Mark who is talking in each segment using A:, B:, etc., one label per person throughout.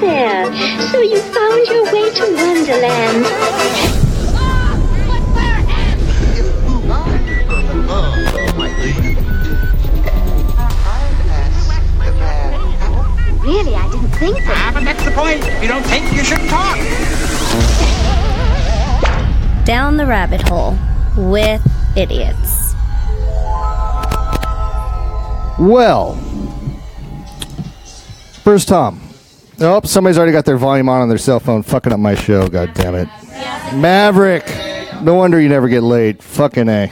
A: there. So you found your way to Wonderland. Really, I didn't think so.
B: Ah, but that's the point. If you don't think, you should talk.
C: Down the rabbit hole with idiots.
D: Well, first Tom. Oh, somebody's already got their volume on on their cell phone, fucking up my show. God damn it, Maverick. No wonder you never get laid. Fucking a.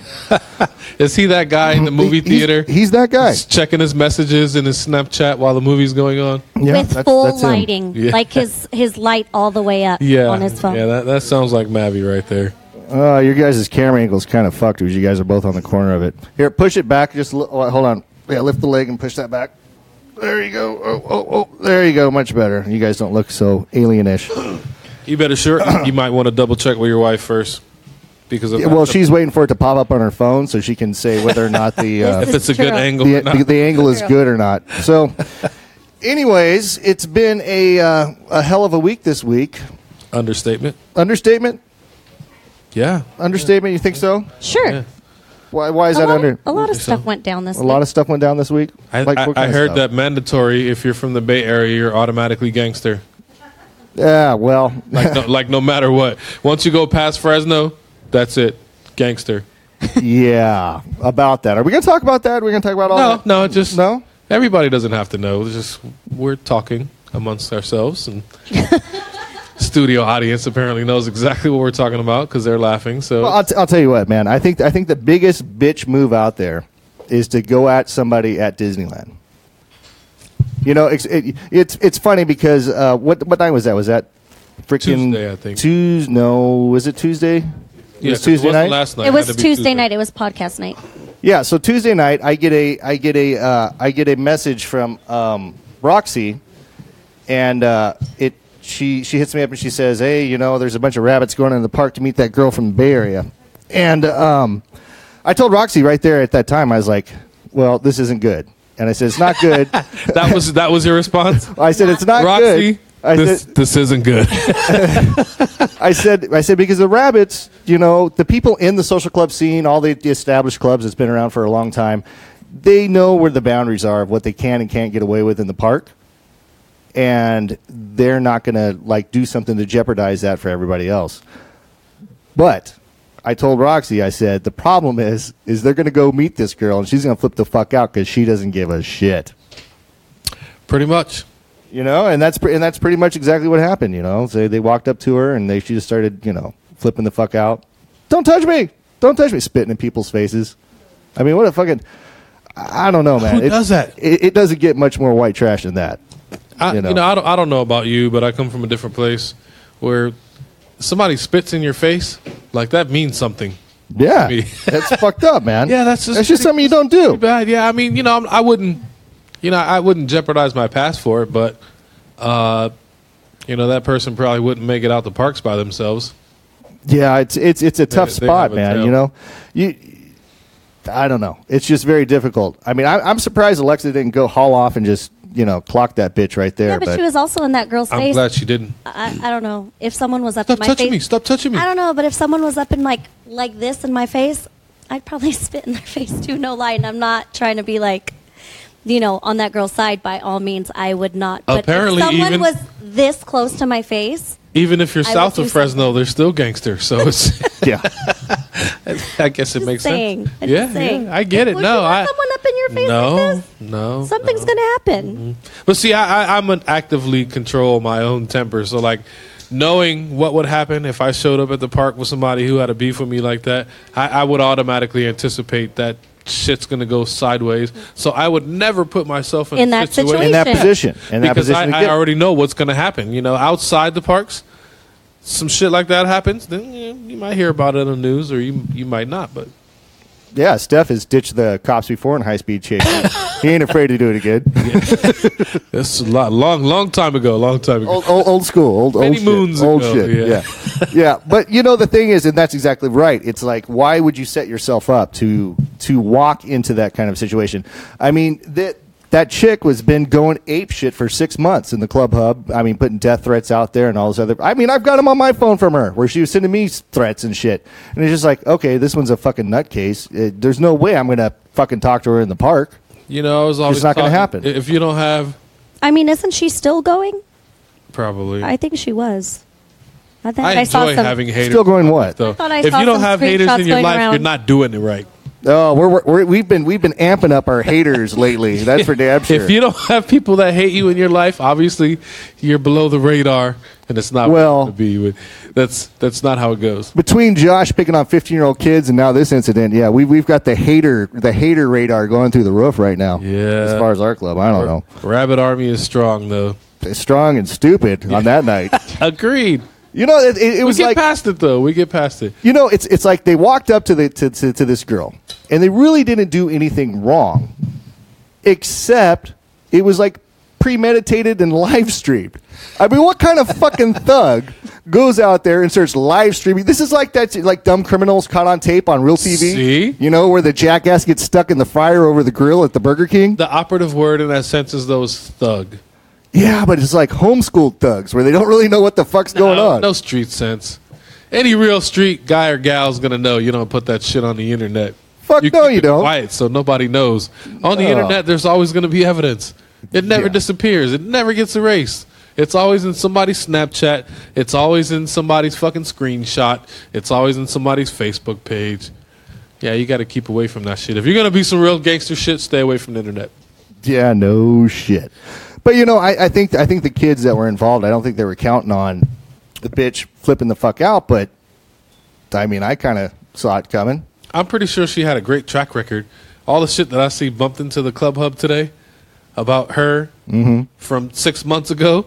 E: Is he that guy in the movie
D: He's-
E: theater?
D: He's, that guy.
E: He's checking his messages in his Snapchat while the movie's going on.
D: Yeah,
C: with
D: that's-
C: full
D: that's him.
C: lighting,
E: Yeah.
C: like his his light all the way up
E: Yeah,
C: on his phone.
E: Yeah, that, that sounds like Mavi right there.
D: Uh, your guys' camera angle's kind of fucked because you guys are both on the corner of it. Here, push it back. Just li- oh, hold on. Yeah, lift the leg and push that back. There you go. Oh, oh, oh. There you go. Much better. You guys don't look so alienish.
E: You better sure you might want to double check with your wife first, because if
D: Yeah, well, she's waiting for it to pop up on her phone so she can say whether or not the uh,
E: if it's a
C: True.
E: good angle.
D: the,
E: or not.
D: the, the angle is good or not. So, anyways, it's been a uh, a hell of a week this week.
E: Understatement.
D: Understatement.
E: Yeah,
D: Understatement. You think so?
C: Sure.
D: Why, why is
C: A,
D: that
C: lot
D: under?
C: of, a lot of
E: So-
C: stuff went down this
D: A lot of stuff went down this week.
E: I, I,
D: what
E: I
D: kind of
E: heard
D: stuff?
E: that mandatory. If you're from the Bay Area, you're automatically gangster.
D: Yeah. Well,
E: Like no, like no matter what. Once you go past Fresno, that's it. Gangster.
D: yeah. About that. Are we going to talk about that? We're going to talk about all.
E: No,
D: that?
E: no, just
D: No?
E: Everybody doesn't have to know. It's just we're talking amongst ourselves, and studio audience apparently knows exactly what we're talking about because they're laughing. So
D: Well, I'll, t- I'll tell you what, man. I think I think the biggest bitch move out there is to go at somebody at Disneyland. You know, it's it, it's, it's funny because uh, what what night was that? Was that freaking
E: Tuesday, I think.
D: Tuesday? No, was it Tuesday? it
E: Yeah,
D: was
E: 'cause it
D: Tuesday
E: wasn't
D: night.
E: Last night.
C: It was
E: had to be
C: Tuesday, night. It was podcast night.
D: Yeah, so Tuesday night I get a I get a uh, I get a message from um, Roxy, and uh, it she she hits me up and she says, "Hey, you know, there's a bunch of rabbits going in the park to meet that girl from the Bay Area," and um, I told Roxy right there at that time I was like, "Well, this isn't good," and I said, "It's not good."
E: That was that was your response,
D: I said, "It's not
E: Roxy.
D: good." I
E: this
D: said,
E: this isn't good.
D: I said, I said because the rabbits, you know, the people in the social club scene, all the, the established clubs that's been around for a long time, they know where the boundaries are of what they can and can't get away with in the park, and they're not going to like do something to jeopardize that for everybody else. But I told Roxy, I said the problem is, is they're going to go meet this girl and she's going to flip the fuck out because she doesn't give a shit
E: Pretty much.
D: you know, and that's pre- and that's pretty much exactly what happened. You know, so they walked up to her and they she just started you know flipping the fuck out. Don't touch me! Don't touch me! Spitting in people's faces. I mean, what a fucking I I don't know, man.
E: Who does that?
D: It, it doesn't get much more white trash than that.
E: I,
D: You
E: you
D: know.
E: know, I, don't, I don't know about you, but I come from a different place where somebody spits in your face like that means something.
D: Yeah,
E: Me.
D: that's fucked up, man.
E: Yeah, that's just
D: that's just
E: pretty-
D: something you don't do.
E: Bad, yeah. I mean, you know, I'm- I wouldn't, you know, I wouldn't jeopardize my pass for it, but, uh, you know, that person probably wouldn't make it out the parks by themselves.
D: Yeah, it's it's it's a tough
E: they
D: spot,
E: have a
D: man.
E: tell.
D: You know, you. I don't know. It's just very difficult. I mean, I, I'm surprised Alexa didn't go haul off and just you know clock that bitch right there.
C: Yeah, but she was also in that girl's
E: I'm
C: face.
E: glad she didn't.
C: I, I don't know if someone was up
E: Stop
C: in my
E: touching
C: face.
E: me! Stop touching me!
C: I don't know, but if someone was up in like like this in my face, I'd probably spit in their face too. No lie, and I'm not trying to be like, you know, on that girl's side. By all means, I would not. But
E: Apparently,
C: if someone
E: even-
C: was this close to my face,
E: Even if you're
C: I
E: south
C: would
E: of
C: do something.
E: Fresno, they're still gangster. So it's,
D: yeah.
E: I guess it makes
C: saying.
E: sense.
C: I'm
E: yeah,
C: just saying.
E: yeah, I get it.
C: would you
E: no,
C: let
E: I
C: someone up in your face
E: no,
C: like this?
E: no,
C: Something's
E: no. Mm-hmm.
C: gonna happen.
E: But see, I, I, I'm an actively control my own temper. So like, knowing what would happen if I showed up at the park with somebody who had a beef with me like that, I, I would automatically anticipate that shit's gonna go sideways. So I would never put myself in,
C: In
E: a
C: that
D: in that
C: Yeah.
D: position. In that
E: because
D: position, to
E: I, I
D: get-
E: already know what's gonna happen. You know, outside the parks, some shit like that happens, then you, know, you might hear about it on the news, or you you might not. But
D: yeah, Steph has ditched the cops before in high speed chase. he ain't afraid to do it again.
E: that's a lot, long long time ago. Long time ago.
D: old, old, old school, old, old
E: Many
D: shit,
E: moons
D: old
E: ago,
D: shit. Yeah.
E: yeah.
D: yeah, But you know the thing is, and that's exactly right. It's like, why would you set yourself up to to walk into that kind of situation? I mean, that That chick was been going ape shit for six months in the club hub. I mean, putting death threats out there and all this other. I mean, I've got them on my phone from her where she was sending me s- threats and shit. And it's just like, okay, this one's a fucking nutcase. Uh, there's no way I'm gonna fucking talk to her in the park.
E: You know, I was always
D: not gonna
E: talking-
D: happen.
E: If you don't have,
C: I mean, isn't she still going?
E: probably.
C: I think she was. I think
E: I
C: I, saw
E: enjoy
C: some.
E: having haters.
D: Still going what?
E: though.
C: I thought I
E: if
C: saw
E: you don't
C: some
E: have haters
C: screenshots
E: in your
C: going
E: life,
C: around.
E: you're not doing it right.
D: Oh, we're, we're, we have been we've been amping up our haters lately. That's for damn sure.
E: If you don't have people that hate you in your life, obviously you're below the radar, and it's not
D: Well-
E: well to be. With. That's that's not how it goes.
D: between Josh picking on 15 year old kids and now this incident, yeah, we we've got the hater the hater radar going through the roof right now.
E: Yeah.
D: as far as our club, I don't know.
E: Rabbit Army is strong, though.
D: Strong and stupid on that night.
E: Agreed.
D: You know, it, it, it
E: We
D: was
E: get
D: like
E: past it though. We get past it.
D: you know, it's it's like they walked up to the to, to, to this girl and they really didn't do anything wrong, except it was like premeditated and live streamed. I mean, what kind of fucking thug goes out there and starts live streaming? This is like that like dumb criminals caught on tape on real TV.
E: See?
D: You know, where the jackass gets stuck in the fryer over the grill at the Burger King.
E: The operative word in that sentence though is thug.
D: Yeah, but it's like homeschooled thugs where they don't really know what the fuck's going
E: no,
D: on.
E: No street sense. Any real street guy or gal's gonna know you don't put that shit on the internet.
D: Fuck no,
E: keep
D: you
E: it
D: don't.
E: Quiet, so nobody knows. On the
D: No.
E: internet, there's always gonna be evidence. It never
D: Yeah.
E: disappears. It never gets erased. It's always in somebody's Snapchat. It's always in somebody's fucking screenshot. It's always in somebody's Facebook page. Yeah, you got to keep away from that shit. If you're gonna be some real gangster shit, stay away from the internet.
D: Yeah, no shit. But you know, I, I think I think the kids that were involved, I don't think they were counting on the bitch flipping the fuck out. But I mean, I kind of saw it coming.
E: I'm pretty sure she had a great track record. All the shit that I see bumped into the club hub today about her
D: Mm-hmm.
E: from six months ago.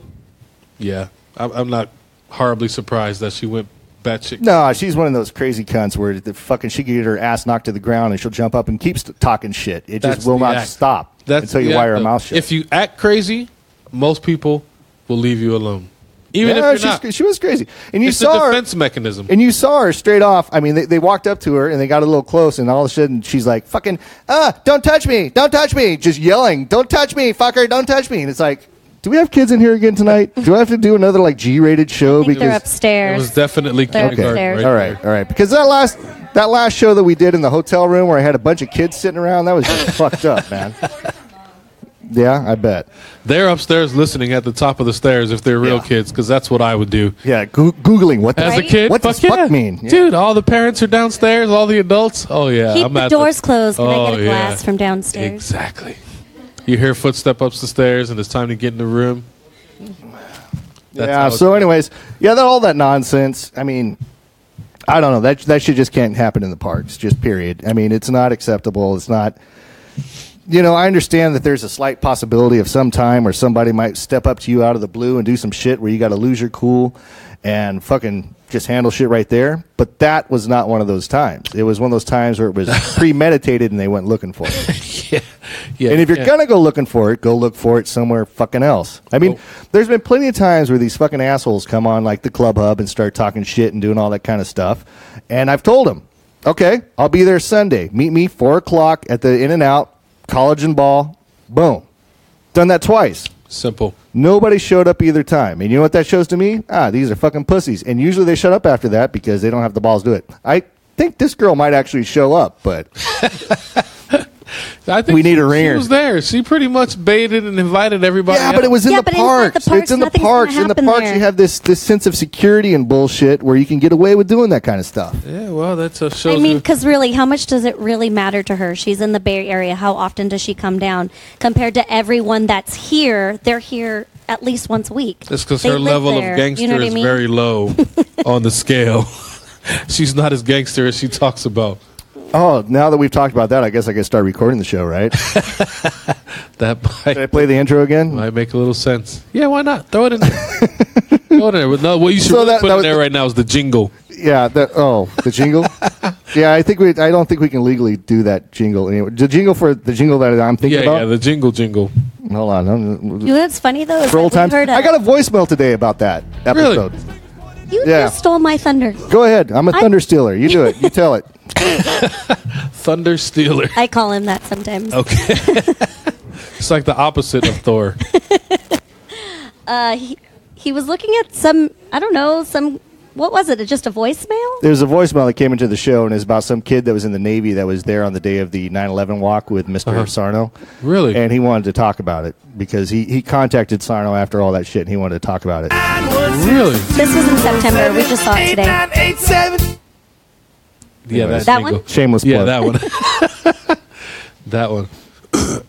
E: Yeah, I'm, I'm not horribly surprised that she went batshit.
D: No, she's one of those crazy cunts where the fucking she can get her ass knocked to the ground and she'll jump up and keep st- talking shit. It
E: That's
D: just will
E: the
D: not
E: act.
D: stop until you
E: the
D: wire
E: act,
D: her
E: though.
D: mouth shut.
E: If you act crazy, most people will leave you alone. Even
D: yeah,
E: if you're
D: she's,
E: not.
D: she was crazy, and you
E: it's
D: saw
E: a
D: her.
E: defense mechanism.
D: And you saw her straight off. I mean, they, they walked up to her and they got a little close, and all of a sudden she's like, fucking, ah, don't touch me, don't touch me, just yelling, don't touch me, fucker, don't touch me. And it's like, do we have kids in here again tonight? do I have to do another like G rated show?
C: I think they're
E: It
C: upstairs.
E: was definitely
C: They're
E: kindergarten.
C: upstairs.
E: Right?
D: all right, all right. Because that last that last show that we did in the hotel room where I had a bunch of kids sitting around, that was just fucked up, man. Yeah, I bet.
E: They're upstairs listening at the top of the stairs if they're real
D: Yeah.
E: kids, because that's what I would do.
D: Yeah, goo googling what the
E: As a
C: Right?
E: kid,
D: What does
E: yeah.
D: fuck mean? Yeah.
E: dude? All the parents are downstairs. All the adults. Oh yeah,
C: Keep the
E: at
C: doors closed when I
E: Oh,
C: get a
E: yeah.
C: glass from downstairs.
E: Exactly. You hear footstep up the stairs, and it's time to get in the room. That's how
D: yeah.
E: it-
D: So, anyways, yeah, that all that nonsense. I mean, I don't know that that shit just can't happen in the parks. Just period. I mean, it's not acceptable. It's not. You know, I understand that there's a slight possibility of some time where somebody might step up to you out of the blue and do some shit where you got to lose your cool and fucking just handle shit right there. But that was not one of those times. It was one of those times where it was premeditated and they went looking for it.
E: yeah,
D: And if you're
E: yeah.
D: gonna go looking for it, go look for it somewhere fucking else. I mean, there's been plenty of times where these fucking assholes come on like the club hub and start talking shit and doing all that kind of stuff. And I've told them, okay, I'll be there Sunday. Meet me four o'clock at the In and Out College and Ball. Boom, done that twice.
E: simple,
D: Nobody showed up either time. And you know what that shows to me? Ah, these are fucking pussies. And usually they shut up after that because they don't have the balls to do it. I think this girl might actually show up, but
E: I think
D: We need
E: she-
D: a ringer.
E: She was there. She pretty much baited and invited everybody.
D: Yeah,
E: out.
D: but it was in
C: Yeah,
D: the
C: but inside
D: parks.
C: the parks,
D: It's in the
C: nothing's
D: parks.
C: gonna
D: In the
C: happen
D: parks,
C: there.
D: you have this this sense of security and bullshit where you can get away with doing that kind of stuff.
E: Yeah, well, that's a show.
C: I mean, because really, how much does it really matter to her? She's in the Bay Area. How often does she come down? Compared to everyone that's here, they're here at least once a week.
E: That's because
C: They
E: her
C: live
E: level
C: there.
E: of gangster
C: You know what I
E: is
C: mean?
E: very low on the scale. She's not as gangster as she talks about.
D: Oh, now that we've talked about that, I guess I can start recording the show, right? Should
E: That
D: I
E: might,
D: play the intro again?
E: might make a little sense. Yeah, why not? Throw it in there. Throw it in there. But No, what you should
D: So
E: really
D: that-
E: put
D: that
E: in
D: was-
E: there right now is the jingle.
D: Yeah. The, oh, the jingle. yeah, I think we. I don't think we can legally do that jingle anyway. The jingle for the jingle that I'm thinking
E: Yeah, yeah,
D: about.
E: the jingle jingle.
D: Hold on. I'm-
C: You know what's funny though? is
D: Scroll
C: that we
D: times.
C: heard a-
D: I got a voicemail today about that
E: Really?
D: episode.
C: You
D: yeah.
C: just stole my thunder.
D: Go ahead. I'm a
C: I-
D: thunder stealer. You do it. You tell it.
E: Thunder Stealer. Oh.
C: I call him that sometimes.
E: Okay. It's like the opposite of Thor.
C: Uh, He was looking at some, I don't know, some, what was it? Just a voicemail?
D: There's a voicemail that came into the show, and it's about some kid that was in the Navy that was there on the day of the 9/11 walk with mister Sarno.
E: Uh-huh. Really?
D: And he wanted to talk about it because he, he contacted Sarno after all that shit, and he wanted to talk about it.
E: really?
C: This was in September. We just saw it today.
E: Yeah, that,
C: That one?
E: jingle.
D: Shameless
E: Yeah,
D: plug.
E: that one. that one.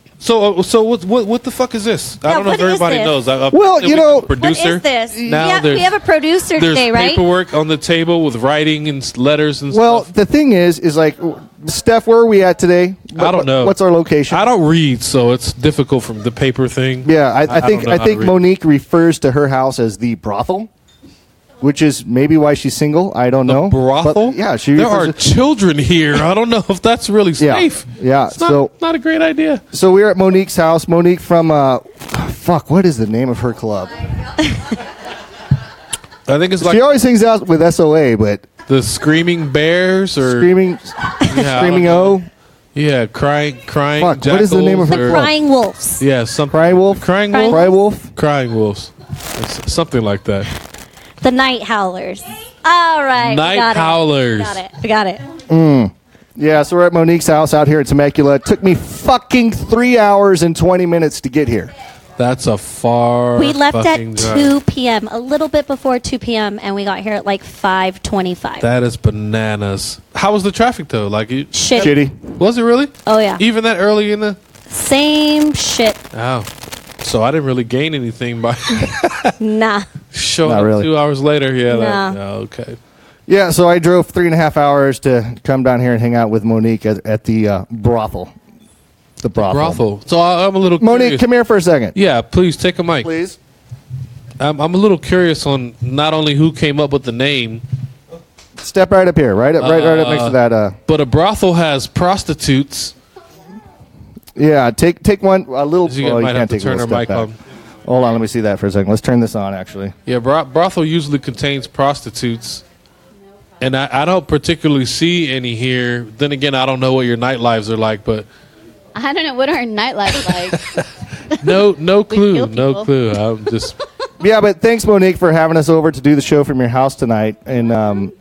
E: so, uh, so what, what, what the fuck is this? I
C: Yeah,
E: don't know
C: what
E: if
C: is
E: everybody
C: this?
E: knows. I, I-
D: Well,
E: we
D: you
E: have
D: know-
E: a producer.
C: Oh, What is this?
E: Now
C: yeah,
E: there's-
C: we have a producer
E: There's
C: today, right?
E: paperwork on the table with writing and s- letters and
D: Well,
E: stuff.
D: the thing is, is like, Steph, where are we at today?
E: I don't know.
D: What's our location?
E: I don't read, so it's difficult from the paper thing.
D: Yeah, I, I,
E: don't
D: think
E: know
D: I
E: how to
D: think
E: read.
D: Monique refers to her house as the brothel, which is maybe why she's single. I don't know.
E: A brothel?
D: But, yeah, she.
E: There
D: refers
E: are
D: to-
E: children here. I don't know if that's really
D: Yeah,
E: safe.
D: yeah,
E: It's not,
D: so-
E: not a great idea.
D: so we're at Monique's house. Monique from uh, fuck, what is the name of her club?
E: I think it's like
D: she always hangs out with SOA, but
E: the screaming bears or
D: screaming,
E: yeah, I
D: screaming O.
E: don't know. Yeah, crying, crying.
D: Fuck, what is the name of
E: jackals
D: her
E: or-
D: club?
C: Crying wolves.
E: Yeah, some
D: Cry Wolf,
E: crying
C: Crying
E: wolf,
D: Cry Wolf.
E: crying wolves, It's something like that.
C: The night howlers. All right. we
E: Night
C: got it.
E: howlers.
C: Got it. We got it.
D: Mm. Yeah, so we're at Monique's house out here in Temecula. It took me fucking three hours and twenty minutes to get here.
E: That's a far.
C: We left
E: fucking
C: at
E: drive.
C: 2 p.m., a little bit before 2 p.m., and we got here at like 5.25.
E: That is bananas. How was the traffic though? Like, it,
C: shit.
D: Shitty.
E: was it really?
C: Oh, yeah.
E: Even that early in the.
C: Same shit.
E: Oh, so I didn't really gain anything by
C: Nah.
E: showing
D: Not
E: up
D: really.
E: two hours later. Yeah. like,
C: Nah.
E: no, okay.
D: Yeah, so I drove three and a half hours to come down here and hang out with Monique at, at the uh, brothel. The brothel.
E: Brothel. So I, I'm a little.
D: Monique,
E: curious.
D: come here for a second.
E: Yeah, please take a mic.
D: Please.
E: I'm, I'm a little curious on not only who came up with the name,
D: Step right up here, right up, right, right up next to that. Uh,
E: but a brothel has prostitutes.
D: yeah, take take one a little.
E: You
D: well,
E: might have
D: can't
E: to
D: take a
E: turn
D: little
E: her
D: step
E: mic
D: back.
E: on.
D: Hold on, let me see that for a second. Let's turn this on, actually.
E: Yeah, bro- brothel usually contains prostitutes, and I, I don't particularly see any here. Then again, I don't know what your night lives are like, but
F: I don't know what our nightlife like.
E: no, no clue,
F: kill
E: no
F: people.
E: clue. I'm just
D: Yeah, but thanks, Monique, for having us over to do the show from your house tonight. And um,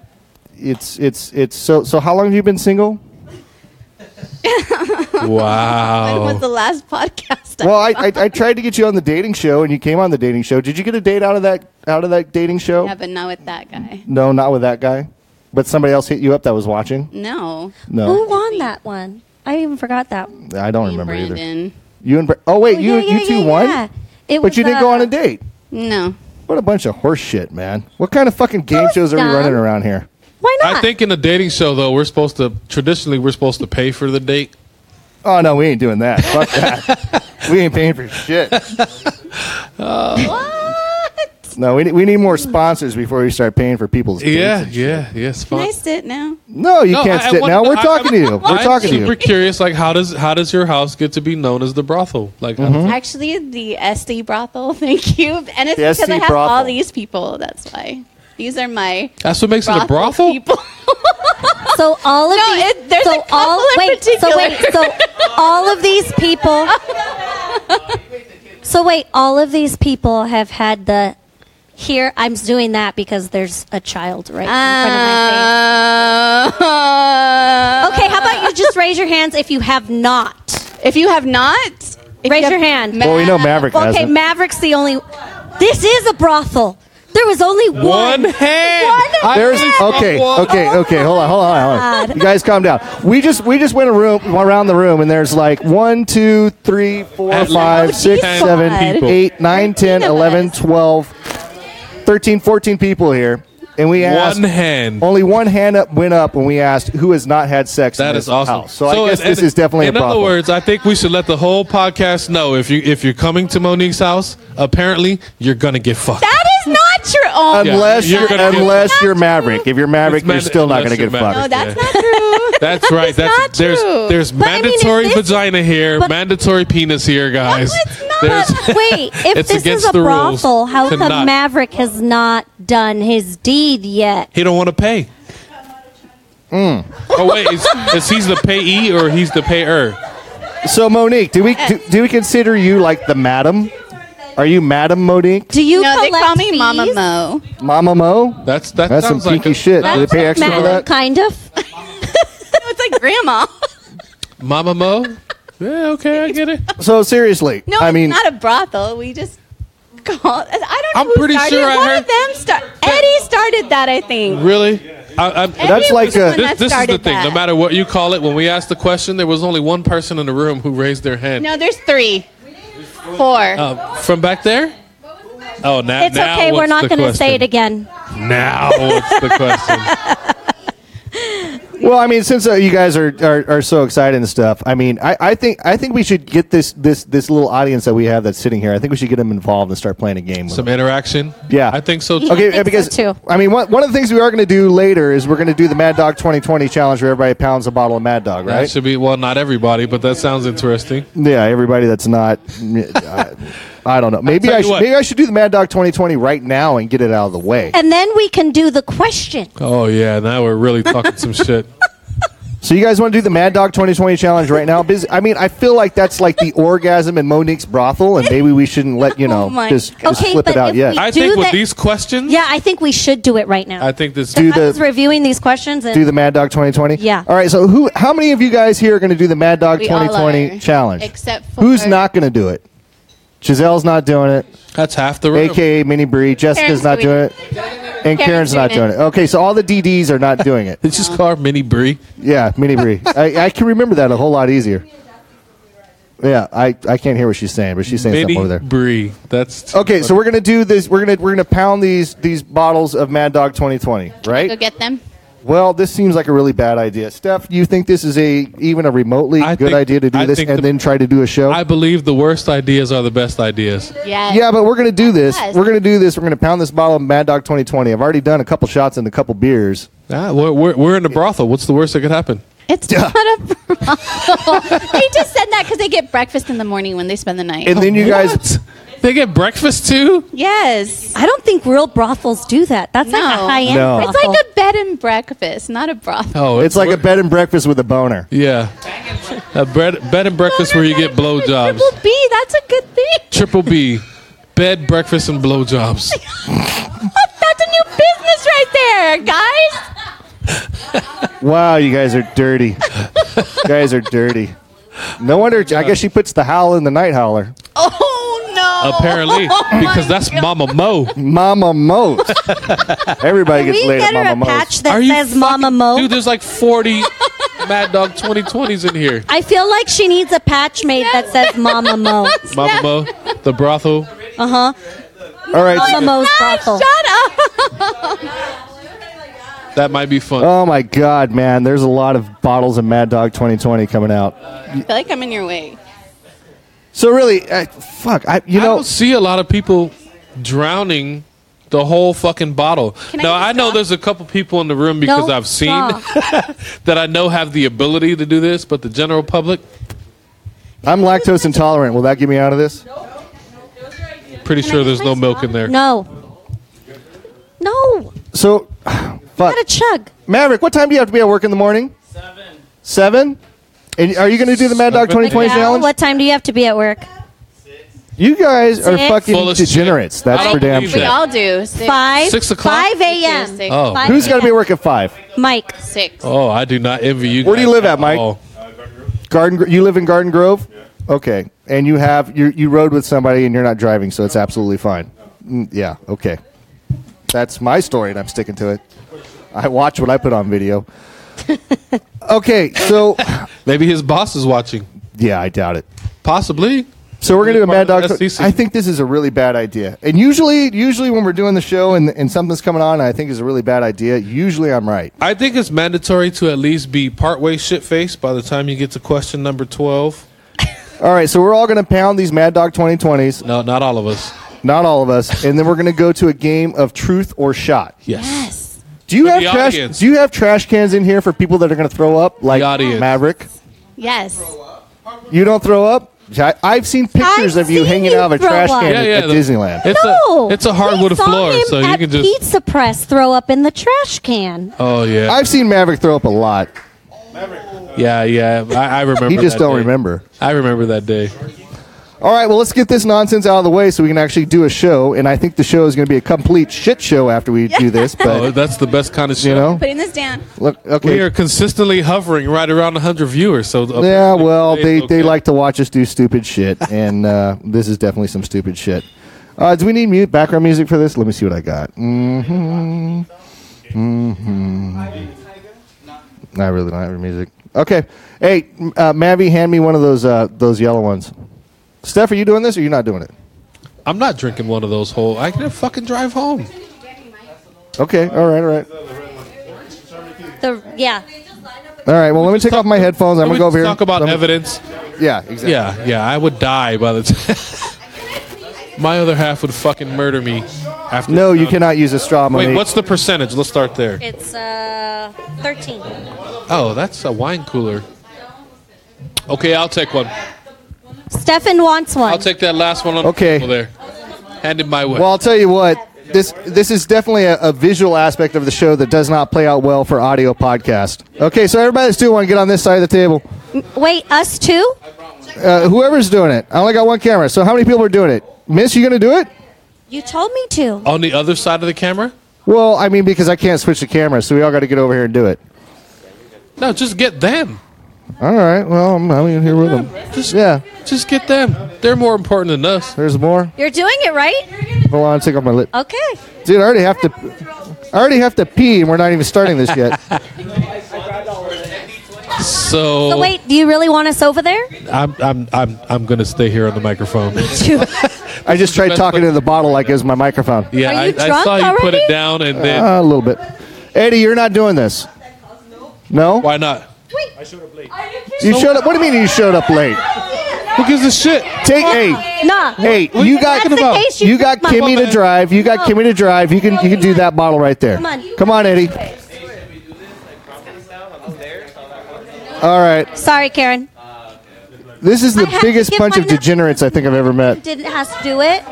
D: it's it's it's so so. How long have you been single?
F: When was
E: wow.
F: the last podcast?
D: Oh. Well, I, I I tried to get you on the dating show, and you came on the dating show. Did you get a date out of that out of that dating show?
F: yeah, but not with that guy.
D: No, not with that guy. But somebody else hit you up that was watching.
F: No,
C: Who
D: No,
C: won that one? I even forgot that.
D: I don't
F: Me and
D: remember either.
F: Brandon.
D: You and Bra- oh wait,
C: Oh,
D: you
C: yeah, yeah,
D: you two
C: yeah,
D: won,
C: yeah. It
D: but you
C: was,
D: didn't go
C: uh,
D: on a date.
F: No,
D: What a bunch of horse shit, man. What kind of fucking game
C: was
D: shows are we
C: dumb.
D: running around here?
C: Why not?
E: I think in a dating show though, we're supposed to traditionally we're supposed to pay for the date.
D: Oh no, we ain't doing that. Fuck that. We ain't paying for shit. No, we need, we need more sponsors before we start paying for people's dates
E: Yeah,
D: and shit.
E: yeah, yeah. It's
F: can
E: fun.
F: I sit now?
D: No, you
E: No,
D: can't
E: I- I
D: sit
E: wanna
D: now.
E: know-
D: We're
E: I-
D: talking to you. We're
E: I'm
D: talking to
E: super
D: you.
E: curious. Like, how does how does your house get to be known as the brothel? Like,
D: Mm-hmm.
E: I don't-
F: Actually, the SD brothel. Thank you. And it's
D: The
F: because
D: SD
F: I have
D: brothel.
F: all these people. That's why. These are my
E: that's what makes it
F: brothel
E: a brothel.
F: people.
C: So all of
F: No,
C: these,
F: it- there's
C: so
F: a couple
C: all,
F: in
C: wait, so wait, so all of these people, so wait, all of these people have had the. Here, I'm doing that because there's a child right in front
F: Uh,
C: of my face. Okay, how about you just raise your hands if you have not?
F: If you have not, if
C: Raise
F: you have
C: your hand.
D: Well, we know Maverick
C: Okay,
D: hasn't.
C: Maverick's the only. This is a brothel. There was only one.
E: One hand. I
D: There's
E: really saw
D: okay,
E: one.
D: okay, okay. Hold on, hold on, hold on.
C: God.
D: You guys, calm down. We just we just went a room around the room, and there's like one, two, three, four,
E: At
D: five,
E: least
D: six,
E: ten
D: seven,
E: people.
D: eight, nine, ten,
F: Thirteen of
D: eleven,
F: us.
D: twelve, thirteen, fourteen people here, and we asked.
E: One hand.
D: Only one hand up went up when we asked who has not had sex. in
E: That
D: this
E: is awesome.
D: House. So, I guess
E: in-
D: this is definitely
E: In
D: a problem.
E: other words, I think we should let the whole podcast know if you if you're coming to Monique's house, apparently you're gonna get fucked.
F: That is not true. Oh,
E: Yeah.
D: unless
E: you're
D: you're,
E: gonna get
D: unless
E: fucked.
D: you're Maverick. If you're Maverick,
E: It's
D: you're
E: mand-
D: still not
E: unless
D: going to
E: you're
D: get fucked.
F: no,
E: Maverick.
F: that's not
E: Yeah.
F: true.
E: That's right. That's
F: not true.
E: there's there's
C: But I mean, if
E: mandatory
C: this-
E: vagina here,
C: but-
E: mandatory penis here, guys.
C: But
E: There's-
C: wait, if
E: It's
C: this is
E: against
C: a
E: the rules
C: brothel, how
E: to
C: come
E: not-
C: Maverick has not done his deed yet?
E: he don't want to pay.
D: Mm.
E: Oh wait, is, is he's the payee or he's the payer?
D: So Monique, do we do, do we consider you like the madam? Are you Madam Monique,
C: Do you
F: No, they
C: collect
F: call me
C: fees?
F: Mama Mo.
D: Mama Mo?
E: That's that
D: That's some
E: sounds like
D: kinky
E: a-
D: shit. Do they
C: That's
D: pay extra for
C: madam,
D: that?
C: Kind of.
F: No, it's like grandma.
E: Mama Mo. Yeah, okay, I get it.
D: So seriously,
F: No,
D: I mean,
F: it's not a brothel. We just call. I don't know
E: I'm
F: who
E: pretty
F: started.
E: sure I
F: One
E: heard-
F: of them start. Eddie started that, I think.
E: Really? I, I'm,
F: Eddie was
D: like
F: the
D: a-
F: one
E: this,
F: that
E: this is the
F: started
E: thing. No
F: that.
E: matter what you call it, when we asked the question, there was only one person in the room who raised their hand.
F: No, there's three, four.
D: Oh,
E: Uh, from back there? Oh, now
C: It's
E: now
C: okay. We're
E: what's
C: not
E: the
C: going to
E: question?
C: say it again.
E: Now what's the question?
D: well, I mean, since uh, you guys are, are are so excited and stuff, I mean, I, I think I think we should get this this this little audience that we have that's sitting here. I think we should get them involved and start playing a game. With them.
E: Some interaction?
D: Yeah.
E: I think so. too.
D: Okay,
C: think so,
D: because
C: too.
D: I mean, one, one of the things we are going to do later is we're going to do the Mad Dog 2020 challenge where everybody pounds a bottle of Mad Dog,
E: That
D: right?
E: should be well, not everybody, but that sounds interesting.
D: yeah, everybody that's not, I, I don't know. Maybe
E: tell
D: I
E: you
D: should,
E: what.
D: maybe I should do the Mad Dog 2020 right now and get it out of the way.
C: And then we can do the question.
E: Oh yeah, now we're really talking some shit.
D: So you guys want to do the Mad Dog 2020 challenge right now? Busy. I mean, I feel like that's like the orgasm in Monique's brothel, and maybe we shouldn't let you know
F: Oh my
D: just, just
C: Okay,
D: flip
C: but
D: it out
C: if
D: yet.
C: we-
E: I
C: Do
E: think with
C: they-
E: these questions,
C: Yeah, I think we should do it right now.
E: I think this.
D: Do
C: I was
D: the
C: reviewing these questions and
D: do the Mad Dog 2020.
C: Yeah.
D: All right. So who? How many of you guys here are going to do the Mad Dog
F: We all
D: 2020
F: are,
D: challenge?
F: except for-
D: who's not going to do it? Giselle's not doing it.
E: That's half the room.
D: AKA Mini Bree. Jessica's
F: Karen's
D: not
F: doing
D: doing it. And Karen's
F: Karen's
D: not
F: doing
D: doing
F: it.
D: it. Okay, so all the DDs are not doing it.
E: It's just called Mini Brie.
D: Yeah, Mini Bree. I, I can remember that a whole lot easier. Yeah, I, I can't hear what she's saying, but she's saying
E: Mini
D: something over there. Oh.
E: Brie. That's
D: Okay, so we're gonna do this. We're gonna we're gonna pound these these bottles of Mad Dog 2020,
F: Go
D: right?
F: get them.
D: Well, this seems like a really bad idea. Steph, you think this is a even a remotely
E: I
D: good
E: think-
D: idea to do
E: I
D: this
E: think
D: and
E: the-
D: then try to do a show?
E: I believe the worst ideas are the best ideas.
F: Yes.
D: Yeah, but we're gonna do this.
F: Yes.
D: We're gonna do this. We're gonna pound this bottle of Mad Dog 2020. I've already done a couple shots and a couple beers.
E: Ah, we're, we're, we're in a brothel. What's the worst that could happen?
F: It's not a problem. he just said that because they get breakfast in the morning when they spend the night. Oh,
D: And then you guys,
E: They get breakfast too?
F: yes.
C: I don't think real brothels do that. That's like a
F: No.
C: high end
D: No.
C: brothel.
F: It's like a bed and breakfast, not a brothel.
E: Oh,
D: it's like a
E: we're-
D: bed and breakfast with a boner.
E: Yeah. A bread, bed and breakfast where you get blowjobs.
F: Triple B, that's a good thing.
E: Triple B. Bed, breakfast, and blowjobs.
F: That's a new business right there, guys.
D: Wow, you guys are dirty. you guys are dirty. No wonder. I guess she puts the howl in the night howler.
F: Oh no.
E: Apparently,
C: Oh
E: because that's Mama Mo.
D: Mama Moat. Everybody
C: Can
D: gets
C: we
D: laid
C: get
D: at
C: her a
D: Mama Moat's.
C: patch that says Mama
E: fucking-
C: Mo?
E: Dude, there's like 40 Mad Dog 2020s in here.
C: I feel like she needs a patch made that says Mama Mo.
E: Mama Mo, the brothel.
C: Uh huh.
D: All
C: Mama
D: right.
C: Mo's brothel.
E: That might be fun.
D: Oh my God, man! There's a lot of bottles of Mad Dog 2020 coming out.
F: I feel like I'm in your way.
D: So really, I, fuck. I you
E: I
D: know
E: don't see a lot of people drowning the whole fucking bottle.
F: I
E: now
F: use
E: I,
F: a
E: know
F: straw?
E: there's a couple people in the room because
C: No
E: I've seen
C: straw.
E: that I know have the ability to do this, but the general public,
D: I'm lactose intolerant. Will that get me out of this?
E: pretty sure there's no milk in there.
C: No. No.
D: So, fuck.
C: Got a chug.
D: Maverick, what time do you have to be at work in the morning? Seven. Seven. And are you going to do the Mad Dog
E: Seven.
D: 2020
C: Like,
D: challenge?
C: What time do you have to be at work?
D: You guys are
C: Six.
D: fucking
E: Full of shit.
D: degenerates. That's
E: I don't
D: for damn
E: believe
D: sure.
F: We
E: Yeah.
F: all do. Six.
C: Five.
E: Six o'clock?
C: Five a.m.
F: Six.
E: Oh.
C: Five
D: Who's got to be
C: a.m.
D: at work at five?
C: Mike.
F: Six.
E: Oh, I do not envy you.
D: Where do you
E: guys
D: live
E: at
D: at, Mike?
E: all.
D: Garden. Gro- You live in Garden Grove. Okay, and you have you you rode with somebody and you're not driving, so it's absolutely fine. Mm, yeah. Okay. That's my story, and I'm sticking to it. I watch what I put on video. okay, so
E: Maybe his boss is watching.
D: yeah, I doubt it.
E: Possibly.
D: So we're gonna do a Mad
E: Part of
D: Dog.
E: the SEC.
D: I think this is a really bad idea. And usually, usually when we're doing the show and and something's coming on, I think is a really bad idea. Usually, I'm right.
E: I think it's mandatory to at least be partway shit faced by the time you get to question number twelve.
D: All right, so we're all gonna pound these Mad Dog 2020s.
E: No, not all of us.
D: Not all of us. And then we're going to go to a game of truth or shot.
E: Yes.
D: Do you
E: For
D: have
E: the
D: trash?
E: audience.
D: Do you have trash cans in here for people that are going to throw up, like
E: audience.
D: Maverick?
F: Yes.
D: You don't throw up. I, I've seen pictures
C: I've
D: of you
C: seen
D: hanging
C: you
D: out of a
C: throw
D: trash
C: up.
D: can
E: Yeah,
D: at,
E: yeah,
D: at
E: the-
D: Disneyland.
E: It's
C: No.
E: a it's a
C: We
E: hardwood
C: saw
E: floor,
C: him
E: so you
C: at
E: can just.
C: Pizza Press throw up in the trash can.
E: Oh yeah.
D: I've seen Maverick throw up a lot.
E: Yeah, yeah. I, I remember.
D: He just
E: that
D: don't
E: day.
D: remember.
E: I remember that day.
D: All right, well, let's get this nonsense out of the way so we can actually do a show. And I think the show is going to be a complete shit show after we do this.
E: Oh,
D: But
E: that's the best kind of show.
D: you know,
F: Putting this down.
D: look,
E: we
D: okay,
E: are consistently hovering right around 100 viewers. So
D: yeah. Well, they they like to watch us do stupid shit, and uh, this is definitely some stupid shit. Uh, do we need mute background music for this? Let me see what I got. Mm-hmm. Mm-hmm. I really don't have music. Okay, hey, m- uh, Mavi, hand me one of those uh, those yellow ones. Steph, are you doing this or you're not doing it?
E: I'm not drinking one of those whole. I can fucking drive home.
D: Okay, all right, all right.
C: The yeah.
D: All right. Well, let me take off my headphones. I'm
E: Can we
D: gonna go over here.
E: Talk about
D: Let me-
E: evidence.
D: Yeah, exactly.
E: Yeah, yeah. I would die by the time. My other half would fucking murder me. After
D: No, you cannot use a straw, Monique.
E: Wait, what's the percentage? Let's start there.
C: It's uh 13.
E: Oh, that's a wine cooler. Okay, I'll take one.
C: Stefan wants one.
E: I'll take that last one on
D: Okay.
E: the table there. Hand it my way.
D: Well, I'll tell you what. This this is definitely a, a visual aspect of the show that does not play out well for audio podcast. Okay, so everybody that's doing one, get on this side of the table.
C: Wait, us too?
D: Uh, whoever's doing it, I only got one camera. So how many people are doing it? Miss, you gonna do it?
C: You told me to.
E: on the other side of the camera?
D: Well, I mean, because I can't switch the camera, so we all got to get over here and do it.
E: No, just get them.
D: All right. Well, I'm, I'm in here with them.
E: Just,
D: Yeah.
E: just get them. They're more important than us.
D: There's more.
C: You're doing it right?
D: Hold on, take off my lid.
C: Okay.
D: Dude, I already have to. I already have to pee, and we're not even starting this yet.
E: So,
C: So wait, do you really want us over there?
E: I'm, I'm, I'm, I'm gonna stay here on the microphone.
C: Too.
D: I just tried talking into the bottle like it was my microphone.
E: yeah,
C: Are
E: I,
C: you
E: I saw
C: drunk
E: you put it
C: already?
E: down, and then
D: Uh, a little bit. Eddie, you're not doing this. No?
E: why not?
D: You showed up. What do you mean you showed up late?
E: Who gives a shit?
D: Take eight.
C: nah.
D: Hey, you got
C: That's the case, you
D: you got
C: took my-
D: Kimmy to drive. You got Kimmy to drive. You can you can do that bottle right there.
C: Come on.
D: Come on, Eddie. All right.
C: Sorry, Karen.
D: This is the
C: I had to
D: biggest
C: get
D: bunch
C: one
D: of
C: of the-
D: degenerates I think I've ever met.
C: Didn't have to do it.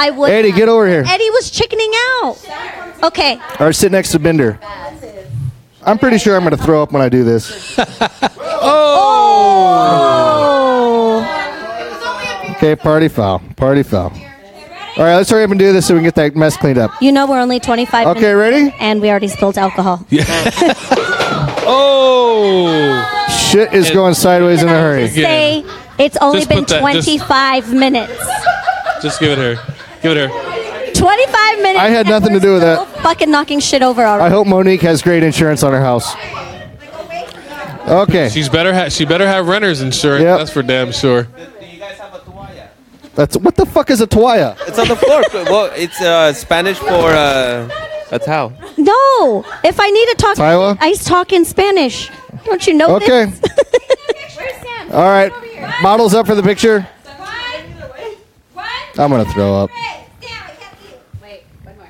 C: I would.
D: Eddie,
C: have.
D: get over here.
C: Eddie was chickening out. Okay.
D: Or sit next to Bender. I'm pretty sure I'm going to throw up when I do this.
C: Oh.
D: Okay, party foul. Party foul. All right, let's hurry up and do this so we can get that mess cleaned up.
C: You know we're only 25
D: Okay,
C: minutes
D: ready?
C: and we already spilled alcohol.
E: Oh,
D: Shit is going sideways in a
C: Just
D: hurry.
C: say it's only
E: Just
C: been
E: put that- just-
C: 25 minutes.
E: just give it her. Give it her.
C: 25 minutes.
D: I had
C: and
D: nothing to
C: we're
D: do with
C: still Fucking knocking shit over
D: I
C: already.
D: hope Monique has great insurance on her house. Okay,
E: She's better. Ha- she better have renter's insurance.
D: Yep.
E: That's for damn sure.
D: that's what the fuck is a toya?
G: It's on the floor. well, it's uh, Spanish for uh, a towel.
C: No. If I need to talk,
D: Tyler?
C: I talk in Spanish. Don't you know
D: Okay.
C: this?
D: All right, models up for the picture. I'm gonna throw up
F: Wait, one more.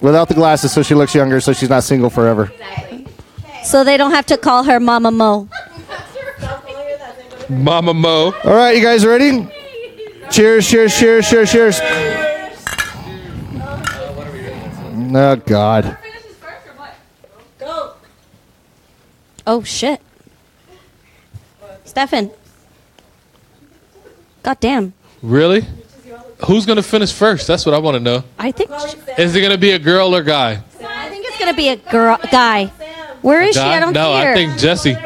D: without the glasses, so she looks younger, so she's not single forever.
C: so they don't have to call her Mama Mo.
E: Mama Mo.
D: All right, you guys ready? Cheers! Cheers! Cheers! Cheers! Cheers! Oh God!
C: Oh shit. Stefan. God damn.
E: Really? Who's gonna finish first? That's what I want to know.
C: I think
E: Is it gonna be a girl or guy?
C: I think it's gonna be a girl guy. Where is she?
E: Guy?
C: I don't
E: no,
C: see her.
E: I think Jesse.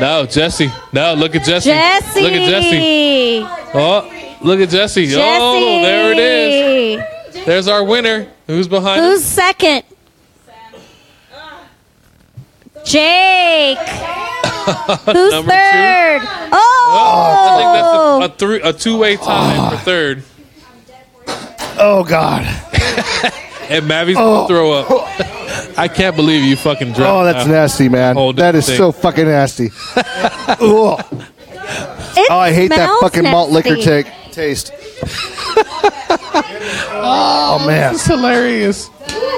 E: No, Jesse. No, look at Jesse.
C: Jesse.
E: Look at Jesse. Oh, look at Jesse. Oh, there it is. There's our winner. Who's behind? us?
C: Who's second? Jake. Oh, Who's
E: Number two.
C: third?
E: Oh, I think that's
C: Oh.
E: a, a, three, a two-way tie for third.
D: Oh God!
E: And Mavi's gonna throw up. I can't believe you fucking dropped.
D: Oh, that's
E: that.
D: nasty, man.
E: Hold
D: That
E: it,
D: is
E: thing.
D: so fucking nasty. Ugh.
C: It
D: Oh, I hate that
C: smells
D: fucking malt liquor
C: nasty.
D: take, taste. oh man.
E: It's hilarious.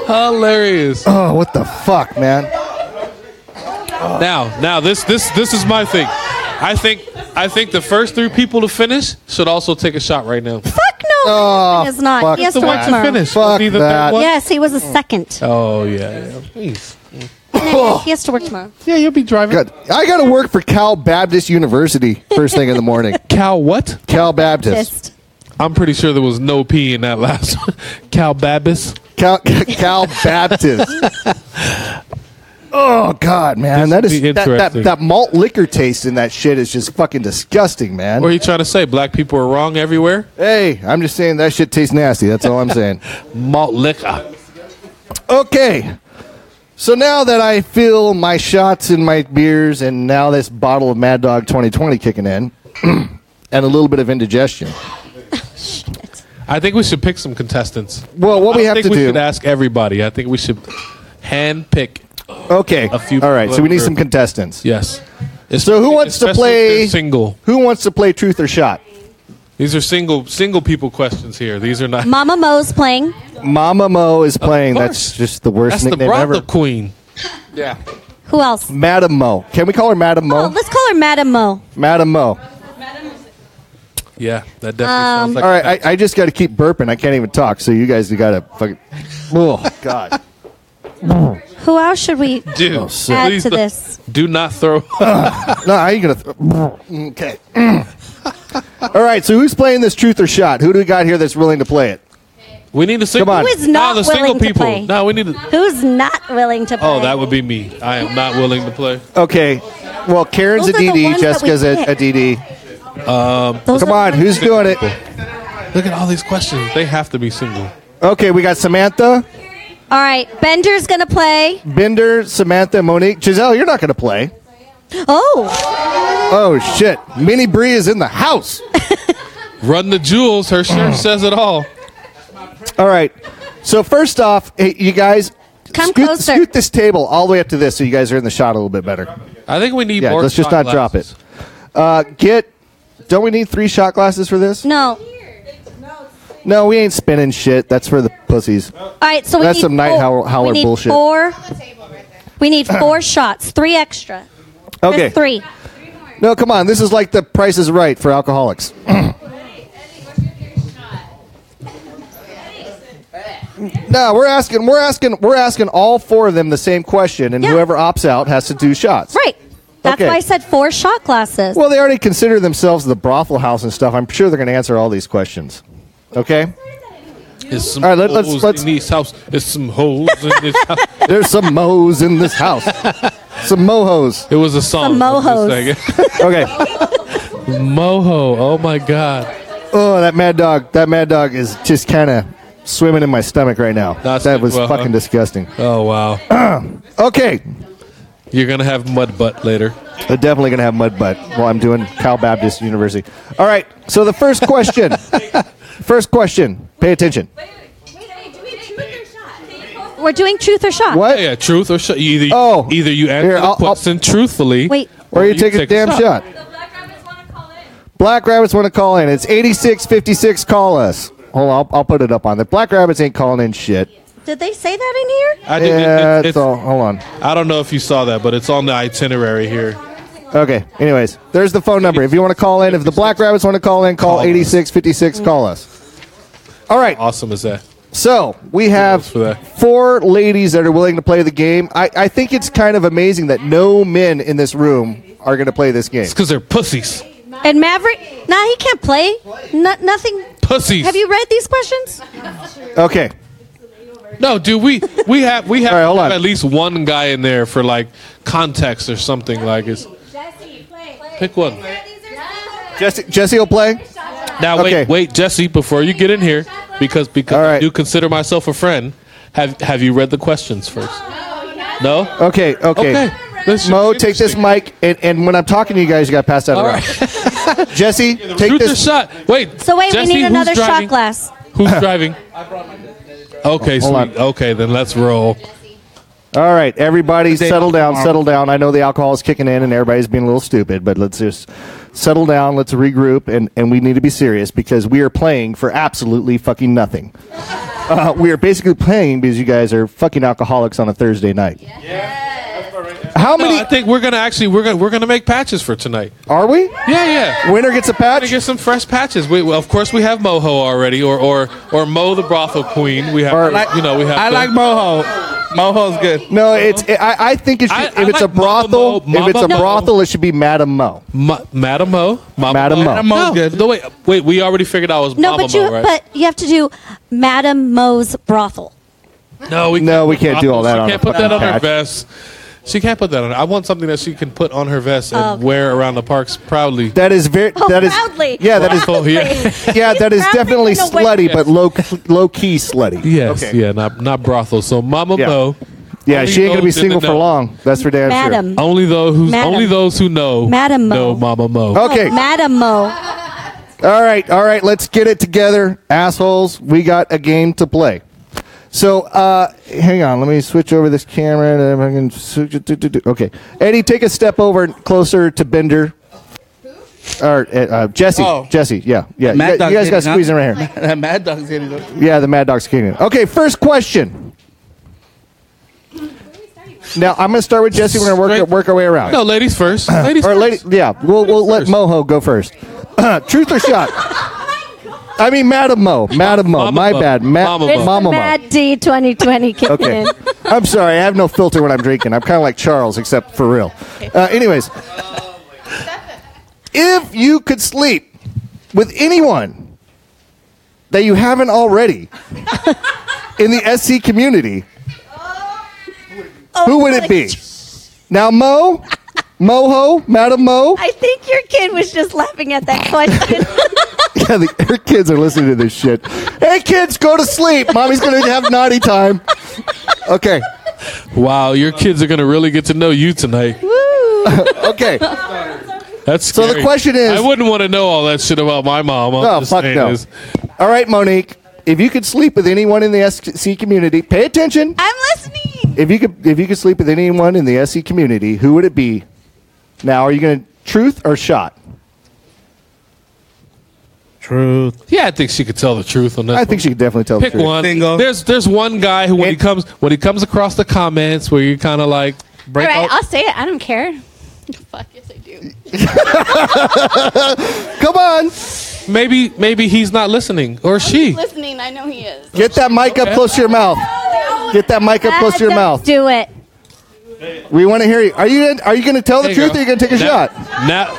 E: Hilarious.
D: Oh, what the fuck, man.
E: Now, now this this this is my thing. I think I think the first three people to finish should also take a shot right now.
C: Fuck no.
D: Oh,
C: it's not.
D: fuck
C: he has
D: the
C: to
D: one
C: work
D: to
C: tomorrow.
E: finish.
D: Fuck
E: Be the
D: that.
E: third one.
C: Yes, he was a second.
E: Oh yeah, yeah. Please.
C: No, he has to work tomorrow.
E: Yeah, you'll be driving.
D: God, I got to work for Cal Baptist University first thing in the morning.
E: Cal what?
D: Cal Baptist.
C: Just
E: I'm pretty sure there was no P in that last one. Cal Babis.
D: Cal, Cal Baptist. Oh God, man,
E: This
D: that
E: would
D: is
E: be
D: that, that
E: interesting.
D: that malt liquor taste in that shit is just fucking disgusting, man.
E: What are you trying to say? Black people are wrong everywhere?
D: Hey, I'm just saying that shit tastes nasty. That's all I'm saying.
E: Malt liquor.
D: Okay. So now that I feel my shots and my beers, and now this bottle of Mad Dog 2020 kicking in, and a little bit of indigestion.
E: I think we should pick some contestants.
D: Well, what
E: I
D: we
E: don't
D: have
E: think
D: to
E: we
D: do-
E: should ask everybody. I think we should hand pick.
D: Okay.
E: A few
D: All right. So we need
E: people-
D: some contestants.
E: Yes.
D: So who wants to
E: Especially if
D: play-
E: they're Single.
D: Who wants to play Truth or Shot?
E: These are single single people questions here. These are not.
C: Mama Mo's playing.
D: Mama Mo is playing.
E: course.
D: That's just the worst
E: That's the
D: nickname
E: brothel
D: ever.
E: queen.
C: Who else?
D: Madam Mo. Can we call her Madam
C: Oh,
D: Mo?
C: let's call her Madam Mo.
D: Madam Mo.
E: Yeah, that definitely
C: Um,
E: sounds like.
D: All right. I, I just got to keep burping. I can't even talk. So you guys got to fucking. Oh God.
C: Who else should we
E: Dude,
D: Oh, sick.
C: add
E: please
C: to
E: don't-
C: this?
E: do not throw.
D: No, I ain't gonna. Th- okay. All right. So who's playing this Truth or Shot? Who do we got here that's willing to play it?
E: we need a single.
D: on. Who
C: is not
E: no, the single
C: willing to
E: people.
C: play?
E: No, we need. To,
C: Who's not willing to play?
E: oh, that would be me. I am not willing to play.
D: Okay. Well, Karen's
C: Those
D: a
C: are the ones
D: DD.
C: that we
D: Jessica's a, a
C: picked.
E: Um,
D: DD.
C: Those
D: Come
C: are
D: on.
C: the
D: Who's doing it?
E: Look at all these questions. They have to be single.
D: Okay. We got Samantha.
C: ones- All right, Bender's gonna play.
D: Bender, Samantha, Monique, Giselle, you're not going to play.
C: Oh,
D: Oh shit! Minnie Bree is in the house. Mm.
E: Run the jewels. Her shirt says it all.
D: All right. So first off, hey, you guys,
C: Come
D: scoot,
C: closer.
D: scoot this table all the way up to this, so you guys are in the shot a little bit better.
E: I think we need
D: Yeah,
E: more.
D: let's just
E: shot
D: not drop
E: glasses.
D: it. Uh, get. Don't we need three shot glasses for this?
C: no.
D: No, we ain't spinning shit. That's for the pussies.
C: All right, so we
D: That's
C: need
D: some night
C: four.
D: howl- howler
C: we need
D: bullshit.
C: Four. We need four shots, three extra. There's
D: Okay.
C: three.
D: No, come on. This is like the Price is Right for alcoholics. No, we're asking, we're asking, we're asking all four of them the same question, and
C: Yeah.
D: whoever opts out has to do shots.
C: Right. That's
D: Okay.
C: why I said four shot glasses.
D: Well, they already consider themselves the brothel house and stuff. I'm sure they're going to answer all these questions. Okay.
E: It's some
D: All right, let- let's-
E: hoes
D: let's-
E: in this house. It's some hoes in this house.
D: There's some mo's in this house. Some mohos.
E: It was a song.
C: Some mohos.
E: I'm just saying.
D: Okay.
E: Moho. Oh my god.
D: Oh, that mad dog. That mad dog is just kind of swimming in my stomach right now.
E: That's
D: that
E: good.
D: was
E: Well,
D: fucking
E: huh?
D: disgusting.
E: Oh wow.
D: Okay.
E: You're gonna have mud butt later.
D: I'm definitely going to have mud butt while I'm doing Cal Baptist University. All right. So the first question. first question. Pay attention.
C: We're doing truth or shot.
D: What?
E: Yeah, uh, truth or shot. Either
D: Oh.
E: either you answer
D: Here,
E: the
D: I'll- I'll-
E: question truthfully.
C: Wait.
D: Or you, take, a damn shot. Black Rabbits want to call in. It's 8656. Call us. Hold on. I'll, I'll put it up on there. Black Rabbits ain't calling in shit.
C: Did they say that in here?
E: I, didn't-
D: Yeah,
E: it's-
D: it's all. Hold on.
E: I don't know if you saw that, but it's on the itinerary here.
D: Okay. Anyways, there's the phone number. If you want to call in, if the Black Rabbits want to call in,
E: Call
D: call
E: us.
D: 8656. Call us. All right.
E: Awesome is that?
D: So we have
E: Kudos for that.
D: four ladies that are willing to play the game. I, I think it's kind of amazing that no men in this room are going to play this game.
E: It's because they're pussies.
C: And Maverick? Nah, he can't play. No, nothing.
E: Pussies.
C: Have you read these questions?
D: Okay.
E: No, dude. We we have we have,
D: All right, hold
E: to have
D: on.
E: at least one guy in there for like context or something like it's. Pick one.
D: Jesse, Jesse will play.
E: Now wait,
D: Okay.
E: wait, Jesse, before you get in here, because because
D: All right.
E: I do consider myself a friend. Have Have you read the questions first? No.
D: Okay. Okay.
E: This
D: Mo,
E: should be
D: take this
E: interesting.
D: mic, and, and when I'm talking to you guys, you got to pass that
E: All
D: around.
E: right.
D: Jesse, take
E: Shoot the
D: this.
E: shot. Wait.
C: So wait,
E: Jesse,
C: we need
E: who's
C: another
E: driving?
C: shot glass.
E: Who's driving? Okay,
D: Hold on.
E: sweet. Okay, then let's roll.
D: All right, everybody, settle down, settle down. I know the alcohol is kicking in, and everybody's being a little stupid, but let's just settle down. Let's regroup, and and we need to be serious because we are playing for absolutely fucking nothing. Uh, we are basically playing because you guys are fucking alcoholics on a Thursday night. How
E: No,
D: many
E: I think we're gonna actually we're gonna we're gonna make patches for tonight.
D: are we?
E: Yeah, yeah.
D: Winner gets a
E: Gonna
D: patch.
E: get some fresh patches. We, well, of course, we have Moho already, or or or Mo the brothel queen. We have,
D: Or-
E: you know, we have.
H: I
E: to-
H: like Moho.
G: Moho's good.
D: No, it's. It, I, I think it should,
E: I-
D: if
E: I
D: it's a
E: like Mama
D: brothel,
E: Mo,
D: if it's a
E: Mama Mo.
D: brothel, it should be Madam Mo.
E: Ma- Madam Mo. Mama
D: Madam Mo.
G: Madam Mo's
E: No,
G: good.
E: no, wait, wait. We already figured out it was
C: No,
E: Mama
C: but you
E: Mo, right?
C: but you have to do Madam Mo's brothel.
E: No, we
D: No, we can't do all that
E: She
D: on
E: can't
D: a
E: put that on
D: fucking
E: her
D: patch.
E: vest. She can't put that on. I want something that she can put on her vest and
C: Oh, okay.
E: wear around the parks proudly.
D: That is very.
C: Oh,
D: that is
C: proudly.
D: yeah. That is
E: Oh, yeah.
D: yeah. That is
C: Proudly
D: definitely
C: in a way.
D: slutty, but low low key slutty.
E: Yes, yeah, not not brothel. So Mama
D: Yeah.
E: Mo,
D: Yeah,
E: Only
D: she ain't gonna be
E: those in the
D: single for
E: know.
D: long. That's for damn
C: Madam.
E: only those who
C: Madam.
E: only those who know
C: Madam Mo.
E: know Mama Mo.
D: sure. Okay.
C: Oh, Madam Mo.
D: All right, all right, let's get it together, assholes. We got a game to play. So, uh, hang on, let me switch over this camera. And I can switch it to- to- to- Okay, Eddie, take a step over closer to Bender. Or uh, uh, Jesse,
H: Oh.
D: Jesse, yeah, yeah. You
H: Mad
D: guys-
H: Dog's
D: you guys got
H: hitting, huh?
D: squeezing right here.
H: That Mad Dog's hitting up.
D: Yeah, the Mad Dog's kicking. in. Okay, first question. Now I'm gonna start with Jesse. We're gonna work
E: Straight-
D: work our way around.
E: No, ladies first. Ladies
D: Or
E: first.
D: lady, yeah, we'll, we'll let Moho go first. Truth or shot? I mean, Madam Mo, Madam Mo,
E: Mama
D: my
E: Mo.
D: bad, Ma-
E: Mama
D: Mama,
E: Mo.
C: There's the
D: Mo.
C: Mad D 2020 kicking
D: Okay,
C: in.
D: I'm sorry, I have no filter when I'm drinking. I'm kind of like Charles, except for real. Uh, anyways, if you could sleep with anyone that you haven't already in the SC community, who would it be? Now, Mo, Moho, Madam Mo.
C: I think your kid was just laughing at that question.
D: Yeah, the, her kids are listening to this shit. Hey, kids, go to sleep. Mommy's going to have naughty time. Okay.
E: Wow, your kids are gonna really get to know you tonight.
D: Okay.
E: That's
D: So the
E: scary.
D: question is-
E: I wouldn't want to know all that shit about my mom. I'm
D: No,
E: just
D: fuck
E: saying
D: no.
E: is-
D: All right, Monique. If you could sleep with anyone in the SC community, pay attention.
C: I'm listening.
D: If you could, if you could sleep with anyone in the SC community, who would it be? Now, are you going to truth or shot?
H: Truth.
E: yeah, I think she could tell the truth on that.
D: I think she could definitely tell
E: pick
D: the truth.
E: one.
H: Single.
E: There's there's one guy who when he
D: It-
E: comes when he comes across the comments where you kind of like break
F: All right,
E: out.
F: I'll say it. I don't care. Fuck yes, I do.
D: Come on,
E: Maybe maybe he's not listening or she.
F: He's listening. I know he is.
D: get that mic up close to your mouth. Get that mic up close to your
C: Ah,
D: mouth.
C: don't Do it.
D: We want to hear you. Are you gonna- are you going to tell the
E: There you
D: truth
E: go.
D: or are you going to take a
E: Now-
D: shot?
E: Now,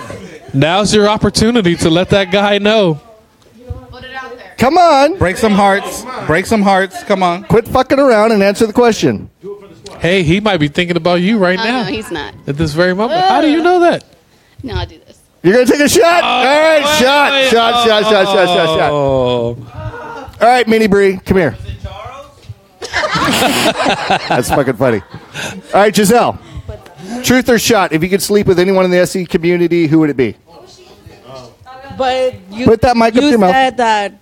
E: now's your opportunity to let that guy know.
F: Put it out there.
D: Come on.
H: Break some hearts. Break some hearts. Come on.
D: Quit fucking around and answer the question.
E: Hey, he might be thinking about you right
F: Oh, no,
E: now
F: he's not.
E: at this very moment. How do you know that?
F: No, I'll do this.
D: You're gonna take a shot. All right, shot,
E: Oh, wait,
D: shot, shot, shot, shot, shot, shot. All
E: Oh,
D: right, Mini Bree, come here. That's fucking funny. All right, Giselle. Truth or shot? If you could sleep with anyone in the SE community, who would it be?
I: But you
D: Put that mic up
I: you
D: to your mouth.
I: said that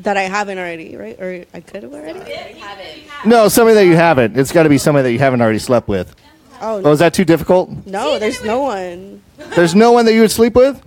I: that I haven't already, right? Or I could have already.
D: No, somebody that you haven't. It's got to be somebody that you haven't already slept with.
I: Oh
D: Oh,
I: no,
D: is that too difficult?
I: there's no one
D: There's no one that you would sleep with.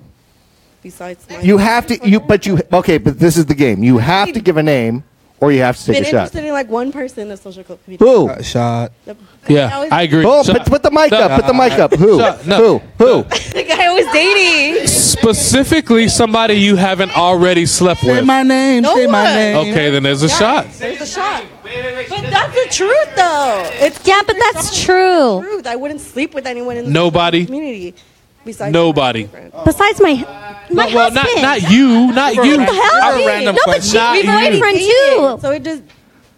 I: besides my.
D: You have to. You but you okay. But this is the game. You have to give a name, or you have to
I: been
D: take a shot.
I: interested in like one person in the social club community.
D: Who?
H: Shot.
I: The-
E: yeah, I agree.
D: Oh,
E: So-
D: put, put the mic up. Put the mic up. Who?
E: Shot, no.
D: Who? Who?
I: The guy I was dating.
E: specifically somebody you haven't already slept
H: Say
E: with.
H: my name.
I: No
H: say my
I: one.
H: name.
E: Okay, then there's a shot.
I: There's a shot. But that's the truth, though. It's
C: Yeah, but that's true.
I: truth. I wouldn't sleep with anyone in the
E: Nobody.
I: community. Besides
E: Nobody.
I: my boyfriend.
C: Besides my my
E: No, well,
C: husband.
E: not not you, not you.
C: What the hell?
H: A random
C: no, but she,
H: question.
C: my
E: Not you.
C: boyfriend too.
I: So it just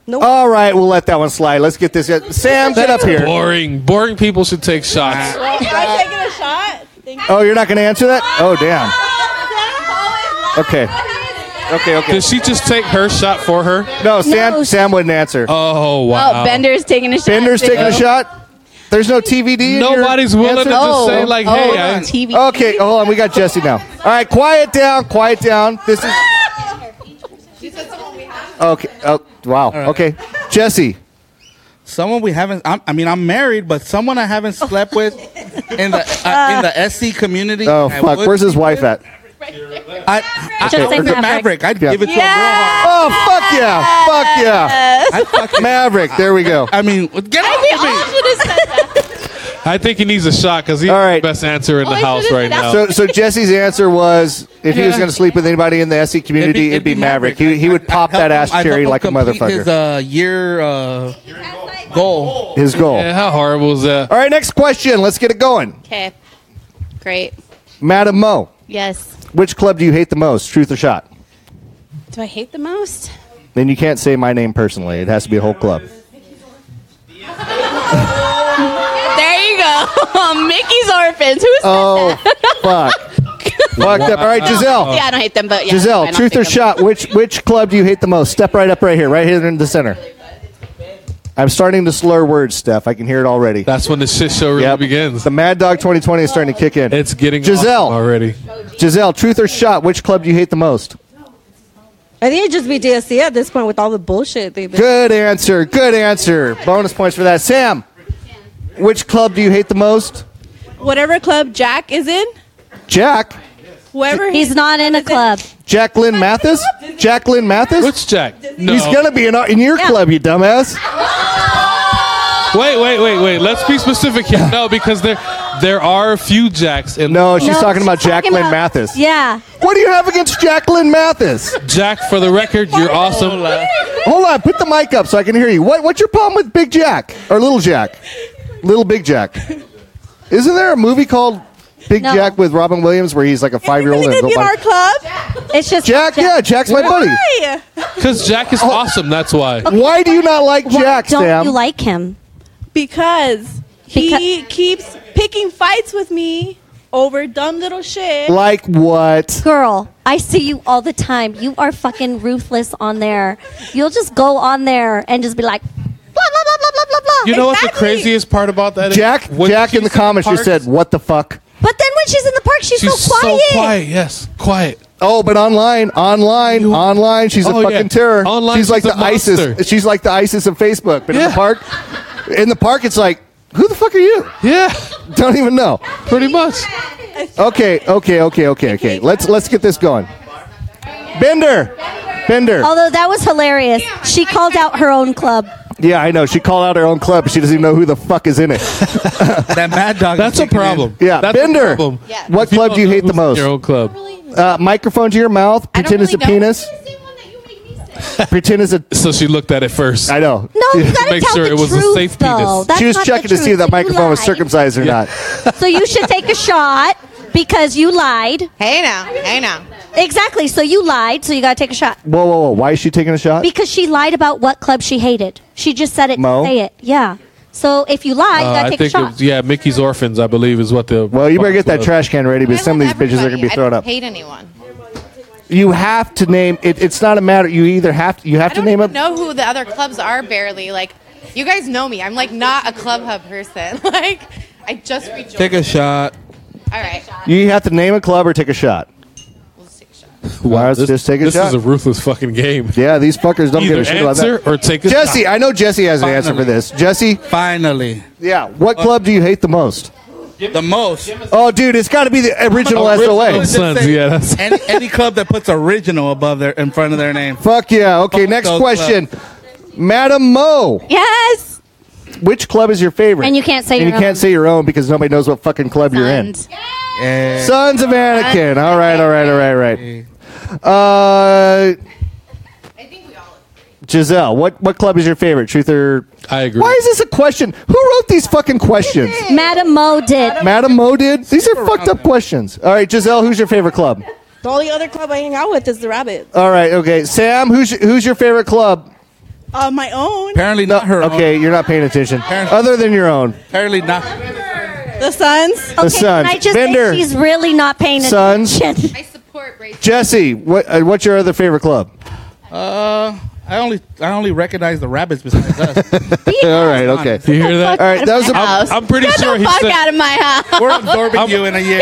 I: no.
D: All right, we'll let that one slide. Let's get this. Sam, get up here.
E: Boring, boring people should take
I: Am
E: shots.
I: I taking a shot? Thank
D: Oh, you're not going to answer that? Oh, damn. Okay. Okay, okay.
E: Did she just take her shot for her?
D: No, Oh, Sam
C: No, she-
D: Sam wouldn't answer.
E: Oh wow!
F: Oh, Bender's taking a shot.
D: Bender's taking a
F: too.
D: shot. There's no TVD. in your
E: Nobody's willing
D: answer?
E: to just say like,
F: oh,
E: "Hey,
F: on
E: I,
F: TV.
D: Okay, hold on. We got Jesse now. All right, quiet down, quiet down. This is. Okay. Oh, wow. Okay. Jesse.
H: Someone we haven't. I'm, I mean, I'm married, but someone I haven't slept with in the uh, in the SC community.
D: Oh,
H: I
D: fuck.
H: would-
D: Where's his wife at?
H: I, I,
C: Just say
H: the
C: Maverick.
H: Maverick. I'd
D: Yeah.
H: give it to
D: Oh, fuck yeah. Fuck yeah.
H: a real hard. I'd fuck it.
D: Maverick. There we go.
H: I mean, get off of me.
E: I think he needs a shot because he's
D: All right.
E: the best answer in the
F: Oh, I
E: house
F: should've
E: right
F: said
E: now."
D: So, so Jesse's answer was if he was
E: Yeah.
D: going to sleep with anybody in the SE community, it'd be, Maverick. He, he would
H: I'd
D: pop
H: help
D: that ass
H: him- I'd help
D: cherry
H: him
D: like a
H: complete His
D: motherfucker.
H: uh, year, uh, goal.
D: His goal.
E: Yeah, how horrible is that?
D: All right, next question. Let's get it going.
F: Okay. Great.
D: Madam Mo,
F: Yes.
D: which club do you hate the most? Truth or shot?
F: Do I hate the most?
D: Then you can't say my name personally. It has to be a whole club.
F: There you go. Mickey's Orphans. Who's
D: Oh, fuck. Fucked up. All right, Giselle.
F: Yeah, I don't hate them, but yeah.
D: Giselle,
F: fine, I'll
D: truth
F: pick
D: or
F: them.
D: shot? Which which club do you hate the most? Step right up, right here, right here in the center. I'm starting to slur words, Steph. I can hear it already.
E: That's when the shit show really
D: Yep.
E: begins.
D: The Mad Dog 2020 is starting to kick in.
E: It's getting
D: Giselle.
E: awesome already.
D: Giselle, truth or shot? Which club do you hate the most?
I: I think it'd just be DSC at this point with all the bullshit they've been.
D: Good answer. Good answer. Bonus points for that. Sam, which club do you hate the most?
I: Whatever club Jack is in,
D: Jack.
I: whoever
C: He's not in a club.
D: Jacqueline Mathis. Jacqueline Mathis.
E: Which Jack? No.
D: He's gonna be in, our- in your club, you dumbass.
E: Wait, wait, wait, wait. Let's be specific here. No, because there there are a few Jacks and
D: No, oh, she's
C: No,
D: talking about
C: she's talking
D: Jacqueline
C: about-
D: Mathis.
C: Yeah.
D: What do you have against Jacqueline Mathis?
E: Jack. For the record, you're awesome.
D: Hold on, put the mic up so I can hear you. What, what's your problem with Big Jack or Little Jack? Little Big Jack. Isn't there a movie called Big
C: No.
D: Jack with Robin Williams where he's like a five year old?
I: gonna be in our club.
C: It's just
D: Jack, yeah, Jack's my buddy.
I: Hey,
E: Because Jack is awesome. That's why.
D: Oh. Why do you not like
C: Why
D: Jack,
C: don't
D: Sam?
C: you like him?
I: because he keeps picking fights with me over dumb little shit.
D: Like what?
C: Girl, I see you all the time. You are fucking ruthless on there. You'll just go on there and just be like, blah, blah, blah, blah, blah, blah, blah.
E: You know what the
I: Exactly.
E: craziest part about that is?
D: Jack,
E: When
D: Jack in the
E: she's
D: comments just said,
E: parks,
D: "What the fuck?"
C: But then when she's in the park, she's,
E: She's
C: so quiet.
E: Yes, quiet.
D: Oh, but online, online, online, she's a
E: Oh, yeah.
D: fucking terror.
E: Online,
D: she's like
E: she's a
D: the ISIS.
E: monster.
D: She's like the ISIS of Facebook. But in the
E: Yeah.
D: park, in the park, it's like, who the fuck are you?
E: Yeah,
D: Don't even know.
E: pretty much.
D: Okay, okay, okay, okay, okay. Let's let's get this going. Bender, Bender.
C: Although that was hilarious. She called out her own club.
D: Yeah, I know. She called out her own club. She doesn't even know who the fuck is in it.
H: That mad dog.
E: That's a problem.
D: Yeah,
E: That's a
D: Bender.
E: problem.
F: Yeah.
D: What
E: People
D: club do you
E: know
D: hate the
E: who's in
D: most?
E: Your own club.
D: Uh, microphone to your mouth.
F: I don't
D: Pretend it's a
F: really know.
D: penis. Pretend it's a.
E: So she looked at it first.
D: I know.
C: No, you gotta
E: Make
C: tell
E: sure
C: the
E: it was a
C: truth,
E: safe
C: though.
E: penis.
C: That's
D: She was
C: not
D: checking
C: the
D: to see
C: truth.
D: if that
C: You
D: microphone was
C: lied.
D: circumcised or not.
C: So you should take a shot because you lied.
J: Hey now, hey now.
C: Exactly. So you lied. So you gotta take a shot
D: Whoa, whoa, whoa! Why is she taking a shot?
C: because she lied about what club she hated. She just said it.
D: Mo?
C: To say it. Yeah. So if you lie, you
E: Uh,
C: gotta
E: I
C: take a
E: think it
C: shot.
E: was, yeah, Mickey's Orphans, I believe, is what the.
D: Well, you better get that
E: was.
D: trash can ready because
J: I
D: some of
J: love
D: these bitches are going to be
J: everybody.
D: thrown
J: I
D: up.
J: don't hate anyone.
D: You have to name it. It's not a matter. You either have to. You have
J: I
D: to
J: don't
D: name
J: even
D: a.
J: know who the other clubs are. Barely. Like, you guys know me. I'm like not a club hub person. Like, I just rejoined.
H: Take a shot.
J: All right.
D: You have to name a club or take a shot.
J: Let's take a shot.
D: Why don't you just take a
E: this
D: shot?
E: is a ruthless fucking game.
D: yeah, these fuckers don't give
E: Either
D: a shit about
E: answer
D: that.
E: or take a
D: Jesse,
E: shot.
D: I know Jesse has an
H: Finally.
D: answer for this. Jesse,
H: Finally,
D: yeah, what club do you hate the most?
H: the most.
D: Oh, dude, it's got to be the original
E: Original
D: SOA.
E: Sons,
H: Just say
E: yeah, that's-
H: any, any club that puts original above their in front of their name.
D: Fuck yeah. Okay,
H: Fuck
D: next
H: those
D: question. Madam Mo,
F: Yes.
D: which club is your favorite?
C: And you can't say
D: And
C: your
D: you can't
C: own.
D: say your own because nobody knows what fucking club you're in.
F: Sons.
H: Yeah.
D: Sons of Anakin. All right, all right, all right, all right. Uh,
J: I think we all.
D: Giselle, what, what club is your favorite? Truth or.
E: I agree.
D: Why is this a question? Who wrote these fucking questions?
C: Madam Mo did.
D: Madam Mo did? These are fucked up questions. All right, Giselle, who's your favorite club?
I: The only other club I hang out with is the Rabbit.
D: All right, okay. Sam, who's, who's your favorite club?
I: Uh, my own,
H: Apparently not her. own.
D: Okay, you're not paying attention. Other than your own.
H: Apparently not.
I: the Suns.
C: Okay,
D: Sons.
C: can I just
D: Bender.
C: say she's really not paying
D: Sons.
C: attention.
J: I support race.
D: Jesse, what, uh, what's your other favorite club?
H: Uh, I only I only recognize the rabbits besides us.
D: All right, okay.
E: you hear that?
D: All right, that was a,
F: House.
E: I'm pretty
F: Get
E: sure
F: the
E: he
F: fuck
E: said-
F: out of my house.
H: We're absorbing you in a year.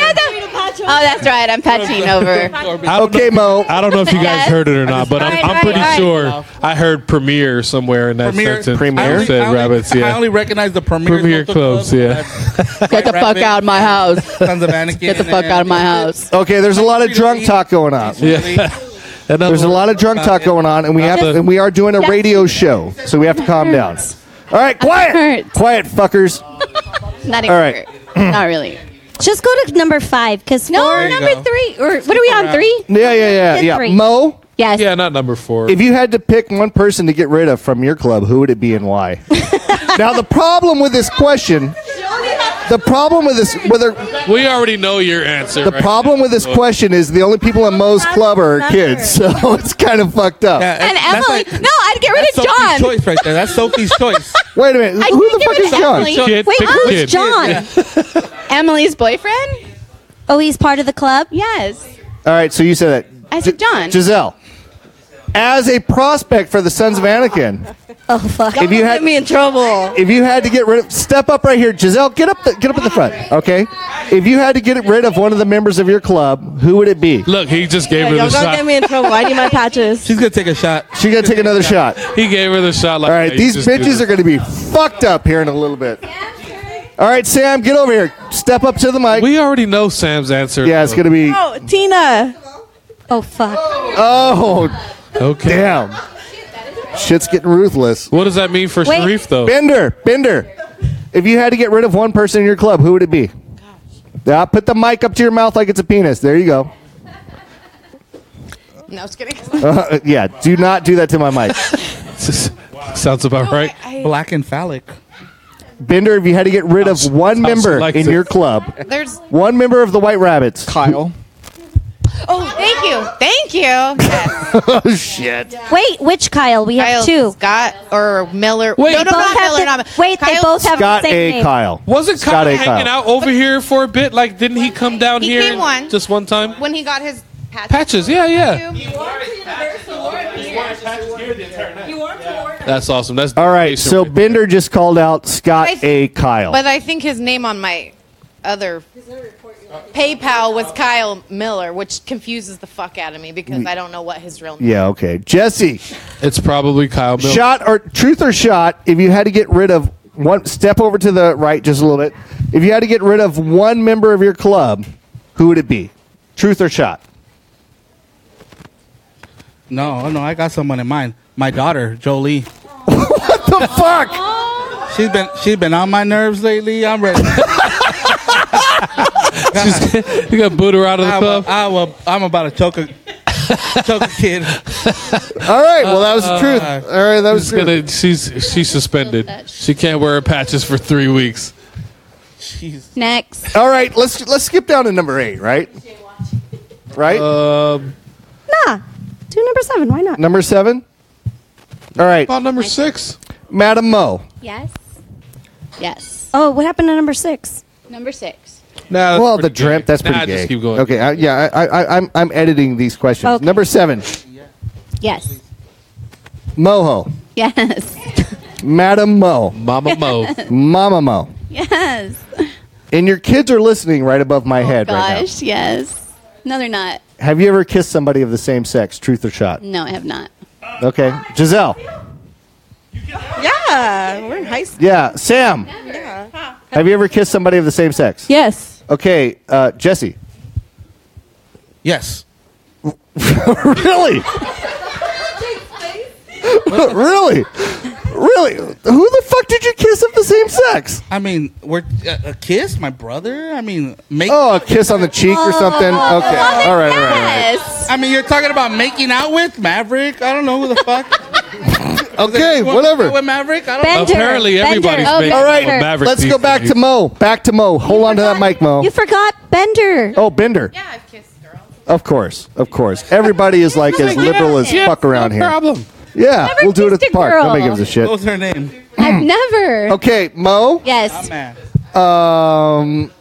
F: Oh, that's right. I'm patching over.
E: I don't
D: okay,
E: know-
D: Mo.
E: I don't know if you guys heard it or not, but I'm,
F: Alright,
E: I'm pretty
F: alright,
E: sure I heard premiere somewhere in that
H: Premier.
E: sentence.
D: Premier?
E: I said rabbits.
H: I
E: Yeah.
H: only recognize the premier.
E: Premier
H: local
E: clubs, yeah.
F: Get the fuck out of my house.
H: Sons of Anakin.
F: Get the fuck out of my house.
D: Okay, there's a lot of drunk talk going on.
E: Yeah. Another
D: There's a
E: one.
D: lot of drunk talk going on, and we have and we are doing a radio show, so we have to calm down. All right, quiet,
F: hurts.
D: quiet, fuckers.
F: Not
D: All right.
F: even. Not really.
C: Just go to number five because
F: No,
C: four.
H: you
F: number
H: go.
F: three. Or what are we on? Three?
D: Yeah, yeah, yeah, yeah.
C: Three.
D: Mo,
F: Yes.
E: Yeah, not number four.
D: if you had to pick one person to get rid of from your club, who would it be and why? Now the problem with this question, the problem with this, whether
E: We already know your answer.
D: the
E: right?
D: problem with this question is the only people in Mo's club are kids, so it's kind of fucked up.
H: and
F: Emily. no, I'd get rid
H: that's
F: of
H: Sophie's
F: John.
H: choice right there. That's Sophie's choice.
D: Wait a minute,
F: I
D: who
F: think
D: the
F: it
D: fuck
F: was
D: is John?
F: Emily.
E: Kid,
C: Wait,
E: pick a
C: who's
E: kid.
C: John?
F: Emily's boyfriend?
C: Oh, he's part of the club.
F: Yes.
D: All right, so you said that.
F: I said
D: Gi-
F: John.
D: Giselle, as a prospect for the Sons of Anakin,
C: Oh fuck.
D: if you had
I: Get me in trouble.
D: if you had to get rid of, step up right here, Giselle, get up, the, get up in the front, okay? If you had to get rid of one of the members of your club, who would it be?
E: Look, he just gave her
I: Y'all
E: the
I: gonna get
E: shot.
I: me in trouble. I need my patches.
H: She's gonna take a shot.
D: She's gonna take another shot.
E: He gave her the shot. Like,
D: All right, these bitches are gonna be fucked up here in a little bit. All right, Sam, get over here. Step up to the mic.
E: We already know Sam's answer.
D: Yeah, it's gonna be.
I: Oh, Tina.
C: Oh fuck.
D: Oh,
E: Okay.
D: damn. Shit's getting ruthless.
E: What does that mean for
C: Wait.
E: Sharif though?
D: Bender, Bender. If you had to get rid of one person in your club, who would it be? Yeah, put the mic up to your mouth like it's a penis. There you go.
J: No, I was kidding.
D: Uh, yeah, do not do that to my mic.
E: Sounds about right.
H: Black and phallic.
D: Bender, if you had to get rid of one member
E: like
D: in
E: this.
D: your club,
J: There's.
D: one member of the White Rabbits.
B: Kyle.
J: Oh, thank you, thank you. Yes.
D: oh shit.
C: Wait, which Kyle? We
J: Kyle
C: have two.
J: Scott or Miller.
E: Wait.
J: no, no,
E: Both
J: not
C: have
J: Miller.
C: the-
J: not,
C: wait, they
J: Kyle-
C: both have
D: Got
C: the same
D: a
C: name.
D: Kyle.
E: Wasn't
D: Scott
E: Kyle
D: A.
E: hanging out over here for a bit? Like, didn't he come down
J: He
E: here
J: came
E: and-
J: once.
E: just one time?
J: when he got his patches.
E: Patches, yeah, yeah.
J: too.
E: That's awesome. That's
D: All right, so
E: dedication
D: Bender just called out Scott
J: I
D: A.
J: think-
D: Kyle.
J: But I think his name on my other PayPal was Kyle Miller, which confuses the fuck out of me
D: Mm.
J: because I don't know what his real name.
D: yeah, okay. Jesse,
E: right- It's probably Kyle Miller.
D: shot or truth or shot, if you had to get rid of one step over to the right just a little bit. If you had to get rid of one member of your club, who would it be? Truth or shot?
H: No, no, I got someone in mind. My daughter, Jolie.
D: What the fuck?
H: She's been she's been on my nerves lately. I'm ready.
E: you got booed her out of the
H: I'm, a,
E: club.
H: I'm, a, I'm about to choke a choke a kid. Uh,
D: All right, well that was the truth. All right, that was
E: Uh,
D: the
E: She's
D: truth.
E: gonna- she's she's suspended. She can't wear her patches for three weeks.
H: Jeez.
F: Next.
D: All right, let's let's skip down to number 8, right? Right?
E: Um,
C: Nah. Do number seven. Why not?
D: number 7? All right,
E: about number six.
D: Madam Mo.
F: Yes. Yes.
C: Oh, what happened to number six?
F: Number six.
E: Nah, that's
D: well, the
E: pretty gay.
D: drip. That's
E: Nah,
D: pretty gay.
E: Just keep going.
D: Okay. I, yeah. I, I, I'm I'm editing these questions.
C: Okay.
D: Number seven.
F: Yes.
D: Moho.
F: Yes.
D: Madam Mo.
E: Mama Mo.
D: Mama Mo.
F: Yes.
D: And your kids are listening right above my head right
F: Oh, Gosh, yes. No, they're not.
D: now. Have you ever kissed somebody of the same sex? Truth or shot?
F: No, I have not.
D: Okay. Giselle.
I: Yeah, we're in high school.
D: Yeah. Sam. Have you ever kissed somebody of the same sex?
I: Yes.
D: Okay. Uh, Jesse.
H: Yes.
D: really? really? Really? Who the fuck did you kiss of the same sex?
H: I mean, we're uh, a, a kiss, my brother. I mean, make.
D: Oh, a kiss on the cheek or something?
H: Oh,
D: Okay.
F: Oh,
D: All right, all right, all right.
F: Yes.
H: I mean, you're talking about making out with Maverick. I don't know who the fuck.
D: Okay,
H: You wanna
D: whatever.
H: make out With Maverick, I don't.
C: Bender.
E: Apparently,
C: Bender.
E: everybody's
H: Oh,
E: making
D: All right,
E: Well, Maverick
D: let's
E: these
D: go back
E: days.
D: to Mo. Back to Mo. Hold on to that mic, Mo.
C: You forgot Bender.
D: Oh, Bender.
J: Yeah, I've kissed girls.
D: Of course, of course. Everybody is like as liberal as fuck around here.
E: Problem.
D: Yeah, we'll do it at the
C: kissed a
D: park.
C: girl.
D: Nobody gives a
H: What
D: shit.
H: was her name?
F: I've never.
D: Okay, Mo.
H: Oh,
F: Yes.
H: man.
D: Um.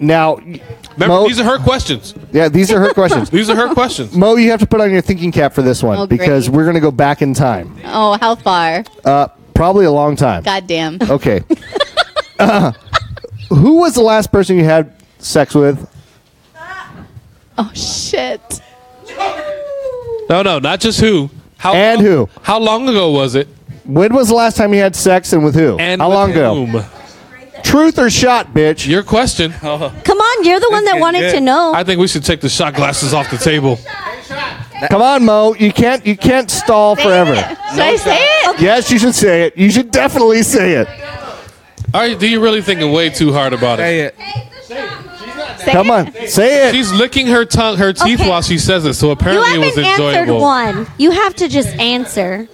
D: Now,
E: Remember,
D: Mo-
E: these are her questions.
D: yeah, these are her questions.
E: These are her questions.
D: Mo, you have to put on your thinking cap for this one
F: Oh, great.
D: because we're gonna go back in time.
F: Oh, how far?
D: Uh, probably a long time.
F: Goddamn.
D: Okay. uh, who was the last person you had sex with?
F: Oh shit.
E: No, no, not just who. How
D: And
E: long-
D: who?
E: How long ago was it?
D: When was the last time you had sex and with who?
E: And
D: How
E: with
D: long ago?
E: whom?
D: Truth or shot, bitch?
E: Your question.
C: Come on, you're the one that
H: is
C: wanted
H: good.
C: to know.
E: I think we should take the shot glasses off the table.
D: Come on, Mo. You can't you can't stall forever.
F: Should I say it?
D: Yes, you should say it. You should definitely say it.
E: Are you, do you really thinking way too hard about it?
H: Say it.
D: Come on. Say it.
E: She's licking her tongue, her teeth
C: Okay.
E: while she says it, so
C: You
E: apparently it was
C: haven't answered
E: enjoyable.
C: one. You have to just answer.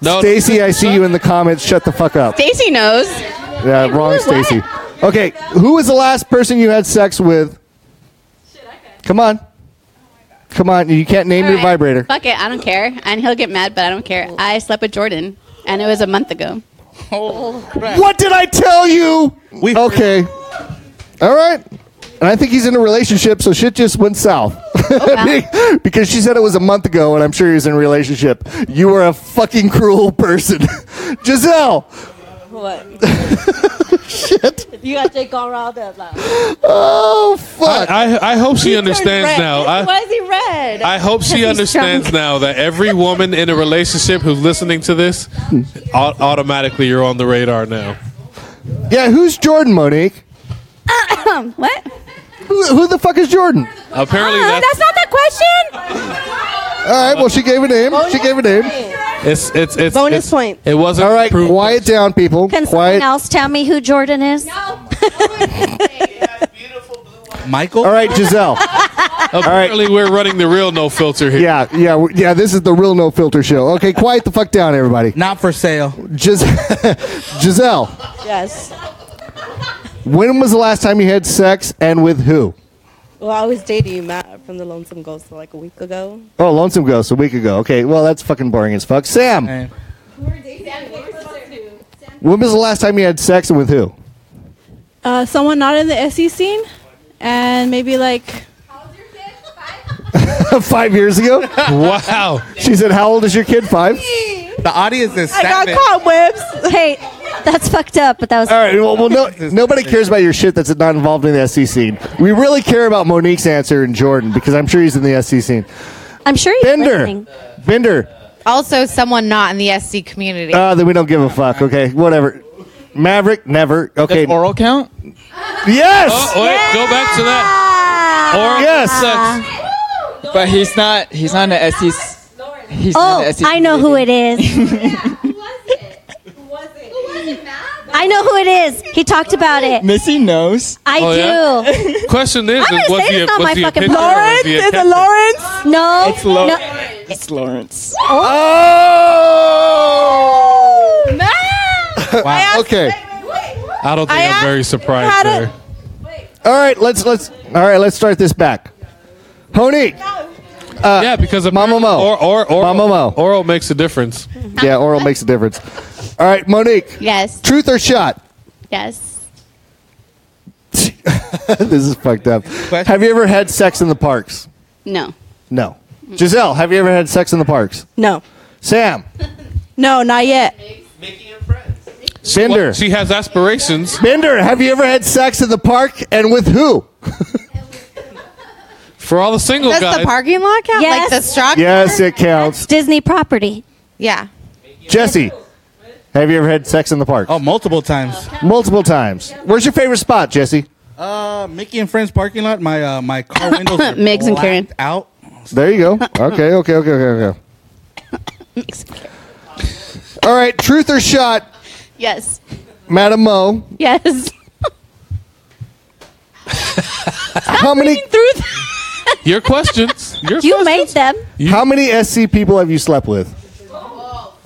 G: No.
D: Stacy, I see you in the comments. Shut the fuck up.
F: Stacy knows.
D: Yeah, wrong Stacy. Okay, who was the last person you had sex with? Come on. Come on, you can't name your
F: All right.
D: vibrator.
F: Fuck it, I don't care. And he'll get mad, but I don't care. I slept with Jordan, and it was a month ago.
I: Oh,
D: What did I tell you?
H: We-
D: okay. All right. And I think he's in a relationship, so shit just went south. because she said it was a month ago, and I'm sure he was in a relationship. You are a fucking cruel person. Giselle.
I: What? Shit. You got Jake all riled up. Like,
D: Oh,
E: I,
D: fuck.
E: I, I hope she
I: he turned
E: understands
I: red.
E: now. I,
I: Why is he red?
E: I hope she understands now that every woman in a relationship who's listening to this, au- automatically you're on the radar now.
D: yeah, who's Jordan, Monique?
C: What?
D: Who, who the fuck is Jordan?
E: Apparently,
F: Oh,
E: that's,
C: not the question.
D: All right, well, she gave a name. She gave a name.
E: it's it's it's
I: Bonus
E: it's-
I: point.
E: It wasn't
D: All right,
E: proof-
D: quiet down, people.
C: Can someone
D: Quiet.
C: else tell me who Jordan is?
H: Michael.
D: All right, Giselle.
E: Apparently, we're running the real no filter here.
D: Yeah, yeah, we- yeah. This is the real no filter show. Okay, quiet the fuck down, everybody.
H: Not for sale.
D: Gis- Giselle,
I: Yes.
D: when was the last time you had sex and with who?
I: Well, I was dating Matt from the Lonesome Ghost like a week ago.
D: Oh, Lonesome Ghost a week ago. Okay, well, that's fucking boring as fuck. Sam,
H: And
D: when was the last time you had sex and with who?
I: Uh, someone not in the SE scene, and maybe like
D: Five years ago?
E: Wow.
D: She said, How old is your kid? Five?
H: the audience is
I: I got
H: savage.
I: cobwebs.
C: hey, that's fucked up, but that was.
D: All right, well, well no, nobody cares about your shit that's not involved in the SC scene. We really care about Monique's answer and Jordan because I'm sure he's in the SC scene.
C: I'm sure you're
D: Bender,
C: listening.
D: Bender,
J: Also, someone not in the SC community.
D: uh, then we don't give a fuck. Okay, whatever. Maverick, never. Okay.
G: Does oral count?
D: Yes!
E: Oh, wait, go back to that. Or
D: Yes.
E: sex.
G: But he's not. He's not an SC. He's not
C: Oh,
G: an SC.
C: I know who it is. I know who it is. He talked about it.
G: Missy knows.
C: I
E: Oh, yeah?
C: do.
E: Question is,
C: I'm
E: is
C: gonna
E: was
C: say
E: he a,
C: it's not my
E: was he a
C: fucking
E: picture? or was he a
I: Is it
E: caption?
I: Lawrence?
C: No.
G: It's Lo-
C: no.
G: It's Lawrence.
K: Oh.
D: Oh!
H: Wow.
D: Okay.
E: I don't think I
I: I
E: am very
I: asked-
E: surprised
I: had a-
E: there.
D: All right, let's let's all right, let's start this back. Honique. Uh,
E: yeah, because
D: Mama Mo.
E: Or, or, or,
D: Mama Mo.
E: Oral makes a difference.
D: Yeah, oral makes a difference. All right, Monique.
F: Yes,
D: Truth or shot?
F: yes.
D: this is fucked up.
H: Question.
D: Have you ever had sex in the parks?
F: No.
D: No. Giselle, have you ever had sex in the parks?
I: No.
D: Sam,
I: No, not yet.
D: Bender.
E: Well, she has aspirations.
D: Bender, have you ever had sex in the park and with who?
E: For all the single
J: Does
E: guys,
J: the parking lot count?
C: Yes.
J: Like the structure?
D: Yes, it counts.
C: Disney property.
J: Yeah.
D: Jesse, have you ever had sex in the park?
H: Oh, multiple times.
D: Multiple times. Where's your favorite spot, Jesse?
H: Uh, Mickey and Friends parking lot. My uh, my car windows. are
F: Migs and Karen.
H: blacked out.
D: There you go. Okay, okay, okay, okay, okay. All right, truth or shot,
F: Yes.
D: Madam Mo.
F: Yes.
D: How many
E: your questions. Your
C: You
E: questions.
C: made them.
D: how many SC people have you slept with?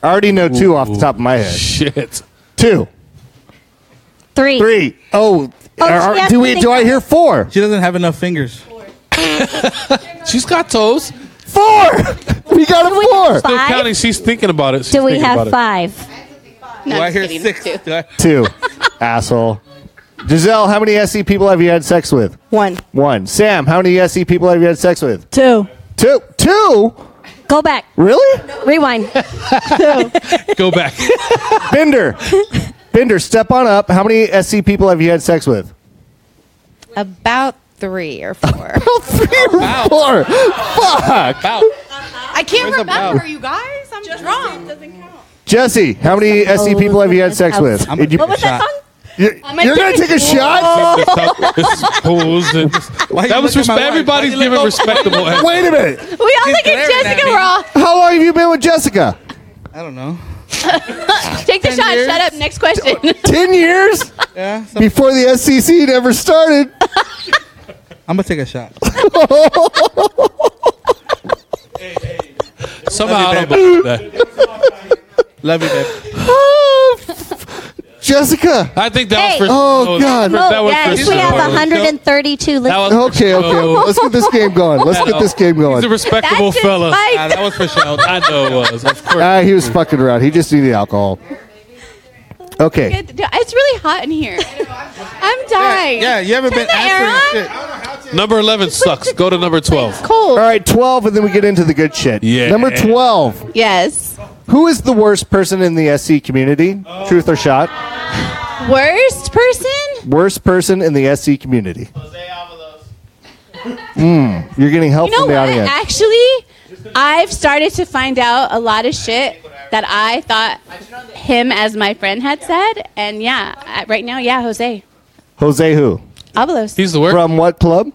D: I already know two off the top of my head.
E: Shit.
D: Two,
C: Three.
D: three. Oh,
C: Oh, she
D: are-
C: has
D: do
C: to
D: we?
C: think
D: Do I hear four?
H: She doesn't have enough fingers.
E: She's got toes.
D: Four. We got a four.
E: Still
C: Five?
E: counting. She's thinking about it. She's
C: Do we
E: thinking
C: have
E: about it.
C: five?
F: No,
H: Do I
F: just
H: hear
F: kidding. Two.
H: six? Do I-
D: Two. Asshole. Giselle, how many SC people have you had sex with?
I: One.
D: One. Sam, how many SC people have you had sex with?
I: Two.
D: Two. Two.
C: Go back.
D: Really?
C: Rewind.
E: Go back.
D: Bender. Bender, step on up. How many SC people have you had sex with?
J: About three or four.
D: Three or four. Fuck.
J: I can't remember, you guys. I'm drunk.
D: Jesse, how many SC people have you had sex with?
H: I'm gonna
D: You-
H: take a shot.
D: You're,
F: Am I
D: you're gonna take
F: taking
D: a shot? Oh.
E: this is pose and-
H: Why
E: that
H: you
E: was
H: look at my
E: respect.
H: wife?
E: Everybody's
H: Why you
E: giving
H: look-
E: respectable.
D: Wait a
F: We
D: minute.
F: all
H: She's
F: look at
H: glaring at
F: Jessica.
H: me.
F: We're all
D: How long have you been with Jessica?
H: I don't know.
F: take the shot. Shut up. Next question.
D: Ten years
H: Yeah. so-
D: before the SCC ever started.
H: I'm gonna take a shot.
E: Somehow I don't believe that.
H: Love you, babe.
C: Oh,
D: Jessica.
E: I think that
C: Hey.
E: was for.
D: Oh, God.
E: for- that was for
C: yes, we
E: Snow.
C: have 132
E: That
C: listeners.
E: was for
D: Okay, okay.
E: Snow.
D: Let's get this game going. Let's get this game
E: He's a
D: going.
E: respectable
I: That's
E: fella.
I: just my-
E: Ah, that was for Snow. I know it was. Of course.
D: Ah, he was fucking around. He just needed alcohol. Okay.
F: It- It's really hot in here. I'm dying.
H: Yeah, you haven't been
F: the air
H: answering shit.
E: Number 11 sucks. Go to number 12.
D: All right, 12, and then we get into the good shit.
E: Yeah.
D: Number 12.
I: Yes.
D: Who is the worst person in the SC community? Truth or shot?
F: Worst person?
D: Worst person in the SC community. Jose Avalos. You're getting help
F: You know
D: from the
F: what?
D: audience.
F: Actually, I've started to find out a lot of shit that I thought him as my friend had said. And yeah, I- right now, yeah, Jose.
D: Jose who?
F: Avalos.
E: He's the worst.
D: From what club?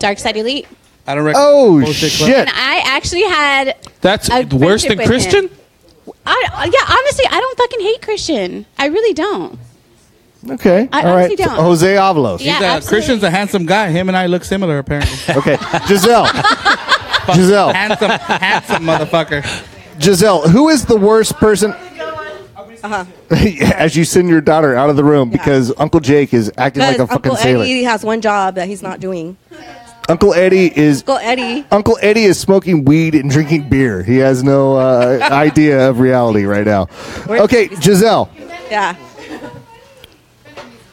F: Dark Side Elite.
H: I don't reckon.
D: Oh,
H: Bullshit club.
D: shit.
F: And I actually had
E: That's
F: I-
E: worse than
F: friendship with
E: Christian?
F: I, uh, yeah, honestly, I don't fucking hate Christian. I really don't.
D: Okay.
F: I
D: All right.
F: honestly don't.
D: Jose Avalos.
F: Yeah,
H: Uh,
F: absolutely.
H: Christian's a handsome guy. Him and I look similar, apparently.
D: Okay. Giselle. Giselle.
H: handsome, handsome motherfucker.
D: Giselle, who is the worst person?
K: Uh-huh.
D: As you send your daughter out of the room because Uncle Jake is acting like
F: uh,
D: a fucking
K: Uncle
D: sailor.
K: Eddie has one job that he's not doing.
D: Uncle Eddie is
K: Uncle Eddie.
D: Uncle Eddie is smoking weed and drinking beer. He has no uh, idea of reality right now. Okay, Giselle,
K: Yeah.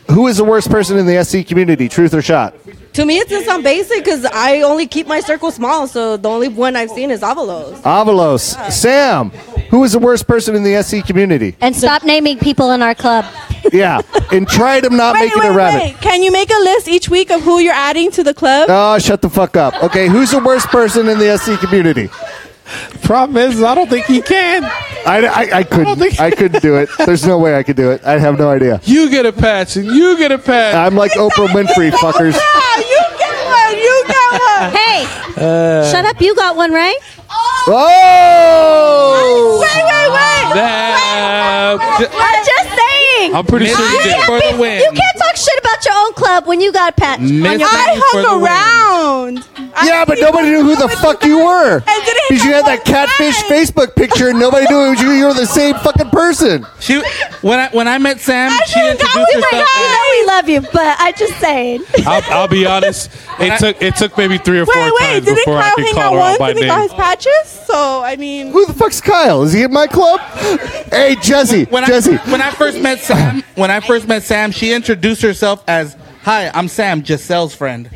D: who is the worst person in the SC community? Truth or shot?
K: To me, it's just on basic because I only keep my circle small, so the only one I've seen is Avalos.
D: Avalos,
K: Uh-huh.
D: Sam, who is the worst person in the SC community?
C: And stop naming people in our club.
D: Yeah, and try to not make it a rabbit.
I: Can you make a list each week of who you're adding to the club?
D: Oh, shut the fuck up. Okay, who's the worst person in the SC community?
E: Problem is, I don't think he can.
D: I, I, I couldn't. I, couldn't do it. There's no way I could do it. I have no idea.
E: You get a patch and you get a patch.
D: I'm like oh. Oprah Winfrey, fuckers.
C: Ah,
I: Yeah, you get one. You get one.
C: Hey,
I: Uh,
D: Uh,
E: Uh,
C: shut up. You got one, right?
D: Oh!
I: Wait, wait, wait.
E: Nah.
C: I'm just saying.
E: I'm pretty sure you
H: Missy
E: did.
H: for the win.
C: You can't talk shit about your own club when you got a patch.
H: Missy
I: I
H: for the
I: hung
H: win.
I: around. I
D: Yeah, but
I: see
D: nobody
I: what
D: knew who the
I: happened.
D: fuck you were.
I: I didn't
D: Because you
I: have
D: had that
I: one
D: catfish
I: friend.
D: Facebook picture and nobody knew it was you. You were the same fucking person.
H: She when I when I met Sam, she
I: should've got
H: introduced
I: with my
H: herself.
C: You
H: as-
C: "Oh, know we love you, but I just saying.
E: I'll, I'll be honest. It took it took maybe three or four
I: Wait, wait.
E: times
I: Didn't
E: before I
I: Kyle
E: could
I: hang
E: call
I: out
E: her out
I: once
E: by
I: and he got
E: name.
I: his patches? So I mean,
D: Who the fuck's Kyle? Is he in my club? Hey, Jesse.
H: when
D: Jesse.
H: I when I first met Sam, when I first met Sam, she introduced herself as "Hi, I'm Sam, Giselle's friend."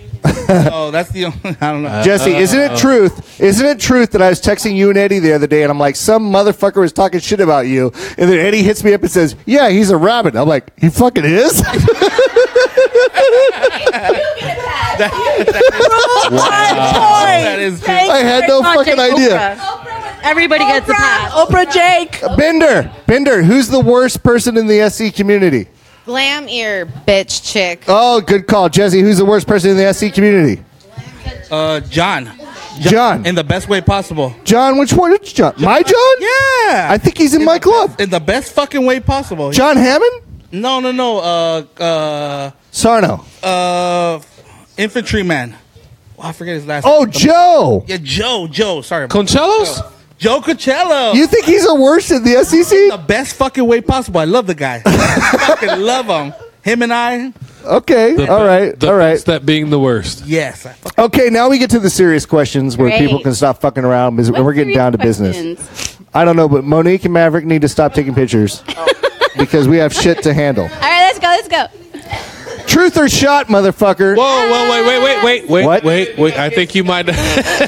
H: so that's the only, I don't know. Uh,
D: Jesse, isn't it truth? Isn't it truth that I was texting you and Eddie the other day, and I'm like, some motherfucker was talking shit about you, and then Eddie hits me up and says, "Yeah, he's a rabbit." I'm like, he fucking is.
H: that is true.
D: I had no fucking idea.
K: Everybody gets a
I: Oprah,
K: pass.
I: Oprah Jake.
D: Uh, Bender, Bender, who's the worst person in the SC community?
J: Glam ear, bitch chick.
D: Oh, good call, Jesse. Who's the worst person in the SC community?
H: Uh, John,
D: John.
H: in the best way possible.
D: John, which one? Which John? My John?
H: Yeah,
D: I think he's in my club.
H: in the best fucking way possible.
D: John Hammond?
H: No, no, no. Uh,
D: Sarno.
H: uh, uh, infantryman. Oh, I forget his last.
D: Oh,
H: name.
D: Joe.
H: yeah, Joe. Joe. Sorry,
E: Conchelos?
H: Joe Cocello.
D: You think he's the worst in the E
H: the
D: SEC?
H: best fucking way possible. I love the guy. fucking love him. Him and I.
D: Okay.
E: The-
D: All right.
E: the
D: All right.
E: best That being the worst.
H: Yes. I fucking-
D: Okay, now we get to the serious questions where
F: Great.
D: people can stop fucking around because we're getting down to business. I don't know, but Monique and Maverick need to stop taking pictures
E: Oh.
D: because we have shit to handle.
F: All right, let's go. Let's go.
D: Truth or shot, motherfucker.
E: Whoa, whoa, wait, wait, wait, wait, wait,
D: What?
E: wait, wait. I think you might.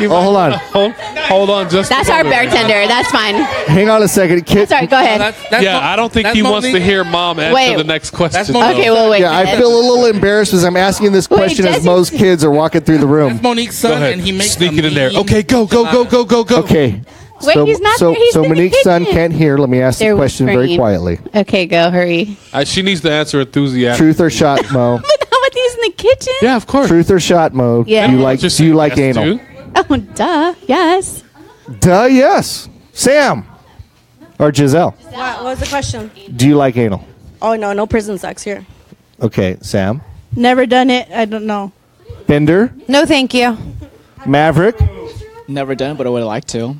E: you
D: Oh, hold on.
E: Hold, hold on just
F: That's
E: a
F: our
E: moment.
F: bartender. That's fine.
D: Hang on a second. Kit,
F: Sorry, go ahead.
H: That's, that's
E: Yeah,
H: Mo-
E: I don't think
H: that's
E: he wants to
H: Monique.
E: hear mom answer
F: Wait.
E: the next question.
H: That's Monique.
F: okay, well, wait.
D: Yeah, I feel a little embarrassed as I'm asking this question as
F: Jesse-
D: Mo's kids are walking through the room.
H: That's Monique's
E: Go
H: son,
E: ahead.
H: and he makes
E: Sneak
H: a
E: it in there.
H: mean-
E: Okay, go, go, go, go, go, go.
D: Okay.
F: Wait,
D: so,
F: he's not
D: so,
F: there. He's
D: so
F: in the
D: Monique's son
F: kitchen.
D: can't hear. Let me ask the
F: They're
D: question very
F: whispering.
D: quietly.
F: Okay, go. Hurry.
E: Uh, she needs to answer enthusiastically.
D: Truth or shot, Mo?
F: But how about these in the kitchen?
E: Yeah, of course.
D: Truth or shot, Mo?
F: Yeah.
D: Do you like?
E: Just
D: Do you
E: say
D: like
E: yes,
D: anal?
E: dude.
F: Oh, duh. Yes.
D: Duh. Yes. Sam. Or Giselle.
K: What was the question?
D: Do you like anal?
K: Oh no, no prison sex here.
D: Okay, Sam.
I: Never done it. I don't know.
D: Bender.
K: No, thank you.
D: Maverick.
L: Never done, but I would like to.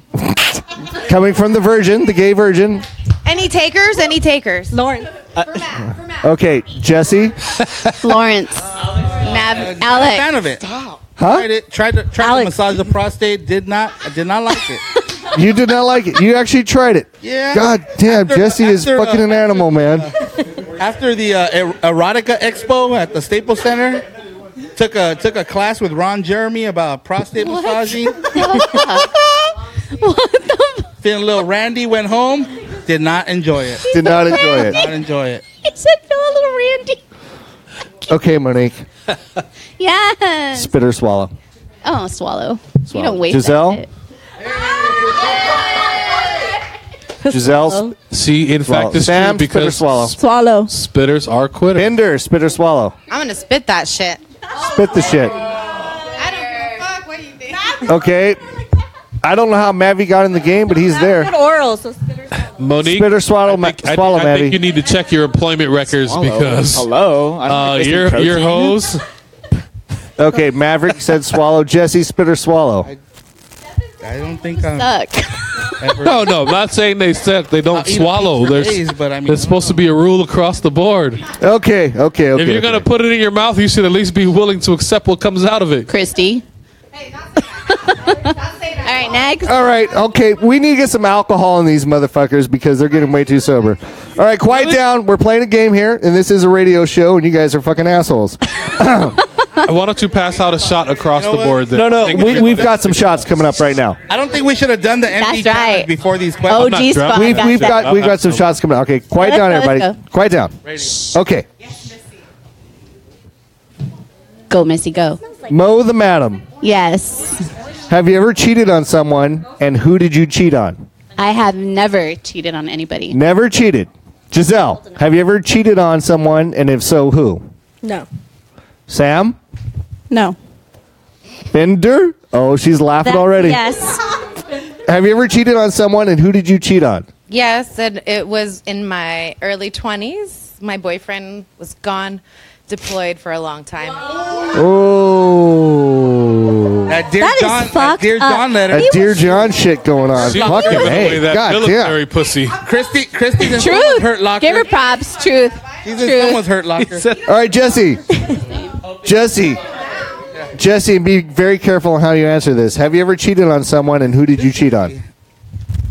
D: Coming from the virgin, the gay virgin.
J: Any takers? Any takers?
K: Lauren.
E: Uh,
D: Okay, Jesse.
F: Lawrence.
J: Nav-
H: Alex. Fan of it.
D: Huh?
H: Tried it. Tried to tried to massage the prostate. Did not. I did not like it.
D: You did not like it. You actually tried it.
H: Yeah.
D: God damn,
H: After-
D: Jesse is
H: after, uh,
D: fucking an animal, man.
H: After the uh, er- erotica expo at the Staples Center, took a took a class with Ron Jeremy about prostate
F: What?
H: massaging. Feeling a little randy. Went home. Did not enjoy it.
D: Did not enjoy it.
H: Did not enjoy it.
F: I said, feel a little randy.
D: Okay, Monique.
F: Yes.
D: Spit or swallow.
F: Oh, swallow.
D: Swallow.
F: You don't wait.
D: Giselle? Giselle.
E: See, in
D: Swallow.
E: fact, it's
D: Sam,
E: true
D: spit or
E: because
D: swallow?
K: Swallow.
E: spitters are quitters.
D: Bender, spit or swallow.
J: I'm gonna spit that shit.
D: Spit the shit.
J: I don't give a fuck what you think.
D: Okay. I don't know how Mavi got in the game, but he's there.
K: Good oral. So
E: Monique,
D: Spit or swallow, ma-
E: I,
D: swallow,
E: I
D: Mavi.
E: think you need to check your employment records because
L: hello, I don't
E: uh,
L: think they
E: your
L: send
E: your
L: protein.
E: hose.
D: Okay, Maverick said swallow. Jesse, spit or swallow.
H: I don't think I'm.
F: Suck.
H: Ever.
E: No, no, I'm not saying they said they don't
H: I'll eat a
E: swallow.
H: pizza
E: There's,
H: days, but I mean,
E: there's supposed to be a rule across the board.
D: Okay, okay, okay.
E: if you're gonna put it in your mouth, you should at least be willing to accept what comes out of it.
F: Christy. All right, next.
D: All right, okay. We need to get some alcohol in these motherfuckers because they're getting way too sober. All right, quiet down. We're playing a game here, and this is a radio show, and you guys are fucking assholes.
E: Why don't you pass out a shot across the board? Then?
D: No, no, we, we've got some shots coming up right now.
H: I don't think we should have done the empty
F: That's right.
H: challenge before these
F: Oh,
H: questions.
F: geez,
E: drunk.
F: fuck.
D: We've,
F: that's
D: we've
F: it.
D: got we've got some shots coming up. Okay, quiet
F: Let's
D: down,
F: go, let's
D: everybody.
F: go.
D: Quiet down. Okay,
F: Go, Missy, go.
D: Mo the madam.
F: Yes.
D: Have you ever cheated on someone, and who did you cheat on?
F: I have never cheated on anybody.
D: Never cheated. Giselle, have you ever cheated on someone, and if so, who?
K: no.
D: Sam,
I: No.
D: Bender. Oh, she's laughing
C: That-
D: already.
C: Yes.
D: Have you ever cheated on someone, and who did you cheat on?
J: Yes, and it was in my early 20s. My boyfriend was gone, deployed for a long time.
D: Oh.
H: That dear
C: That is
H: John, that
C: fucked
H: dear
C: up.
H: John letter.
D: A Dear John shit going on.
E: See,
D: Fucking
E: throw away
D: hey.
E: that
D: God
E: military
D: damn.
E: pussy.
H: Christy, Christy's in
F: Truth.
H: someone's hurt locker.
F: Give her props. Truth.
H: She's in someone's hurt locker.
D: All right, Jesse. Jesse. Jesse, be very careful on how you answer this. Have you ever cheated on someone and who did you cheat on?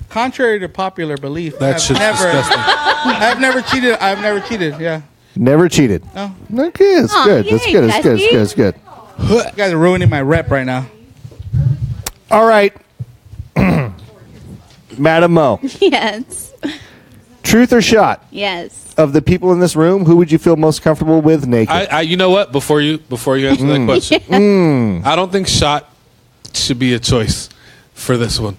H: Contrary to popular belief,
E: That
H: I've
E: shit's
H: never,
E: disgusting.
H: I've never cheated. I've never cheated. Yeah,
D: Never cheated.
H: No.
D: Okay, that's
F: Aw,
D: good. That's
F: yay,
D: good. That's good.
F: Jesse.
D: That's good. That's good.
H: you guys are ruining my rep right now.
D: All right. Madam Mo,
F: Yes.
D: truth or shot
F: Yes.
D: of the people in this room, who would you feel most comfortable with naked?
E: I, I, you know what? Before you, before you answer that
H: Mm.
E: question, I don't think shot should be a choice for this one.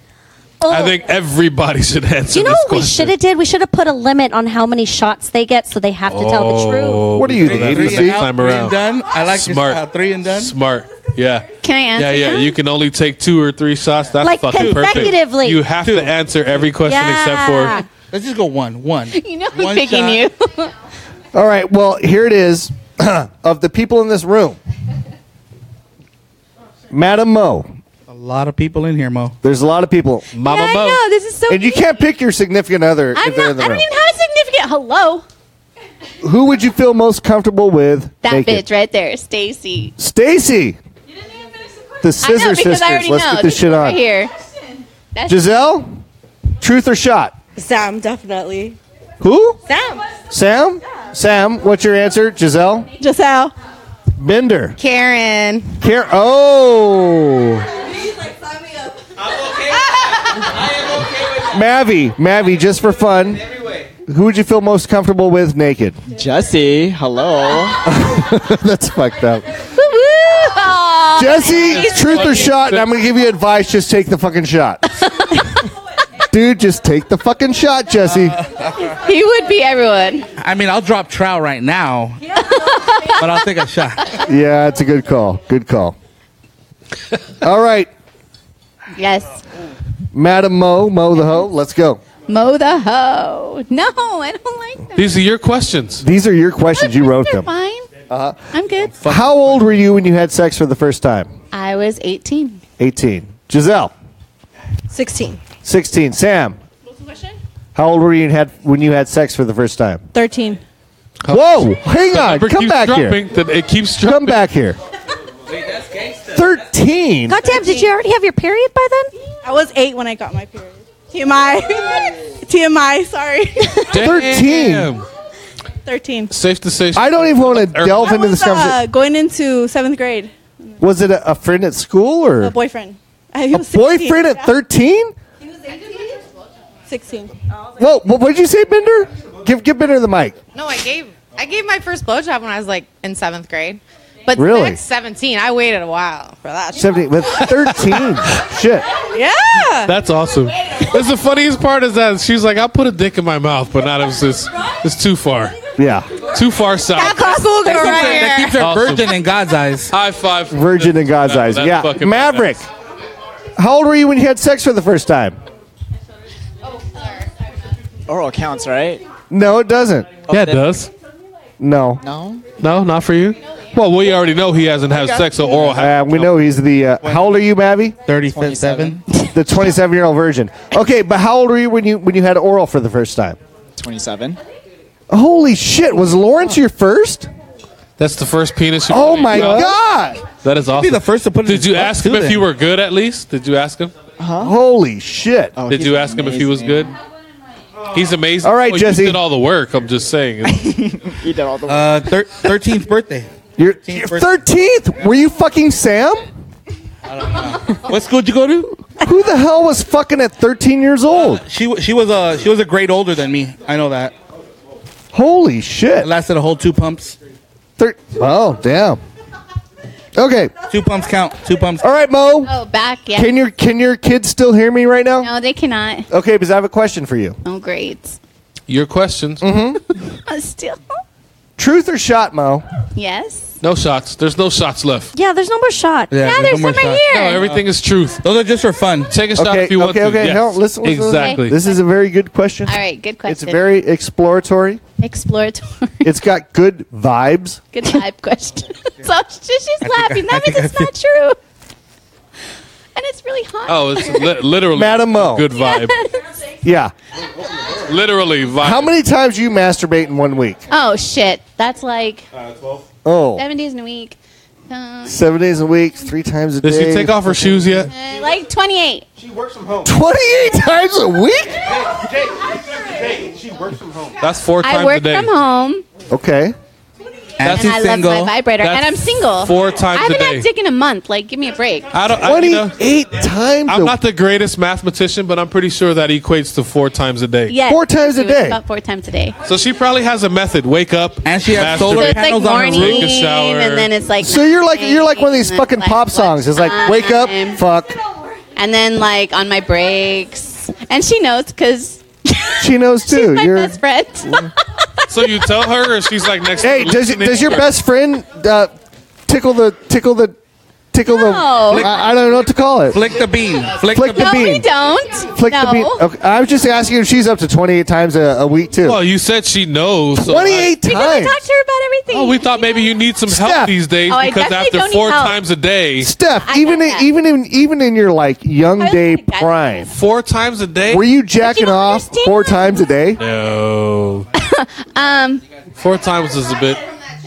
E: I
C: Oh.
E: think everybody should answer
C: You know
E: this
C: what we
E: question.
C: should have did? We should have put a limit on how many shots they get, so they have to tell the
D: Oh.
C: truth.
H: Oh,
D: what are you, the
E: Three
H: Three
E: Next
H: and
D: ABC?
H: out,
E: time
H: three
E: around.
H: and done. I like
E: Smart.
H: Smart. This, uh, three and done.
E: Smart. Yeah.
F: Can I answer
E: Yeah, yeah.
F: now?
E: You can only take two or three shots. That's
C: Like,
E: fucking perfect.
C: consecutively.
E: You have to answer every question
C: Yeah.
E: except for.
H: Let's just go one, one.
F: You know who's
H: One
F: picking
H: shot.
F: you.
D: All right, well, here it is of the people in this room. Madam Mo,
H: A lot of people in here, Mo.
D: There's a lot of people,
E: Mama
F: I
E: Mo.
F: know. This is so.
D: and you can't pick your significant other
F: I'm
D: if they're
F: not. I
D: in the
F: don't
D: room.
F: even have a significant. Hello.
D: Who would you feel most comfortable with?
F: That
D: naked?
F: bitch right there, Stacy.
D: Stacy.
F: I
D: The
F: know
D: Scissor
F: because
D: Sisters.
F: I already
D: Let's
F: know.
D: get this shit
F: over
D: on.
F: here. That's
D: Giselle, truth or shot?
K: Sam, definitely.
D: Who?
K: Sam.
D: Sam. Sam. What's your answer? Giselle.
K: Giselle.
D: Bender.
J: Karen.
D: Care. Oh. Mavi. Mavi. Just for fun. Who would you feel most comfortable with naked?
L: Jesse, hello.
D: That's fucked up.
F: Woo!
D: Jesse, truth or shot? And I'm gonna give you advice. Just take the fucking shot, dude. Just take the fucking shot, Jesse.
F: He would be everyone.
H: I mean, I'll drop trowel right now, but I'll take a shot.
D: Yeah, it's a good call. Good call. All right,
F: Yes.
D: Madam Mo, Mo the hoe. Let's go.
F: Mow the hoe. No, I don't like them.
E: These are your questions.
D: These are your questions. You wrote
F: They're
D: them. Uh-huh.
F: fine. I'm good.
D: How old were you when you had sex for the first time?
F: I was 18.
D: 18. Giselle,
K: 16.
D: Sixteen. Sam,
I: What's the question?
D: how old were you and had when you had sex for the first time?
I: 13.
D: Whoa! Hang
E: The
D: on.
E: number
D: Come
E: keeps
D: back
E: dropping.
D: here.
E: It keeps
D: Come back here. Thirteen.
C: Goddamn, did you already have your period by then?
I: I was eight when I got my period. TMI. TMI, sorry.
D: 13.
I: 13.
E: Safe to say.
D: I don't even want to delve
I: I
D: into this
I: was, uh,
D: conversation.
I: going into seventh grade.
D: Was it a, a friend at school or
I: A boyfriend. I, he
D: A
I: was 16,
D: boyfriend
I: yeah.
D: at thirteen?
I: 16.
D: Whoa! What did you say, Bender? Give give Bender the mic.
J: No, I gave I gave my first blowjob when I was like in seventh grade. But
D: Really?
J: sex, seventeen, I waited a while for that.
D: Seventeen with thirteen. Shit.
J: Yeah.
E: That's awesome. That's the funniest part is that she's like, I put a dick in my mouth, but not it's just, it's too far.
D: Yeah.
E: Too far south.
H: That keeps her virgin in God's eyes.
E: High five.
D: Virgin in God's
E: That-
D: eyes.
E: that's
D: Yeah.
E: fucking
D: Maverick. How old were you when you had sex for the first time?
L: Oral counts, right?
D: No, it doesn't.
E: Yeah, it does.
D: No.
L: No.
E: No, not for you. Well, we already know he hasn't had sex, so oral. Ha-
D: Uh, we know he's the. Uh, how old are you, Mavi?
H: Thirty-seven.
D: The twenty-seven-year-old virgin. Okay, but how old were you when you when you had oral for the first time?
L: 27.
D: Holy shit! Was Lawrence your first?
E: That's the first penis. You
D: Oh my god!
E: That is awesome.
D: the first to put it
E: Did
D: in
E: you
D: his butt,
E: ask him
D: too,
E: if
D: then.
E: you were good? At least, did you ask him?
D: Holy shit!
E: did you ask him if he was good? He's amazing.
D: All right,
E: Oh, you
D: Jesse.
E: did all the work. I'm just saying.
L: He did all the
H: Uh, thir- 13th birthday.
D: Your
H: 13th birthday.
D: thirteenth? Were you fucking Sam?
H: What school did you go to?
D: Who the hell was fucking at thirteen years old?
H: She w- she was uh she was a grade older than me. I know that.
D: Holy shit!
H: It lasted a whole two pumps.
D: Thir- oh damn. Okay.
H: Two pumps count. Two pumps.
D: All right, Mo.
F: Oh, back, yeah.
D: Can your can your kids still hear me right now?
F: no, they cannot.
D: Okay, because I have a question for you. Mm-hmm.
F: Oh, great.
E: Your questions.
F: Uh, still?
D: Truth or shot, Mo?
F: Yes.
E: No shots. There's no shots left.
C: Yeah, there's no more shot.
H: Yeah,
F: Yeah, there's
H: no more
F: some right
H: shots.
E: No,
F: here.
E: everything is truth.
H: Those are just for fun.
E: Take a shot
D: okay,
E: if you want
D: okay,
E: to.
D: okay.
E: Yes.
D: hell, listen, listen, listen.
E: exactly.
D: This is a very good question.
F: All right, good
D: It's
F: question.
D: very exploratory.
F: exploratory.
D: It's got good vibes.
F: Good vibe question. so she- she's laughing.
H: I
F: That
H: think
F: means it's
H: I
F: not true. And it's really hot.
E: Oh, it's li- literally
D: Madam Mo.
E: good vibe.
D: Yeah.
E: literally vibe.
D: How many times do you masturbate in one week?
F: Oh shit. That's like
D: Oh,
F: seven days in a week. Uh,
D: seven days a week, three times a
E: Did
D: day.
E: she take off her shoes yet?
F: uh, like 28.
D: 28 times a week?
E: That's four times
F: I work
E: a day.
F: from home
D: Okay.
H: And
E: That's-
H: she's
F: and I
H: single.
F: love my vibrator
E: That's
F: and I'm single.
E: four times
F: I've
E: a
F: been
E: day.
F: at dick in a month. Like, give me a break.
E: I don't. I, you know,
D: 28 times a
E: I'm not the greatest mathematician, but I'm pretty sure that equates to four times a day.
F: Yes.
D: Four times a
F: it was
D: day.
F: About four times a day.
E: So she probably has a method. Wake up
H: And she has
E: masturbate.
H: solar
F: So it's like
H: panels on her
F: morning,
E: Take
H: roof.
E: a shower.
F: and then it's like.
D: So you're like you're like one of these
F: night,
D: fucking
F: like,
D: pop
F: what
D: songs. It's like wake up,
F: time?
D: fuck.
F: And then like on my breaks, and she knows because
D: She knows
F: she's
D: too.
F: my
D: You're
F: best friend.
E: So you tell her, or she's like next.
D: Hey,
E: to
D: does
E: listening?
D: does your best friend uh, tickle the tickle the tickle the
F: No.
D: I, I don't know what to call it.
H: Flick the bean. Flick,
D: Flick
H: the
D: the
F: no,
H: bean.
D: bean.
F: we don't.
D: Flick
F: no.
D: the beat. Okay, I was just asking if she's up to 28 times a, a week too.
E: Well, you said she knows.
D: 28
E: So I-
F: Because I
D: times.
F: talked to her about everything.
E: Oh, we thought maybe you need some help
D: Steph.
E: these days
F: Oh, I
E: because
F: definitely
E: after
F: don't need
E: four
F: help.
E: times a day,
D: Steph,
F: I
D: even
F: get
D: in,
F: that.
D: even in even in your like young
F: I was
D: day
F: like, I-
D: prime,
E: four times a day.
D: were you jacking
F: don't
D: off
F: understand.
D: four times a day?
E: No.
F: Um,
E: Four times is a bit.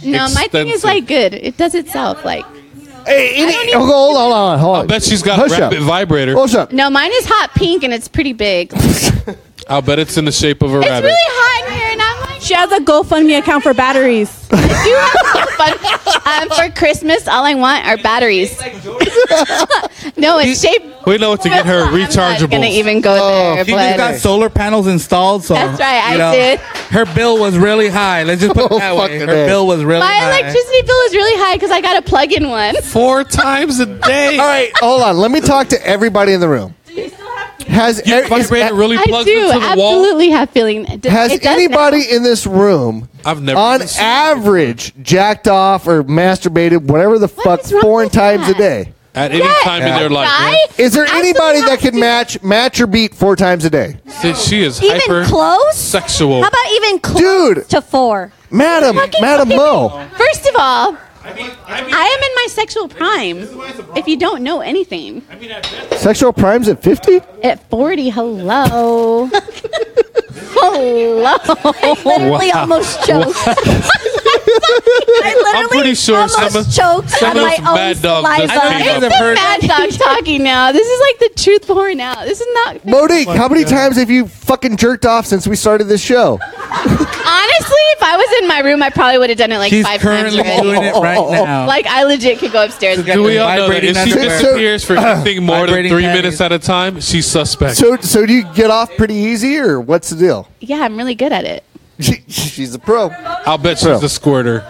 F: no, my thing
E: Expensive.
F: is like good. It does itself. Like,
D: Hey, any, oh, hold on, hold on, hold on.
E: I bet she's got
D: Hush
E: a
D: up.
E: rapid vibrator.
D: Hush up.
F: no, mine is hot pink and it's pretty big. it's
E: I'll bet it's in the shape of a
F: really
E: rabbit.
F: hot in here, and I'm like,
I: She has a GoFundMe account for batteries.
F: do have some fun. Um, for Christmas, all I want are batteries. no, it's shaped.
E: we know what to get her
F: I'm not gonna
E: rechargeable.
F: even
D: Oh,
F: go there,
H: Oh, She just
F: but
H: got solar panels installed, so
F: That's right, I
H: you know,
F: did.
H: Her bill was really high. Let's just put it
D: Oh,
H: that way.
D: fucking
H: Her
D: A.
H: bill was really
F: my
H: high.
F: electricity bill is really high because I got a plug-in one.
E: Four times a day.
D: All right, hold on. Let me talk to everybody in the room. Has
E: Your
D: e- is-
E: vibrator really
F: I
E: plugs
F: do
E: into the wall.
F: absolutely have feeling. it does-
D: has
F: it does
D: anybody in this room
E: I've never
D: on
E: even seen
D: average jacked off or masturbated whatever the fuck
F: is wrong
D: four
F: with
D: times a
F: that?
D: day?
E: At
F: now.
E: any
F: Yes,
E: time in their life.
F: right?
E: man.
D: Is there
F: I
D: anybody
F: still have
D: that can
F: to-
D: match match or beat four times a day?
E: She- She is
C: Even
E: hyper
C: close?
E: sexual.
C: How about even close
D: Dude.
C: to four?
D: Madam,
F: Fucking
D: Madam
F: okay,
D: Mo,
F: First of all, I am in my sexual prime. If you don't know anything,
D: Sexual primes at 50?
F: at forty, hello, hello.
C: literally Wow. almost choked.
E: I'm pretty sure some of,
C: choked on
E: some of
C: my
E: those bad dog
F: saliva.
E: just came
F: It's
E: up.
F: the bad dog talking now. This is like the truth pouring out. This is not
D: Monique, how many times have you fucking jerked off since we started this show?
F: Honestly, if I was in my room, I probably would have done it like
D: She's
F: five times.
D: currently
F: already.
D: doing it right now.
F: Like I legit could go upstairs.
E: Do we all know that
D: vibrating
E: if she
D: underwear.
E: disappears for
D: So-
E: anything more than
D: Vibrating
E: three
D: panties.
E: minutes at a time, she's suspect.
D: So, so do you get off pretty easy, or what's the deal?
F: Yeah, I'm really good at it.
D: She's a pro.
E: I'll bet she's a squirter.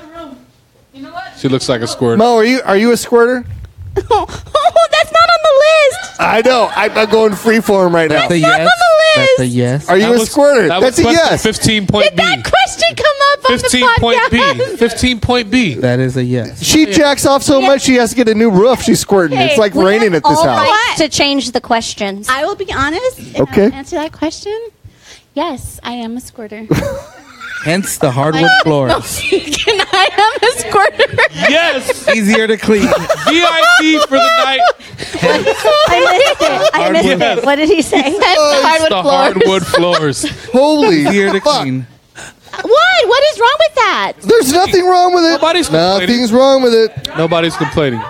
E: She looks like a squirter.
D: Mo, are you are you a squirter?
F: Oh, that's not on the list.
D: I know. I, I'm going freeform right now.
H: That's a yes. That's a yes.
D: Are you
E: That
D: a
E: was-
D: squirter?
E: that was
D: That's a
E: question
D: yes.
E: 15 point B.
F: Question come up on
E: 15
F: the podcast.
E: point B. 15 point B.
H: That is a yes.
D: She jacks off so much she has to get a new roof. She's squirting. it's like
C: We
D: raining
C: have
D: at this
C: all
D: house.
C: rights to change the questions.
F: I will be honest. if I
D: Okay.
F: Answer that question. Yes, I am a squirter.
H: Hence the hardwood floor.
F: Can I am a squirter?
E: Yes.
H: Easier to clean.
E: VIP for the night.
C: I missed it. I missed
E: Hardwood.
C: it. What did he say?
E: Oh, It's the hardwood floors.
D: Holy
H: Easier to clean.
F: What? What is wrong with that?
D: There's nothing wrong with it.
E: Nobody's complaining.
D: Nothing's wrong with it.
E: Nobody's complaining.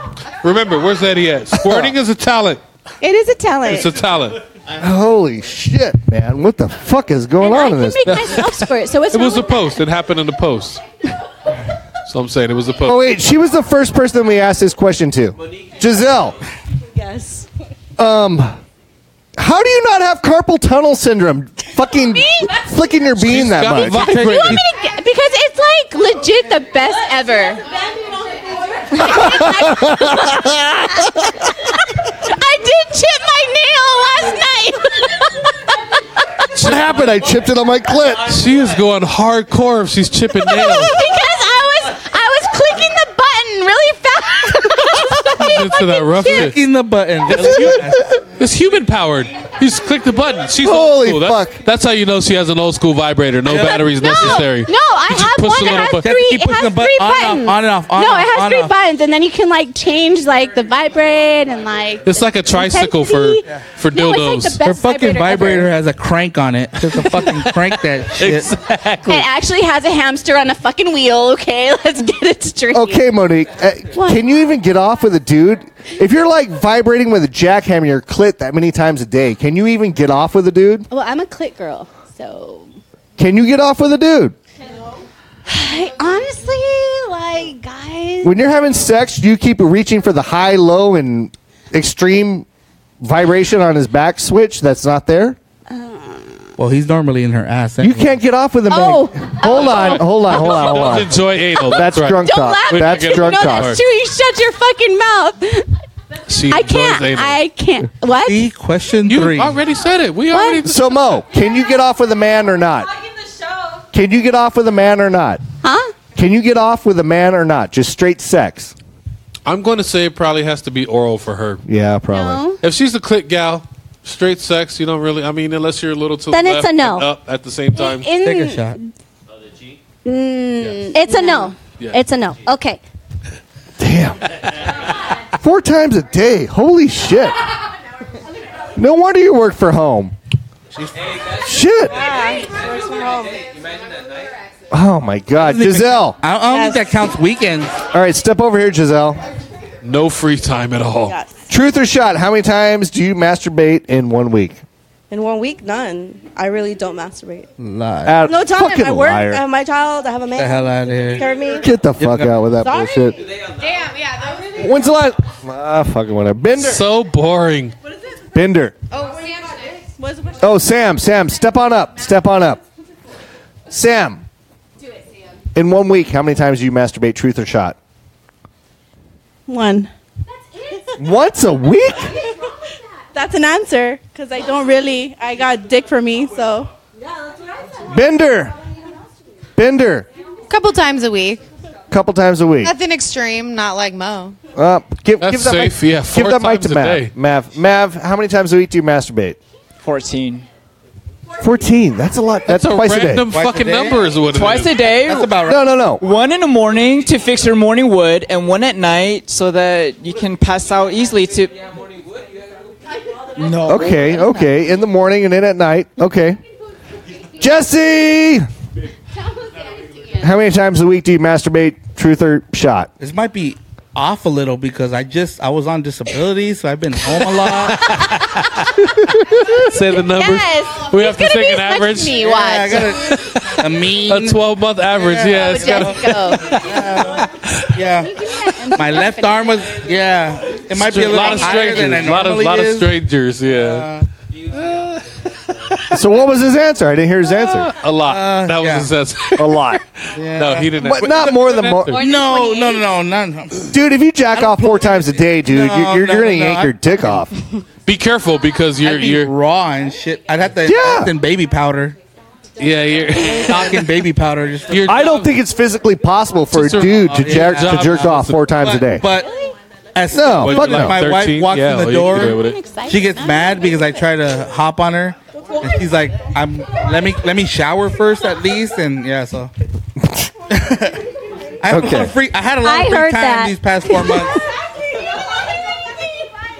E: Remember, where's Eddie at? Squirting is a talent.
I: It is a talent.
E: It's a talent.
D: Holy shit, man! What the fuck is going on in this?
F: Make myself squirt. So what's
E: It
F: wrong
E: was a
F: with
E: post. It happened in the post. So I'm saying it was a post.
D: Oh wait, she was the first person we asked this question to. Giselle,
I: Yes.
D: um, how do you not have carpal tunnel syndrome? Fucking flicking your bean that
E: got
D: much.
F: You want me to get, because it's like legit the best ever. I did chip my nail last night.
D: What happened? I chipped it on my clit.
E: She is going hardcore if she's chipping nails.
F: because I was I was clicking the button really fast.
E: Into that rough shit.
H: Clicking the button.
E: It's human powered. You just click the button. She's old
D: Holy
E: school. That's, that's how you know she has an old school vibrator. No batteries necessary.
F: No, I
E: You just
F: have
E: push
F: one
E: the
F: that
E: little
F: has
E: button.
F: three.
H: Keep
F: It has
H: pushing the button
F: three
H: on and off,
F: buttons.
H: on and off, on
F: no, it
H: and off,
F: has
H: on
F: three
H: and off.
F: buttons, and then you can like change like the vibrate and like.
E: It's like a tricycle for
F: Intensity.
E: for
F: No, it's like
E: dildos.
F: the
H: Her
F: best
H: fucking
F: vibrator
H: vibrator has a crank on it. Just a fucking crank that shit.
F: It actually has a hamster on a fucking wheel. Okay, let's get it straight.
D: Okay, Monique, uh,
F: What?
D: can you even get off with a dude? If you're like vibrating with a jackhammer in your clit that many times a day, can you even get off with a dude?
F: Well, I'm a clit girl, so
D: Can you get off with a dude?
F: I honestly like guys.
D: When you're having sex, do you keep reaching for the high, low, and extreme vibration on his back switch that's not there?
H: Well, he's normally in her ass.
D: You can't get off with a man.
F: Oh.
D: Hold on, hold on, hold on, hold
E: Does
D: on.
E: enjoy anal.
D: That's
E: right.
D: drunk
F: Don't
D: talk.
F: laugh.
D: That's
E: Wait, I
D: drunk
F: no,
D: talk.
F: that's true. You shut your fucking mouth.
E: She
F: I
E: enjoys
F: can't.
E: anal.
F: I can't. What?
H: See, question
E: you
H: three.
E: already said it. We already.
D: So Mo, can you get off with a man or not? Can you get off with a man or not?
F: Huh?
D: Can you get off with a man or not? Just straight sex.
E: I'm going to say it probably has to be oral for her.
D: Yeah, probably.
E: If she's a clit gal, straight sex, you don't really. I mean, unless you're a little too.
C: Then it's a no.
E: Up at the same time.
C: In- Mm,
H: Take a shot.
C: it's a no.
E: Yeah.
C: It's a no. Okay.
D: Four times a day. Holy shit. No wonder you work for home. Shit. Oh my God, Giselle.
H: I I don't think that counts weekends.
D: All right, step over here, Giselle.
E: No free time at all.
D: Truth or shot? How many times do you masturbate in one week?
K: In one week, none. I really don't masturbate.
H: Lie.
D: Out-
K: No time.
D: Fucking
K: I work. um,
D: liar.
K: I have my child. I have a man.
H: the hell out of here.
K: Care of me.
D: Get the fuck out with that
K: Sorry.
D: bullshit.
J: Damn, yeah. That was
D: When's the last? Ah, fucking whatever. Bender.
E: So boring.
D: Bender.
J: oh, Samson.
I: What's the question?
D: Oh, Sam. Sam, step on up. Step on up. Sam. In one week, how many times do you masturbate? Truth or shot?
I: One.
D: Once a week?
I: That's an answer because I don't really. I got dick for me, so
D: Bender. Bender.
J: Couple times a week.
D: Couple times a week.
J: Nothing extreme, not like Mo.
D: Uh, give,
E: That's
D: give that
E: safe,
D: mic,
E: yeah,
D: give
E: four
D: that mic
E: times
D: to
E: a
D: Mav.
E: day.
D: Mav. Mav, how many times a week do you masturbate?
L: 14.
D: Fourteen. That's a lot. That's, twice a day.
L: Twice a day.
D: No, no, no.
L: One in the morning to fix your morning wood, and one at night so that you can pass out easily. To no.
D: Okay, okay. In the morning and then at night. Okay. Jesse! How many times a week do you masturbate, truth or shot?
H: This might be off a little because I just I was on disability, so I've been home a lot.
E: Say the numbers.
J: Yes.
E: We have to
J: He's gonna
E: take
J: be
E: an
J: such
E: average.
J: me, watch.
H: Yeah, I gotta- a mean. A
E: 12 month average. Yeah.
H: Yeah.
E: it's gotta-
H: Yeah. My left arm was yeah. It might
E: Stra-
H: be a little
E: lot of
H: higher than I
E: strangers. lot of
H: normally
E: lot of
H: is. Uh,
E: strangers. Yeah.
D: So what was his answer? I didn't hear his answer.
E: a lot.
H: Uh,
E: that was his answer.
D: A lot.
E: No, he didn't.
D: But not more than mo-
H: No, no, no, no, no.
D: Dude, if you jack off four times a day, dude,
H: No,
D: you're, you're,
H: no,
D: you're
H: no,
D: gonna
H: no,
D: yank
H: I-
D: your dick off.
E: Be careful because you're you're
H: raw and shit. I'd have to invest in baby powder.
E: Yeah, you're
H: stocking baby powder. Just for-
D: I don't think it's physically possible for a
H: Just a-
D: dude to
H: yeah.
D: jerk to
H: Job-
D: jerk off four times a day.
H: But as
D: No,
H: when
D: fuck no.
H: my wife
D: 13?
H: walks
D: Yeah,
H: in the
D: you can
H: door,
D: do it
E: with
H: she gets mad because I try to hop on her. And she's like, "I'm let me let me shower first at least." And yeah, so I have a lot
D: Okay.
H: of free. I had a lot
K: I
H: of free
K: heard
H: time
K: that.
H: these past four months.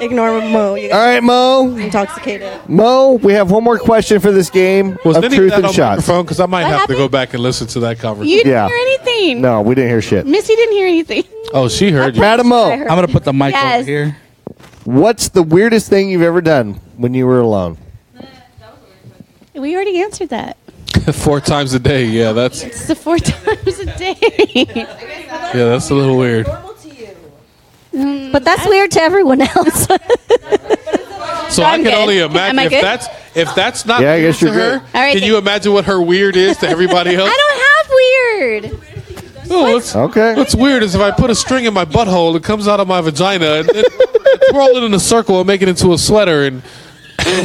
K: Ignore Mo. You
D: All right, Mo.
K: Intoxicated.
D: Mo, we have one more question for this game
E: Was
D: of
E: any
D: truth
E: of that
D: and
E: on
D: shots.
E: microphone? Because I might
F: What
E: have
F: happened?
E: to go back and listen to that conversation.
F: You didn't hear anything.
D: No, we didn't hear shit.
F: Missy didn't hear anything.
E: Oh, she heard
D: you. Madam Mo.
F: I heard I'm gonna put the mic Yes. over
H: here.
D: What's the weirdest thing you've ever done when you were alone?
F: We already answered that.
E: Four times a day. Yeah, that's yeah,
F: It's the four times a day.
E: that's a little weird.
K: Mm,
C: But that's weird to everyone else.
E: So
C: I'm
E: I can
C: good.
E: only
C: Am
E: imagine
C: I
E: if
C: good?
E: that's if that's not
D: Yeah, I
E: weird
D: guess
E: to
D: you're
E: her.
D: good.
F: All right,
E: can you imagine what her weird is to everybody else?
F: I don't have weird.
E: Oh, what's,
D: okay.
E: What's weird is if I put a string in my butthole, it comes out of my vagina and then roll it in a circle and make it into a sweater. And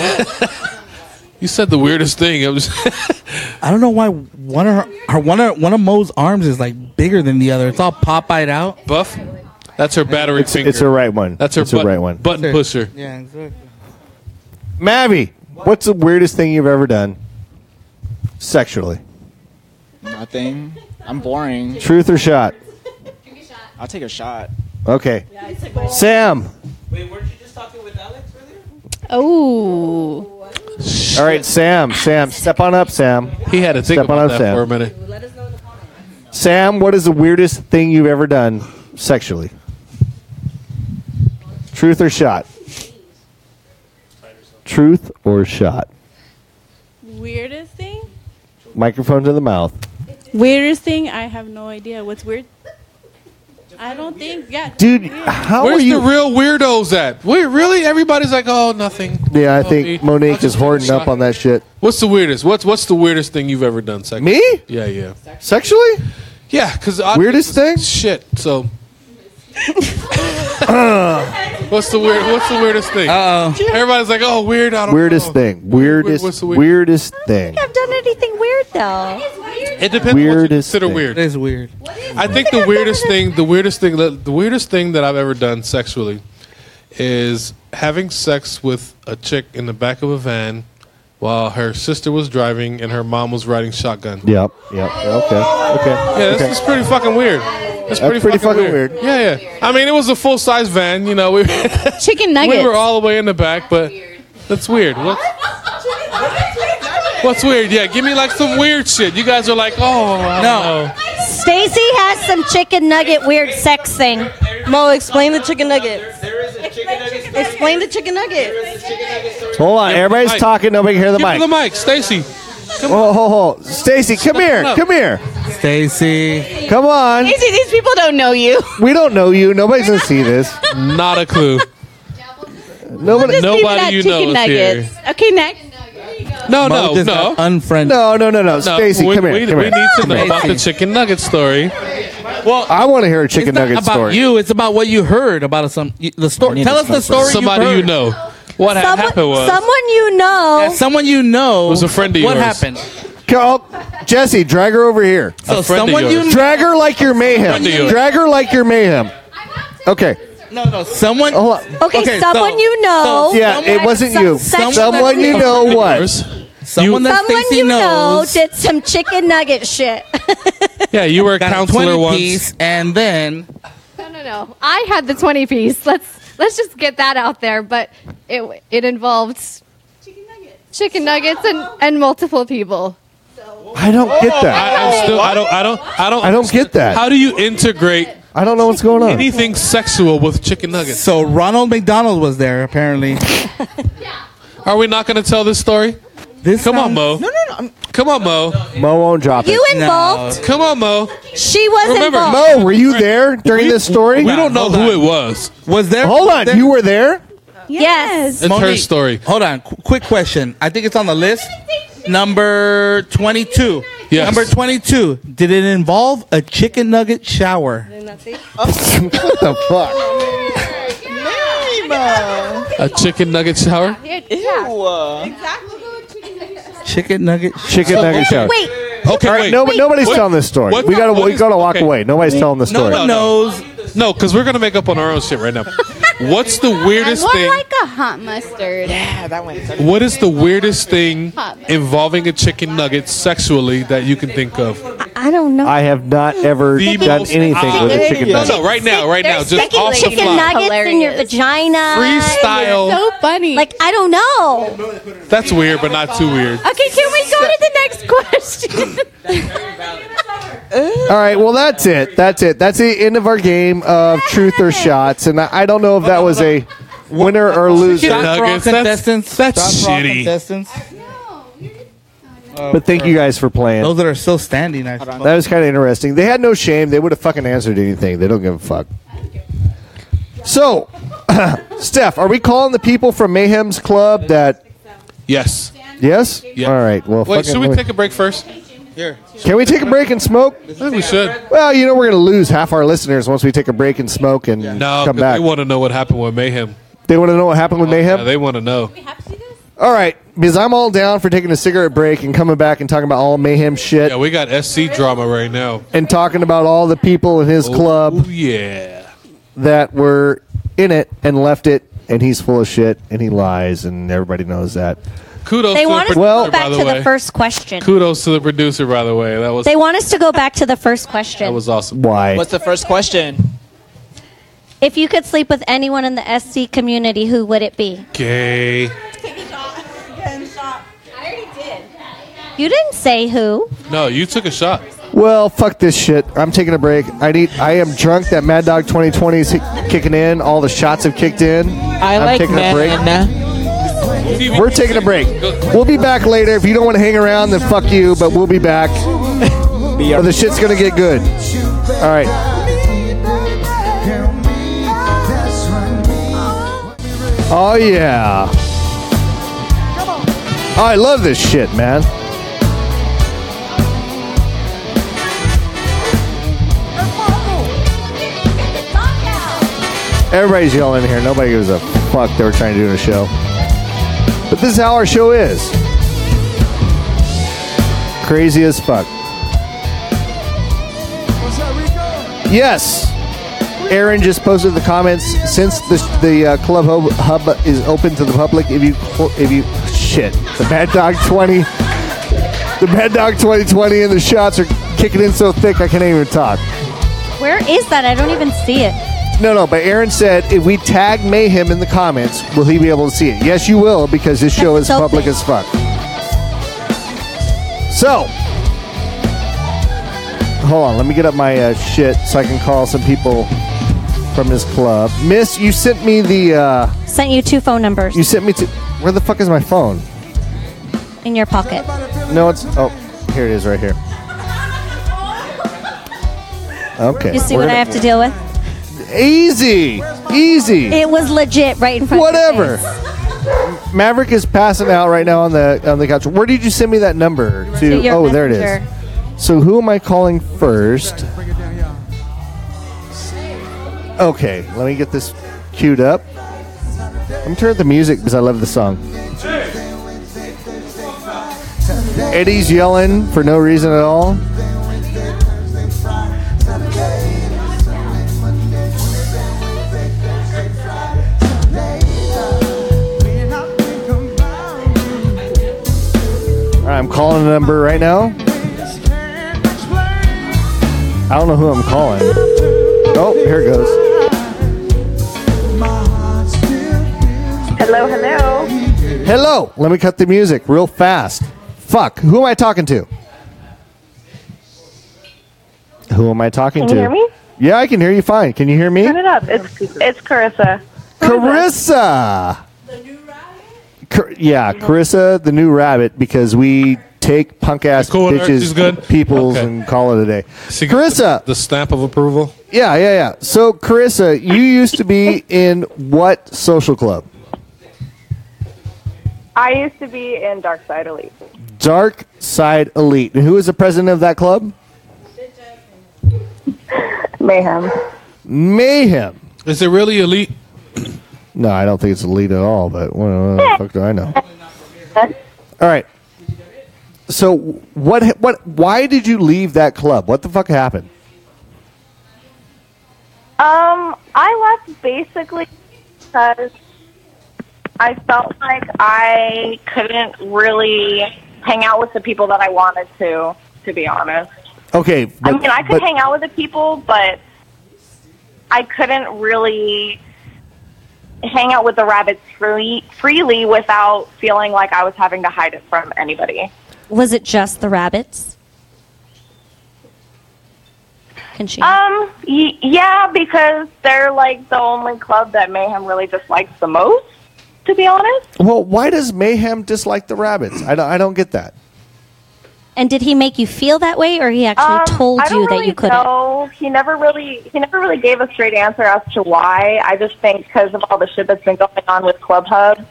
E: you said the weirdest thing. I'm just
H: I don't know why one of her, her one of one of Mo's arms is like bigger than the other. It's all Popeyed out.
E: buff. That's her battery finger.
D: It's her right one.
E: That's her
D: It's her
E: button-
D: right one.
E: Button pusher.
H: Yeah, exactly.
D: Mavi, what's the weirdest thing you've ever done sexually?
L: Nothing. I'm boring.
D: Truth or shot?
L: I'll take a shot.
D: Okay. Sam.
F: Oh.
D: All right, Sam. Sam, step on up, Sam.
E: He had to think
D: step on up,
E: about that
D: Sam.
E: for a minute.
D: Sam, what is the weirdest thing you've ever done sexually? Truth or shot? Truth or shot?
I: Weirdest thing?
D: Microphone to the mouth.
I: Weirdest thing? I have no idea. What's weird? I don't think. Yeah.
D: Dude, how
E: Where's
D: are you?
E: the real weirdos at? Wait, really? Everybody's like, oh, nothing.
D: yeah, I
E: Oh, me.
D: think Monique is hoarding up on that shit.
E: What's the weirdest? What's what's the weirdest thing you've ever done sexually?
D: Me?
E: Yeah, yeah,
D: Sexually?
E: yeah. Because
D: Weirdest thing?
E: Shit. So. what's the weird? What's the weirdest thing?
H: Uh-oh.
E: Everybody's like, oh, weird. I don't
D: Weirdest
E: know.
D: thing.
E: what's
D: Weirdest.
E: the weird-
D: Weirdest thing.
C: I've done anything weird though.
E: It depends. on what you
D: Weirdest
E: consider
D: thing.
E: weird.
H: It is weird.
E: I think the weirdest thing, the weirdest thing, that- the weirdest thing that I've ever done sexually is having sex with a chick in the back of a van while her sister was driving and her mom was riding shotgun.
D: Yep. Yep. Okay. Okay.
E: Yeah, this
D: okay.
E: is pretty fucking weird. That's pretty,
D: pretty
E: fucking,
D: fucking
E: weird. Yeah, yeah. I mean, it was a full size van. You know, we
F: Chicken nuggets.
E: we were all the way in the back, but that's weird. What? What's weird? Yeah, give me like some weird shit. You guys are like, oh, I don't
H: No.
E: know.
C: Stacy has some chicken nugget weird sex thing.
K: Mo, explain the chicken nuggets. Explain the chicken nuggets.
D: Hold on. Everybody's
E: mic.
D: talking. Nobody can hear the
E: Give me
D: mic.
E: the mic, Stacy.
D: Whoa, ho, ho. Stacy, come here.
E: up.
D: Come here.
H: Stacy.
D: Come on.
J: These, these people don't know you.
D: We don't know you. Nobody's gonna see this.
E: Not a clue.
D: Nobody.
E: No.
D: No,
E: Nobody
F: Leave it at
E: you know
F: chicken
E: is
F: nuggets. Okay, next.
E: No,
H: Mo
E: no,
H: just
E: no.
H: got unfriended.
D: no, no, no.
E: No,
D: Stacy,
E: we,
D: come here.
E: we,
D: come
E: we
D: here.
E: need to
H: Come
E: know
H: here.
E: about the chicken nugget story.
H: Well,
D: I want to hear a chicken
H: it's not
D: nugget
H: about
D: story.
H: you. It's about what you heard about some you- the story. Tell us the story.
E: Somebody
H: you,
E: you,
H: heard.
E: know. What had
C: Someone,
E: happened was
C: someone you know.
H: Yeah, someone you know.
E: was a friend of
H: What
E: yours.
H: happened?
D: Come, Jesse, drag her over here.
H: So
E: A friend of
H: someone you
E: yours.
D: Drag her like your mayhem.
E: Friend of yours.
D: Drag her like your mayhem. Okay. Oh,
H: no no someone.
D: Hold on.
C: Okay, someone you know.
H: so
D: Yeah,
H: someone-
D: it wasn't you.
C: Some-
D: Someone you know
E: Friend of
D: what?
E: yours.
H: Someone that
C: Someone
H: Stacy
C: you
H: knows.
C: know did some chicken nugget shit.
E: Yeah, you were a
H: Got a
E: counselor
H: 20
E: once.
H: piece, and then
M: No, no, no. I had the 20 piece. Let's let's just get that out there. But it it involved chicken nuggets, chicken nuggets, and and multiple people.
D: I don't get that.
E: I, am still. I don't. I don't. I don't.
D: I don't get that.
E: How do you integrate?
D: I don't know what's going on.
E: Anything sexual with chicken nuggets?
H: So Ronald McDonald was there apparently.
E: Are we not going to tell this story? Come on, Mo. No, no, no. Come on, Mo.
D: Mo won't drop
C: You it. involved?
E: Come on, Mo.
C: She was
E: Remember-
C: involved.
D: Mo, were you there during this story?
E: We don't know who it was.
H: Was there?
D: Hold on, you were there.
C: Yes.
E: It's her story.
H: Hold on, qu- quick question. I think it's on the list. Number twenty-two.
E: Yes.
H: Number twenty-two. Did it involve a chicken nugget shower?
D: what the fuck?
E: A chicken nugget shower?
H: Chicken nugget.
D: Chicken nugget shower.
C: Wait.
E: Okay,
D: All right,
E: wait.
D: no- nobody's
E: What-
D: telling this story.
E: what-
D: we gotta
E: what
D: we
E: is-
D: gotta walk
E: okay.
D: away. Nobody's telling the story.
E: No,
H: knows.
E: No, because we're gonna make up on our own shit right now. What's the weirdest
F: More
E: thing?
F: like a hot mustard. Yeah, that went.
E: What is the weirdest thing involving a chicken nugget sexually that you can think of?
C: I don't
E: Uh,
C: know.
D: I have not ever
E: The
D: done
E: most
D: anything with a
E: obvious-
D: chicken
E: No,
D: nugget.
E: no, right now, right now, just off the
C: chicken
E: fly.
C: nuggets in your vagina.
E: Freestyle.
M: So funny.
C: Like I don't know.
E: That's weird, but not too weird.
M: Okay, can we go to the next question?
D: All right, well that's it. That's it. That's the end of our game of truth or shots, and I I don't know if that was a winner or
H: Shot for
D: loser.
H: all
E: Nuggets, that's-
H: contestants.
E: that's
H: Shot for all
E: shitty.
H: Contestants.
D: But thank you guys for playing.
H: Those that are still standing. I suppose.
D: That was kind of interesting. They had no shame. They would have fucking answered anything. They don't give a fuck. So, Steph, are we calling the people from Mayhem's Club that?
E: Yes.
D: Yes.
E: Yeah.
D: All right. Well,
E: Wait,
D: fucking-
E: should we take a break first?
H: Here.
D: can we take a break and smoke?
E: I think we should.
D: Well, you know we're going to lose half our listeners once we take a break and smoke and
E: No,
D: come
E: 'cause
D: back.
E: they want to know what happened with Mayhem.
D: they want to know what happened with Mayhem.
E: Yeah, they want to know.
D: all right, because I'm all down for taking a cigarette break and coming back and talking about all Mayhem shit
E: Yeah, we got SC drama right now.
D: and talking about all the people in his club.
E: Oh yeah.
D: that were in it and left it, and he's full of shit and he lies, and everybody knows that.
E: Kudos.
C: They
E: to
C: want
E: the
C: us to go
E: producer, by
C: back
E: the
C: to
E: way.
C: the first question.
E: Kudos to the producer, by the way. That was
C: They want us to go back to the first question.
E: that was awesome.
D: Why?
L: What's the first question?
C: If you could sleep with anyone in the SC community, who would it be?
E: Gay.
C: You didn't say who.
E: No, you took a shot.
D: Well, fuck this shit. I'm taking a break. I need. I am drunk. That Mad Dog 2020 is hi- kicking in. All the shots have kicked in.
L: I
D: I'm
L: like
D: taking a break.
L: men.
D: We're taking a break. We'll be back later. If you don't want to hang around, then fuck you. But we'll be back. Or the shit's gonna get good. All right. Oh yeah. I love this shit, man. Everybody's yelling in here. Nobody gives a fuck they were trying to do in a show. But this is how our show is. Crazy as fuck. Yes. Aaron just posted the comments. Since the, the uh, club hub, hub is open to the public, if you cl- if you shit the Mad Dog twenty, the Mad Dog twenty twenty, and the shots are kicking in so thick I can't even talk.
C: Where is that? I don't even see it.
D: No, no, but Aaron said if we tag Mayhem in the comments, will he be able to see it? Yes, you will, because this show is
C: That's so
D: public
C: cool.
D: as fuck. So, hold on, let me get up my uh, shit so I can call some people from his club. Miss, you sent me the, uh,
C: Sent you two phone numbers
D: you sent me to, where the fuck is my phone?
C: in your pocket.
D: No, it's, oh, here it is right here. Okay.
C: You see
D: we're
C: what I
D: gonna-
C: have to deal with?
D: Easy, easy.
C: It was legit right in front
D: Whatever.
C: of your face.
D: Maverick is passing out right now on the on the couch. Where did you send me that number to?
C: To your
D: oh, there it
C: messenger.
D: is. So who am I calling first? Okay, let me get this queued up. I'm turning up the music because I love the song. Eddie's yelling for no reason at all. calling a number right now. I don't know who I'm calling. Oh, here it goes.
N: Hello, hello.
D: Hello. Let me cut the music real fast. Fuck. Who am I talking to? Who am I talking
N: Can
D: to?
N: you hear me?
D: Yeah, I can hear you fine. Can you hear me?
N: Turn it up. It's it's Carissa.
D: Carissa. Car- yeah, Carissa, the new rabbit, because we take punk ass
E: Cool with her? She's good?
D: bitches, peoples,
E: Okay.
D: and call it a day. Carissa,
E: The stamp of approval.
D: yeah, yeah, yeah. So, Carissa, you used to be in what social club?
N: I used to be in Dark Side Elite.
D: Dark Side Elite. And who is the president of that club?
N: Mayhem.
D: Mayhem.
E: Is it really elite?
D: No, I don't think it's elite at all. But what, what the fuck do I know? All right. So, what? What? Why did you leave that club? What the fuck happened?
N: Um, I left basically because I felt like I couldn't really hang out with the people that I wanted to. To be honest,
D: Okay. But,
N: I mean, I could
D: but-
N: hang out with the people, but I couldn't really hang out with the rabbits free, freely without feeling like I was having to hide it from anybody.
C: Was it just the rabbits? Can she?
N: Um, y- yeah, because they're like the only club that Mayhem really dislikes the most, to be honest.
D: Well, why does Mayhem dislike the rabbits? I don't, I don't get that.
C: and did he make you feel that way, or he actually
N: Um,
C: told
N: I don't
C: you
N: really
C: that you couldn't?
N: Know. He never really he never really gave a straight answer as to why. I just think because of all the shit that's been going on with Club Hub, he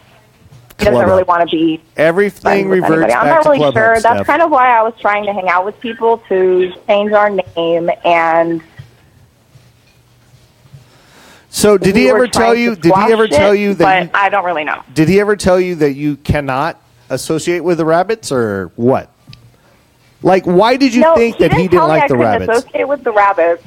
N: doesn't
D: Club
N: really
D: Hub.
N: want to be
D: Everything
N: friends with
D: reverts
N: anybody.
D: back
N: I'm not
D: to
N: really
D: club
N: sure.
D: Hub
N: That's
D: stuff.
N: kind of why I was trying to hang out with people to change our name and.
D: So, did
N: we
D: he
N: were
D: ever tell
N: trying to
D: you? Did
N: squash
D: he ever
N: it,
D: tell you that?
N: But I don't really know.
D: you- did he ever tell you that you cannot associate with the rabbits or what? Like, why did you
N: no,
D: think
N: he
D: that he
N: didn't
D: didn't
N: tell me I
D: like the
N: couldn't
D: rabbits?
N: Associate with the rabbits.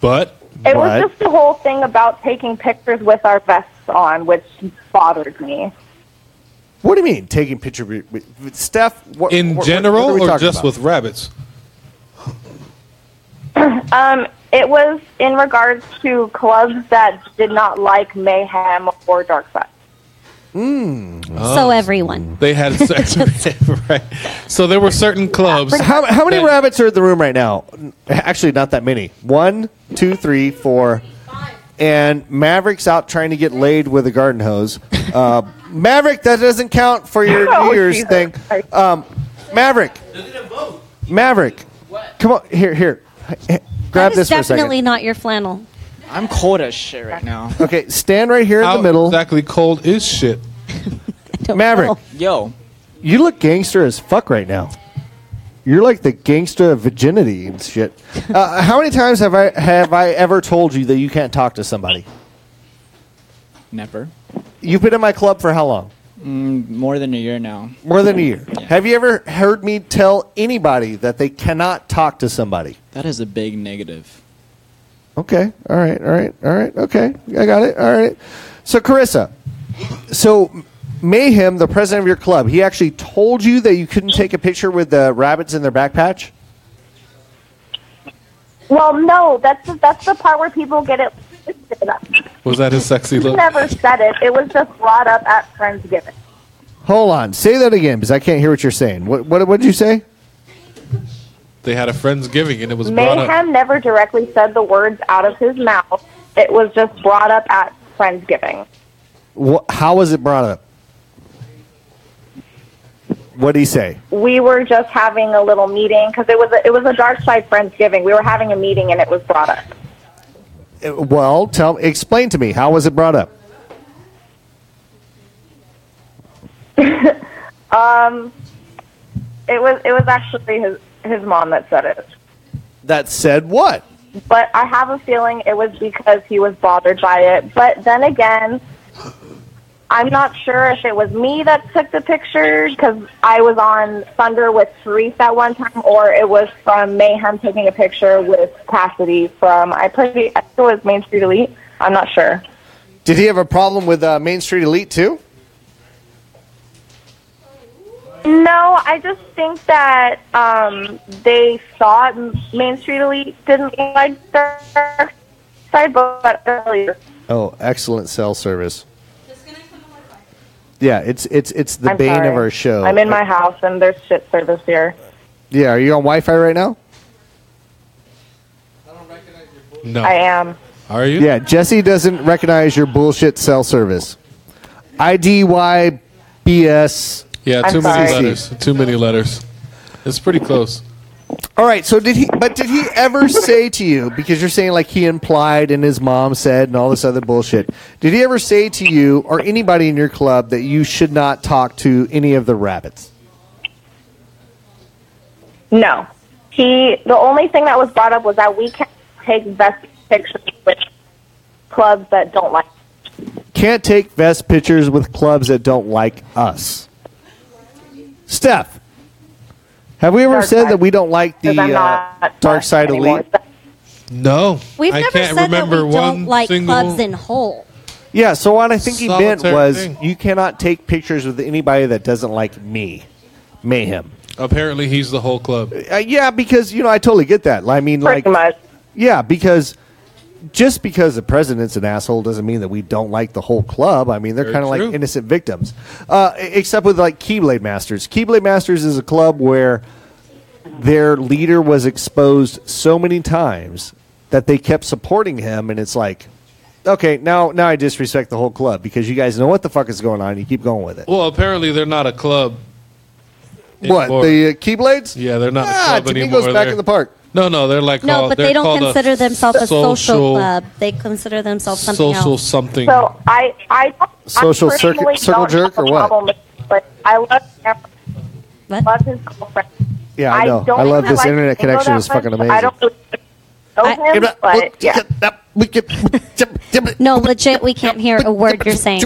E: But
N: It was just the whole thing about taking pictures with our vests on, which bothered me.
D: What do you mean taking picture with- with Steph? What,
E: in
D: what- what-
E: general
D: what are we
E: or
D: talking
E: just
D: about?
E: with rabbits?
N: um, it was in regards to clubs that did not like Mayhem or Dark Side.
D: Hmm.
E: Mm.
L: Oh.
C: So everyone.
E: They had certain right. So there were certain clubs.
D: How, how many rabbits are in the room right now? Actually, not that many. One, two, three, four. And Maverick's out trying to get laid with a garden hose. Uh, Maverick, that doesn't count for your
N: Oh,
D: New Year's
N: Jesus
D: thing. Um, Maverick. Maverick. Come on, here, here. H- h-
C: that
D: Grab
C: is
D: this for a second.
C: definitely not your flannel.
L: I'm cold as shit right now.
D: Okay, stand right here in
E: How
D: the middle.
E: Exactly, cold is shit.
D: Maverick.
L: Yo.
D: You look gangster as fuck right now. You're like the gangster of virginity and shit. Uh, how many times have I have I ever told you that you can't talk to somebody?
L: Never.
D: You've been in my club for how long?
L: Mm, more than a year now.
D: More than a year. Have you ever heard me tell anybody that they cannot talk to somebody?
L: That is a big negative.
D: Okay. All right. All right. All right. Okay. I got it. All right. So, Carissa, so Mayhem, the president of your club, he actually told you that you couldn't take a picture with the rabbits in their back patch?
N: Well, no, that's the, that's the part where people get it. He
E: Was that his sexy look?
N: never said it. It was just brought up at Friendsgiving.
D: Hold on. Say that again because I can't hear what you're saying. What, what, what did you say?
E: They had a friendsgiving and it was brought up.
N: Mayhem never directly said the words out of his mouth. It was just brought up at Friendsgiving.
D: Wha how was it brought up? What did he say?
N: We were just having a little meeting because it was a, it was a dark side Friendsgiving. We were having a meeting and it was brought up.
D: Uh, Well, tell explain to me how was it brought up?
N: Um, it was it was actually his his mom that said it.
D: That said, what?
N: but I have a feeling it was because he was bothered by it. But then again, I'm not sure if it was me that took the picture because I was on Thunder with Therese at one time, or it was from Mayhem taking a picture with Cassidy from I pretty I think it was Main Street Elite. I'm not sure.
D: Did he have a problem with uh, Main Street Elite too?
N: No, I just think that um, they thought Main Street Elite didn't like their side, but earlier.
D: Oh, excellent cell service. Yeah, it's it's it's the
N: I'm
D: bane
N: sorry.
D: of our show.
N: I'm in my house and there's shit service here.
D: Yeah, are you on Wi-Fi right now?
E: No.
N: I am.
E: Are you?
D: Yeah, Jesse doesn't recognize your bullshit cell service. IDY BS.
E: Yeah, too many letters. Too many letters. It's pretty close.
D: All right, so did he but did he ever say to you because you're saying like he implied and his mom said and all this other bullshit. Did he ever say to you or anybody in your club that you should not talk to any of the rabbits?
N: No. He the only thing that was brought up was that we can't take best pictures with clubs that don't like
D: Can't take best pictures with clubs that don't like us. Steph, have we ever
N: Dark
D: said
N: side.
D: that we don't like the
N: 'Cause I'm
D: uh,
N: not
D: dark side elite?
E: No,
C: We've
D: I
C: never
D: can't
C: said that we
D: remember
C: don't
D: one
C: like
D: single-
C: clubs in whole.
D: Yeah, so what I think he meant
E: Solitary
D: was
E: thing.
D: you cannot take pictures with anybody that doesn't like me. Mayhem.
E: Apparently, he's the whole club.
D: Uh, yeah, because you know I totally get that. I mean, like, yeah, because just because the president's an asshole doesn't mean that we don't like the whole club. I mean, they're
O: Very
D: kind of like
O: true.
D: innocent victims, uh, e- except with like Keyblade Masters. Keyblade Masters is a club where their leader was exposed so many times that they kept supporting him, and it's like. Okay, now now I disrespect the whole club because you guys know what the fuck is going on. You keep going with it.
E: Well, apparently they're not a club.
D: What the uh, Keyblades?
E: Yeah, they're not
D: Ah,
E: a club
D: Domingo's
E: anymore.
D: back
E: They're-
D: in the park.
E: No, no, they're like
C: No,
E: called-
C: but
E: they're
C: they don't
E: called a
C: consider themselves a social, club. They consider themselves something
E: Social
C: else.
E: something.
N: So I I don't-
E: Social
N: I
E: circuit-
N: personally
E: circle
N: don't
E: jerk
N: have a
E: or what?
N: problem with- But I love him. Love his girlfriend.
D: Yeah, I know. I,
N: don't
D: love
N: really
D: this
N: like
D: internet
N: Domingo
D: connection.
N: that
D: It's fucking
N: much.
D: amazing.
N: I don't really know him, but yeah.
C: No, legit, we can't hear a word you're saying.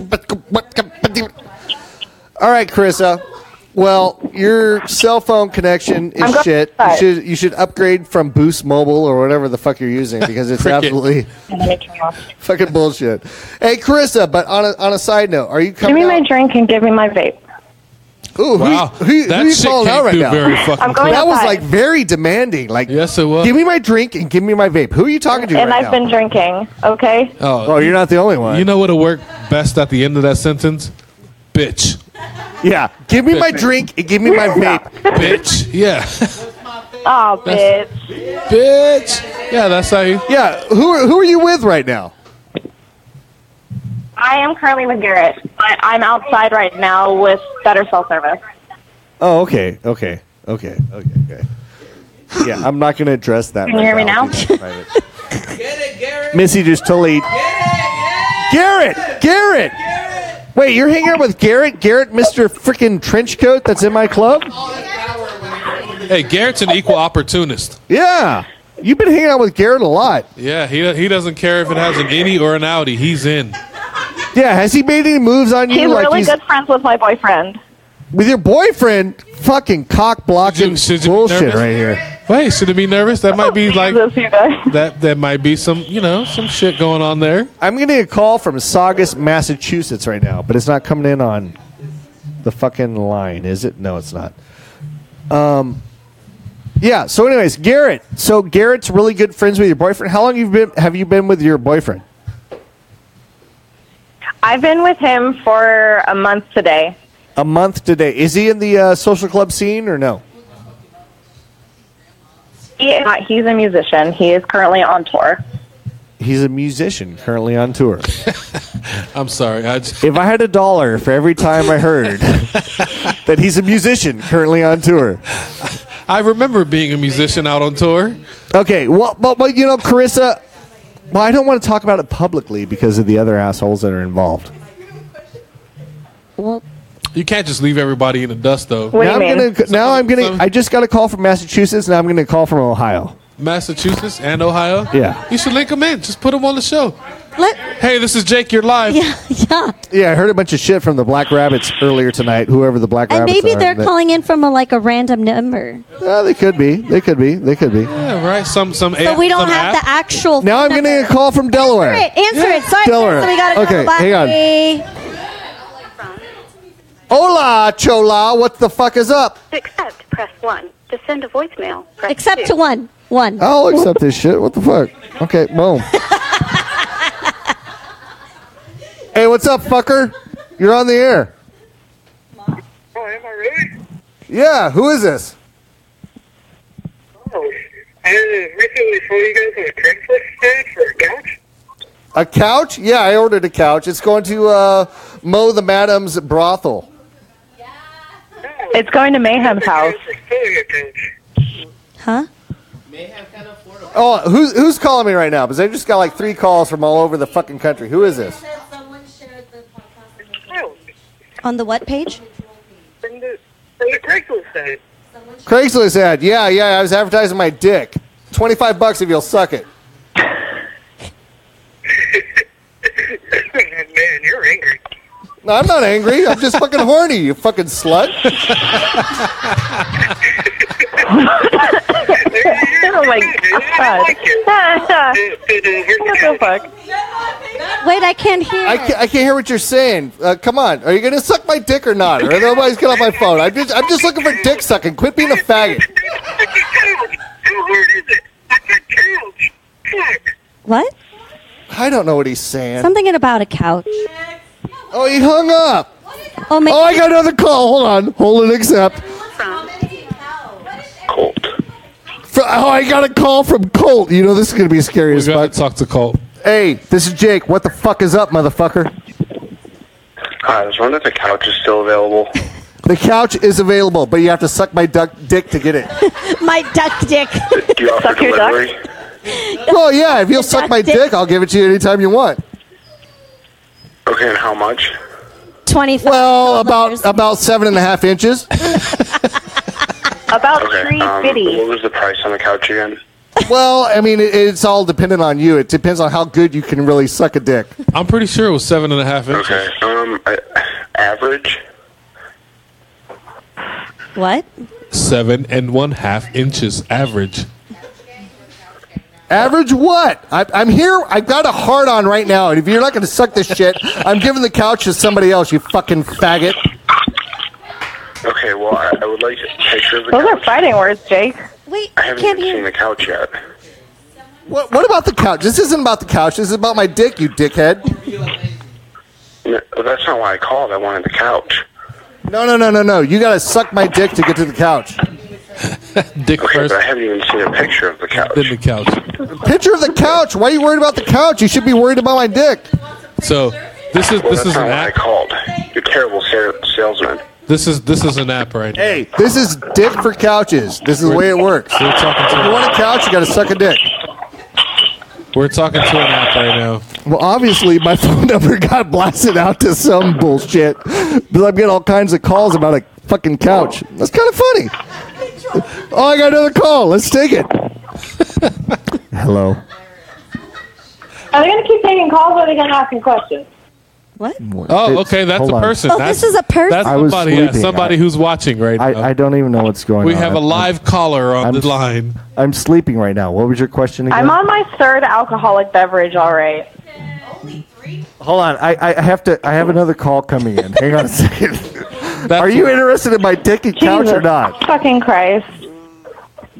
D: All right, Carissa. Well, your cell phone connection
C: I'm
D: is
C: going
D: shit. You
C: outside.
D: should you should upgrade from Boost Mobile or whatever the fuck you're using because it's
E: Cricket.
D: absolutely fucking bullshit. Hey, Carissa, but on a, on a side note, are you
N: Give
D: coming?
N: me
D: out-
N: my drink and give me my vape.
D: Ooh, who-
E: Wow,
D: who, who,
E: that
D: you
E: shit
D: calling
E: came
D: out right
E: through
D: now?
E: very fucking
N: I'm going
D: that was
N: outside.
D: like very demanding. Like,
E: yes, it was.
D: Give me my drink and give me my vape. Who are you talking to?
N: And
D: right
N: I've
D: now?
N: been drinking, okay?
E: Oh,
D: you're not the only one.
E: You know what'll work best at the end of that sentence? Bitch.
D: Yeah. Give me my drink and give me my vape.
E: Bitch. Yeah.
N: Oh, bitch.
E: Bitch. Yeah, that's how you.
D: Yeah. Who are, who are you with right now?
N: I am currently with Garrett, but I'm outside right now with better cell service.
D: Oh, okay, okay, okay, okay, okay. Yeah, I'm not going to address that.
N: Can you
D: right
N: hear me now?
D: I'll keep it private. Missy just totally. Garrett, Garrett. Wait, you're hanging out with Garrett? Garrett, Mr. Freaking Trenchcoat that's in my club?
E: Hey, Garrett's an equal opportunist.
D: Yeah. You've been hanging out with Garrett a lot.
E: Yeah, he, he doesn't care if it has an innie or an outie. He's in.
D: Yeah, has he made any moves on you?
N: He's
D: like
N: really
D: he's
N: good friends with my boyfriend.
D: with your boyfriend? Fucking cock blocking bullshit
E: nervous?
D: right here.
E: Wait, should it be nervous? That might be like that. That might be some, you know, some shit going on there.
D: I'm getting a call from Saugus, Massachusetts right now, but it's not coming in on the fucking line, is it? No, it's not. Um, yeah. So, anyways, Garrett. So Garrett's really good friends with your boyfriend. How long you've been? Have you been with your boyfriend?
N: I've been with him for a month today.
D: A month today. Is he in the uh, social club scene or no?
N: He, uh, he's a musician. He is currently on tour.
D: He's a musician currently on tour.
E: I'm sorry. I just,
D: if I had a dollar for every time I heard that he's a musician currently on tour.
E: I remember being a musician out on tour.
D: Okay, well, but, but you know, Carissa, well, I don't want to talk about it publicly because of the other assholes that are involved.
C: Well,
E: You can't just leave everybody in the dust, though.
D: now I'm gonna. Now I'm gonna. I just got a call from Massachusetts. Now I'm gonna call from Ohio.
E: Massachusetts and Ohio.
D: Yeah.
E: You should link them in. Just put them on the show. hey, this is Jake. You're live.
C: Yeah, yeah.
D: Yeah, I heard a bunch of shit from the Black Rabbits earlier tonight. Whoever the Black
C: And
D: Rabbits
C: maybe
D: are,
C: they're
D: that-
C: calling in from a, like a random number.
D: Uh, they could be. They could be. They could be.
E: Yeah, right. Some some.
C: So we don't have the actual.
D: Now I'm
C: phone
D: gonna
C: number.
D: get a call from Delaware.
C: Answer it. Answer it. Sorry,
D: Delaware.
C: so we got to
D: Okay,
C: call back.
D: hang on. Hola, Chola. What the fuck is up?
O: To accept, press one. To send a voicemail, press
C: Except
O: two.
C: to one. One.
D: I'll accept this shit. What the fuck? Okay, boom. hey, what's up, fucker? You're on the air.
P: Oh, am I really?
D: Yeah, who is this?
P: Oh, I recently saw you guys on a Craigslist ad for a couch.
D: A couch? Yeah, I ordered a couch. It's going to uh, mow the madam's brothel.
Q: It's going to Mayhem's house.
C: Huh?
D: Oh, who's who's calling me right now? Because I just got like three calls from all over the fucking country. Who is this?
C: On the what page?
P: From Oh, the, from the Craigslist ad.
D: Craigslist ad. Yeah, yeah. I was advertising my dick. Twenty-five bucks if you'll suck it.
P: Man, you're angry.
D: No, I'm not angry. I'm just fucking horny. You fucking slut.
Q: oh my god. what the fuck?
C: Wait, I can't hear.
D: I can't, I can't hear what you're saying. Uh, come on, are you gonna suck my dick or not? Or otherwise, get off my phone. I'm just, I'm just looking for dick sucking. Quit being a faggot.
P: How hard is it?
C: What?
D: I don't know what he's saying.
C: Something about a couch.
D: Oh, he hung up.
C: Oh, my-
D: I got another call. Hold on. Hold and accept. Colt. Fr- oh, I got a call from Colt. You know this is gonna be scary as fuck.
E: Talk to Colt.
D: Hey, this is Jake. What the fuck is up, motherfucker?
P: Uh, I was wondering if the couch is still available.
D: The couch is available, but you have to suck my duck dick to get it.
Q: My duck dick.
P: Do you offer
Q: Suck your
P: delivery?
Q: duck.
D: well, yeah, if you'll suck my dick, I'll give it to you anytime you want.
P: Okay, and how much?
C: Twenty.
D: Well, about about seven and a half inches.
Q: About
P: Okay. Um, what was the price on the couch again?
D: well, I mean, it, it's all dependent on you. It depends on how good you can really suck a dick.
E: I'm pretty sure it was seven and a half inches.
P: Okay. Um, I, average.
C: What?
E: Seven and one half inches average.
D: Average what? I, I'm here. I've got a hard on right now, and if you're not going to suck this shit, I'm giving the couch to somebody else. You fucking faggot.
P: Okay. Well, I, I would like a picture of the
Q: Those
P: couch.
Q: are fighting words, Jake.
C: Wait,
P: I haven't even seen the couch yet.
D: What, what about the couch? This isn't about the couch. This is about my dick, you dickhead.
P: No, that's not why I called. I wanted the couch.
D: No, no, no, no, no. You got to suck my dick to get to the couch.
E: Dick
P: okay, But I haven't even seen a picture of the couch.
E: Then the couch.
D: Picture of the couch. Why are you worried about the couch? You should be worried about my dick.
E: So this is
P: well,
E: this
P: that's
E: is
P: not
E: an
P: why I
E: app.
P: called. You're a terrible sa- salesman.
E: This is this is an app right now.
D: Hey, this is dick for couches. This is the way it works.
E: We're talking
D: If
E: to
D: you want a couch, you got to suck a dick.
E: we're talking to an app right now.
D: Well, obviously, my phone number got blasted out to some bullshit because I'm getting all kinds of calls about a fucking couch. That's kind of funny. Oh, I got another call. Let's take it. Hello.
Q: Are they going to keep taking calls or are they going to ask you questions?
C: What?
E: Oh, okay, that's
D: Hold
E: a
D: on.
E: person.
D: Oh,
E: that's,
D: this is a person?
E: That's
D: I was
E: somebody, yeah,
D: sleeping.
E: somebody
D: I-
E: who's watching right now.
D: I, I don't even know what's going
E: we
D: on.
E: have a
D: I'm-
E: live caller on the line.
D: I'm sleeping right now. What was your question again?
Q: I'm on my third alcoholic beverage, all right.
D: Hold on. I, I have to. I have another call coming in. Hang on a second. Are you interested in my dick and couch or
Q: Jesus
D: not?
Q: Fucking Christ.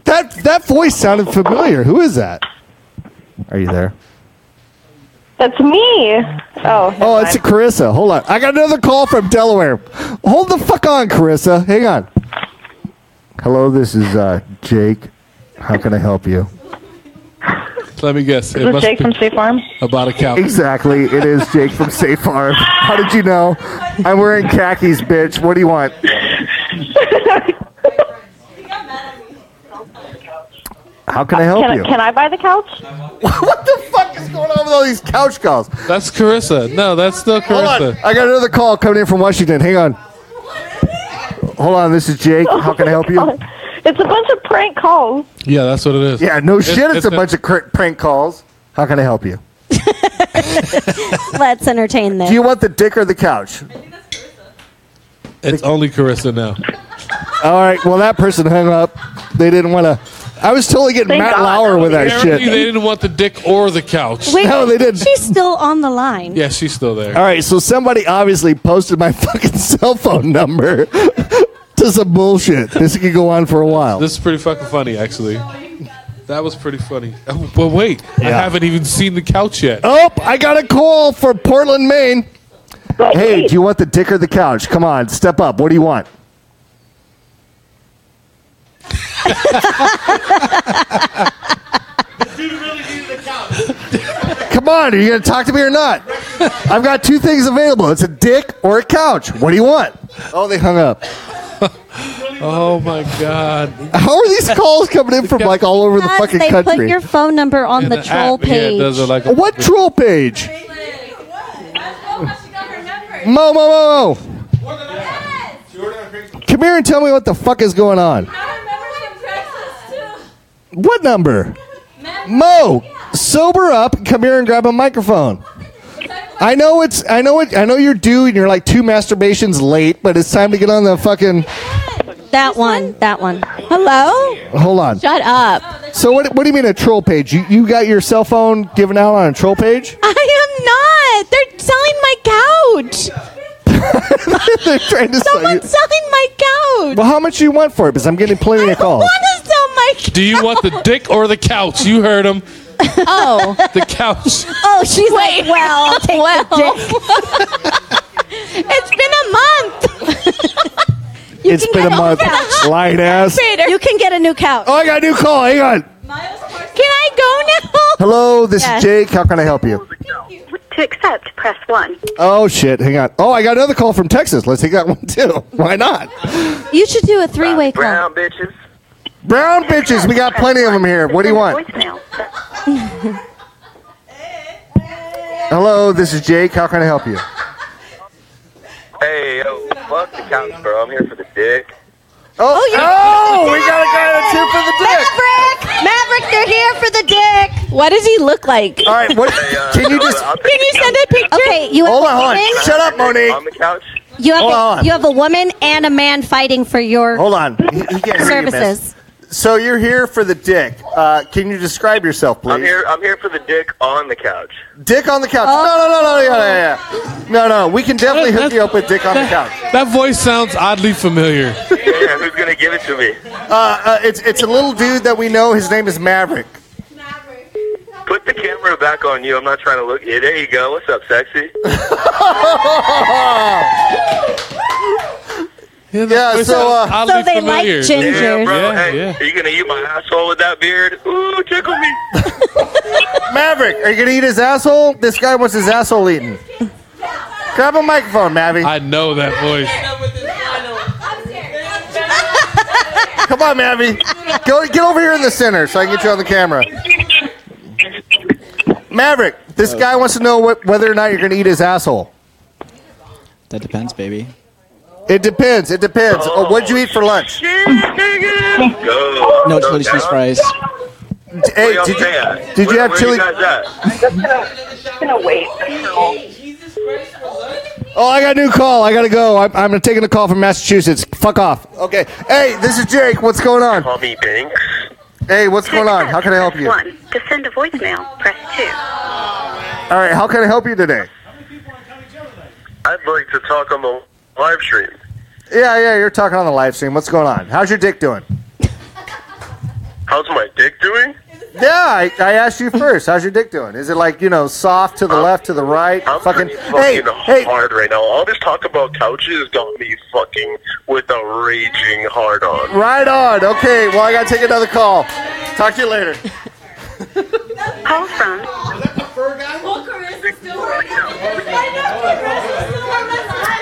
D: That that voice sounded familiar. Who is that? Are you there?
Q: That's me. Oh.
D: Oh, it's Carissa. Hold on. I got another call from Delaware. Hold the fuck on, Carissa. Hang on. Hello, this is uh, Jake. How can I help you?
E: Let me guess. It
Q: Is this
E: must
Q: Jake
E: be
Q: from State Farm?
E: about a couch.
D: Exactly. It is Jake from State Farm. How did you know? I'm wearing khakis, bitch. What do you want? How can I help
Q: Can,
D: you?
Q: can I buy the couch?
D: what the fuck is going on with all these couch calls?
E: That's Carissa. No, that's still
D: Hold on.
E: Carissa.
D: I got another call coming in from Washington. Hang on. Hold on. This is Jake. How can I help you?
Q: It's a bunch of prank calls.
E: Yeah, that's what it is.
D: Yeah, no shit. It's, a bunch of cr- prank calls. How can I help you?
C: Let's entertain this.
D: Do you want the dick or the couch?
E: It's only Carissa now.
D: All right. Well, that person hung up. They didn't want to. I was totally getting
C: Thank
D: Matt
C: God.
D: Lauer with that
E: Apparently,
D: shit.
E: They didn't want the dick or the couch.
C: She's still on the line.
E: Yeah, she's still there.
D: All right, so somebody obviously posted my fucking cell phone number to some bullshit. This could go on for a while.
E: This is pretty fucking funny, actually. That was pretty funny. Oh, but wait, I
D: Yeah.
E: haven't even seen the couch yet.
D: Oh, I got a call for Portland, Maine. Hey, do you want the dick or the couch? Come on, step up. What do you want? Come on, are you going to talk to me or not? I've got two things available. It's a dick or a couch. What do you want? Oh, they hung up.
E: Oh my god.
D: How are these calls coming in from like all over the
C: Because
D: fucking
C: they
D: country?
C: put your phone number on the, troll page.
D: what troll page? Mo, mo, mo, mo. Come here and tell me what the fuck is going on. What number? Mo, sober up. and Come here and grab a microphone. I know it's. I know it. I know you're due, and you're like two masturbations late, but it's time to get on the fucking.
C: That one. That one.
K: Hello?
D: Hold on.
K: Shut up.
D: So what? What do you mean a troll page? You you got your cell phone given out on a troll page?
K: I am not. They're selling my couch.
D: They're trying to sell you.
K: Someone's selling my couch.
D: Well, how much do you want for it? Because I'm getting plenty of calls.
K: Want to sell my couch?
E: Do you want the dick or the couch? You heard him.
K: Oh.
E: The couch.
K: Oh, she's Wait, like, well, take well. it's been a month.
C: You
D: it's
C: can
D: been a
C: get
D: month.
C: couch.
D: Light ass.
C: You can get a new couch.
D: Oh, I got a new call. Hang on.
K: Can I go now?
D: Hello, this
O: Yes.
D: is Jake. How can I help you?
O: To accept, press one.
D: Oh shit, hang on. Oh, I got another call from Texas. Let's take that one too. Why not?
C: You should do a three-way call.
O: Brown bitches.
D: Brown bitches, we got plenty of them here. What do you want?
O: Voicemail.
D: Hello, this is Jake. How can I help you?
P: Hey, yo, fuck the couch, bro. I'm here for the dick.
D: Oh,
P: you're-
D: we got a guy that's here for the dick.
K: Maverick, Maverick, they're here for the dick. What does he look like?
D: All right, what?
P: uh,
D: Can you just?
K: Can you send a picture?
C: Okay, you have
D: Hold on,
C: a
D: hold
C: woman.
D: on. Shut up, Monique.
P: On the couch.
C: You have
D: Hold
C: a,
D: on.
C: you have a woman and a man fighting for your
D: Hold on. He, he can't hear you, miss.
C: services.
D: So you're here for the dick. Uh, can you describe yourself, please?
P: I'm here. I'm here for the dick on the couch.
D: Dick on the couch. No, no, no, no, yeah, yeah, yeah. No, no, we can definitely hook you up with dick on the couch.
E: That voice sounds oddly familiar.
P: yeah, who's gonna give it to me?
D: Uh, uh, it's it's a little dude that we know. His name is Maverick.
P: Put the camera back on you. I'm not trying to look. Yeah, there you go. What's up, sexy?
D: Uh, yeah. So uh,
E: so they like
P: Yeah, bro. hey, are you gonna eat my asshole with that beard? Ooh, tickle me.
D: Maverick, are you gonna eat his asshole? This guy wants his asshole eaten. Grab a microphone, Mavy.
E: I know that voice.
D: Come on, Mavy. Go get over here in the center so I can get you on the camera. Maverick, this guy wants to know what, whether or not you're gonna eat his asshole.
L: That depends, baby.
D: It depends. It depends. Oh, what'd you eat for lunch?
P: Go.
L: No chili cheese fries.
D: Hey, did you, did you have chili? Oh, I got a new call. I gotta go. I'm, I'm taking a call from Massachusetts. Fuck off. Okay. Hey, this is Jake. What's going on?
P: Call me Banks.
D: Hey, what's going on? How can I help
O: Press
D: you? All
O: One. To send a voicemail, press two.
D: right. How can I help you today?
P: I'd like to talk on the live stream.
D: Yeah, yeah. You're talking on the live stream. What's going on? How's your dick doing?
P: How's my dick doing?
D: Yeah, I, I asked you first. How's your dick doing? Is it like you know soft to the left, to the right?
P: I'm
D: fucking.
P: pretty
D: Hey,
P: fucking hard right now. All this talk about couches got me fucking with a raging hard on.
D: right on. Okay. Well, I gotta take another call. Talk to you later.
O: Call from.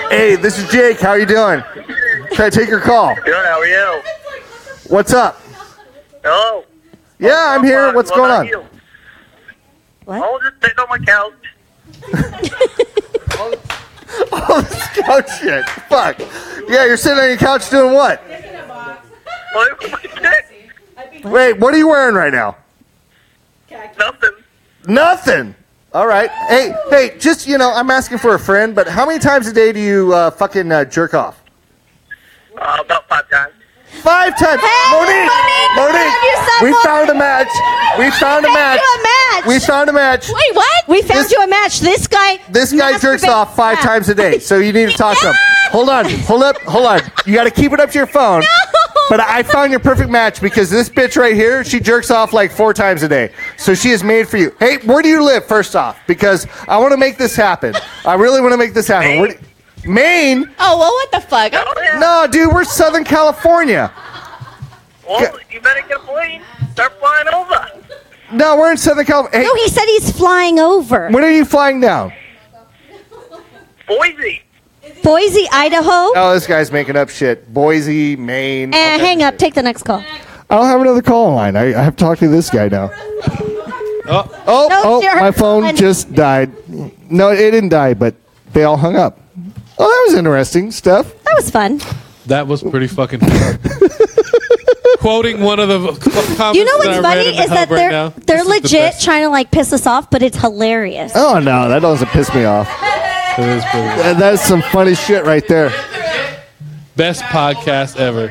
D: Hey, this is Jake. How you doing? Can I take your call?
P: Good, how are you?
D: What's up?
P: Oh,
D: Yeah, I'm here.
P: fine.
D: What's
P: What
D: going
P: about
D: on?
P: you?
N: Oh,
P: I'll just sit on my couch.
D: Oh, this couch shit. Fuck. Yeah, you're sitting on your couch doing what? Wait, what are you wearing right now? Nothing. Nothing. All right. Hey, hey, just you know, I'm asking for a friend, but how many times a day do you uh, fucking uh, jerk off?
P: Uh, about five times.
D: Five times. Monique, Monique, we found a match. We found a match.
C: you a match.
D: We found a match.
C: Wait, what? We found you a match. This guy.
D: This guy jerks
C: masturbates-
D: off five
C: Yeah.
D: times a day, so you need to talk to him. Hold on, hold up, hold on. You got to keep it up to your phone. But I found your perfect match because this bitch right here, she jerks off like four times a day. So she is made for you. Hey, where do you live, first off? Because I want to make this happen. I really want to make this happen. Where do- Maine?
I: Oh, well, what the fuck?
D: No, dude, we're Southern California.
N: oh,
Q: Well, you better get a plane. Start flying over.
D: No, we're in Southern California.
C: No, he said he's flying over.
D: When are you flying down?
Q: Boise.
C: Boise, Idaho.
D: Oh, this guy's making up shit. Boise, Maine.
C: And Eh, hang up. Take the next call.
D: I don't have another call in line. I, I have to talk to this guy now.
E: Oh,
D: oh,
C: No,
D: oh
C: sir.
D: my phone
C: And-
D: just died. No, it didn't die, but they all hung up. Oh, that was interesting, Steph.
C: That was fun.
E: That was pretty fucking. fun. Quoting one of the c- comments
C: you know what's
E: that I read
C: funny
E: in the
C: is that
E: hub right
C: they're
E: now.
C: they're
E: This is the
C: legit
E: best.
C: trying to like piss us off, but it's hilarious.
D: Oh, no, that doesn't piss me off. That- That's some funny shit right there.
E: Best podcast ever.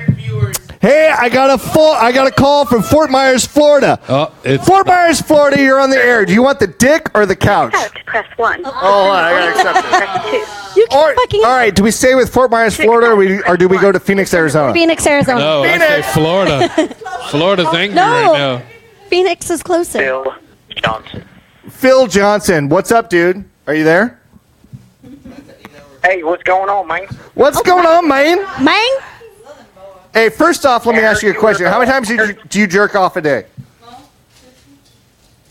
D: Hey, I got a full, I got a call from Fort Myers, Florida.
E: Oh, it's
D: Fort Myers, Florida, you're on the air. Do you want the dick or the couch?
O: Accept, press 1. Oh,
D: I gotta accept
O: it. Press 2.
C: You
D: All right, all right, do we stay with Fort Myers, Florida, or, we, or do we go to Phoenix, Arizona?
C: Phoenix, Arizona. Oh,
E: No, I say Florida. Florida's angry
C: No.
E: right now.
C: Phoenix is closer.
D: Phil Johnson, what's up, dude? Are you there?
Q: Hey, what's going on, man?
D: What's going on, man?
C: Mang?
D: Hey, first off, let me ask you a question. How many times do you, do you jerk off a day?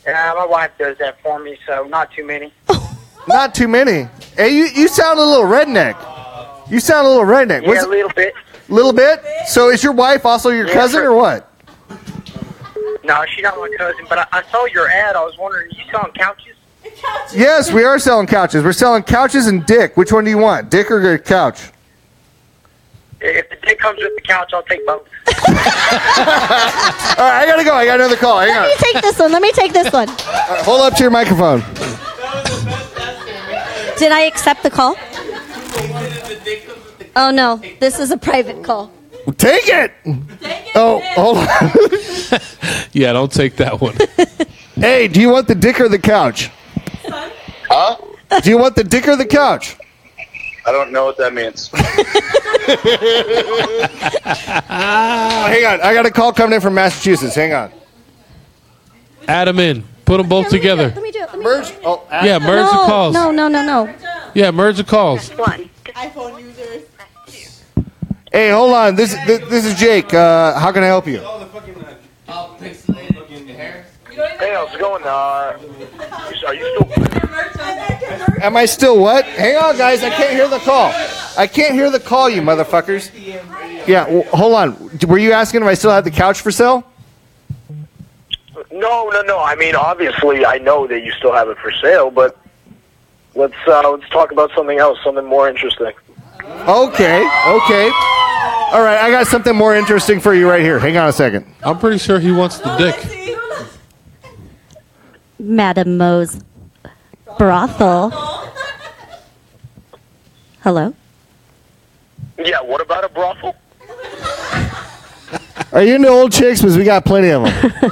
Q: Yeah, Uh, my wife does that for me, so not too many.
D: Not too many. Hey, you, you sound a little redneck. You sound a little redneck.
Q: Yeah,
D: What's-
Q: a little bit.
D: little bit? So is your wife also your
Q: Yeah,
D: cousin
Q: sure.
D: or what?
Q: No, she's not my cousin, but I, I saw your ad. I was wondering, you selling couches?
D: Yes, we are selling couches. We're selling couches and dick. Which one do you want, dick or a couch?
Q: If the dick comes with the couch, I'll take both.
D: All right, I gotta go. I got another call. Hang
C: Let
D: on.
C: me take this one. Let me take this one.
D: All right, hold up to your microphone.
C: Did I accept the call? Oh no, this is a private call.
D: Take it. Oh, hold on.
E: Yeah, don't take that one.
D: hey, do you want the dick or the couch?
P: Huh?
D: Do you want the dick or the couch?
P: I don't know what that means.
D: Oh, hang on. I got a call coming in from Massachusetts. Hang on.
E: Add them in. Put them both together.
C: Let me do it. Let me
D: merge. Oh,
E: Yeah, merge the
C: no,
E: calls.
C: No, no, no, no.
E: Yeah, merge the calls.
O: 1.
D: Hey, hold on. This this, this is Jake. Uh, how can I help you?
P: Hey, how's it going? Uh, are you still?
D: Am I still what? Hang on, guys. I can't hear the call. I can't hear the call, you motherfuckers. Yeah, w- hold on. D- Were you asking if I still had the couch for sale?
P: No, no, no. I mean, obviously, I know that you still have it for sale, but let's uh, let's talk about something else, something more interesting.
D: Okay, okay. All right, I got something more interesting for you right here. Hang on a second.
E: I'm pretty sure he wants the dick.
C: Madam Mo's brothel. Hello.
P: Yeah, what about a brothel?
D: Are you into old chicks? Because we got plenty of them.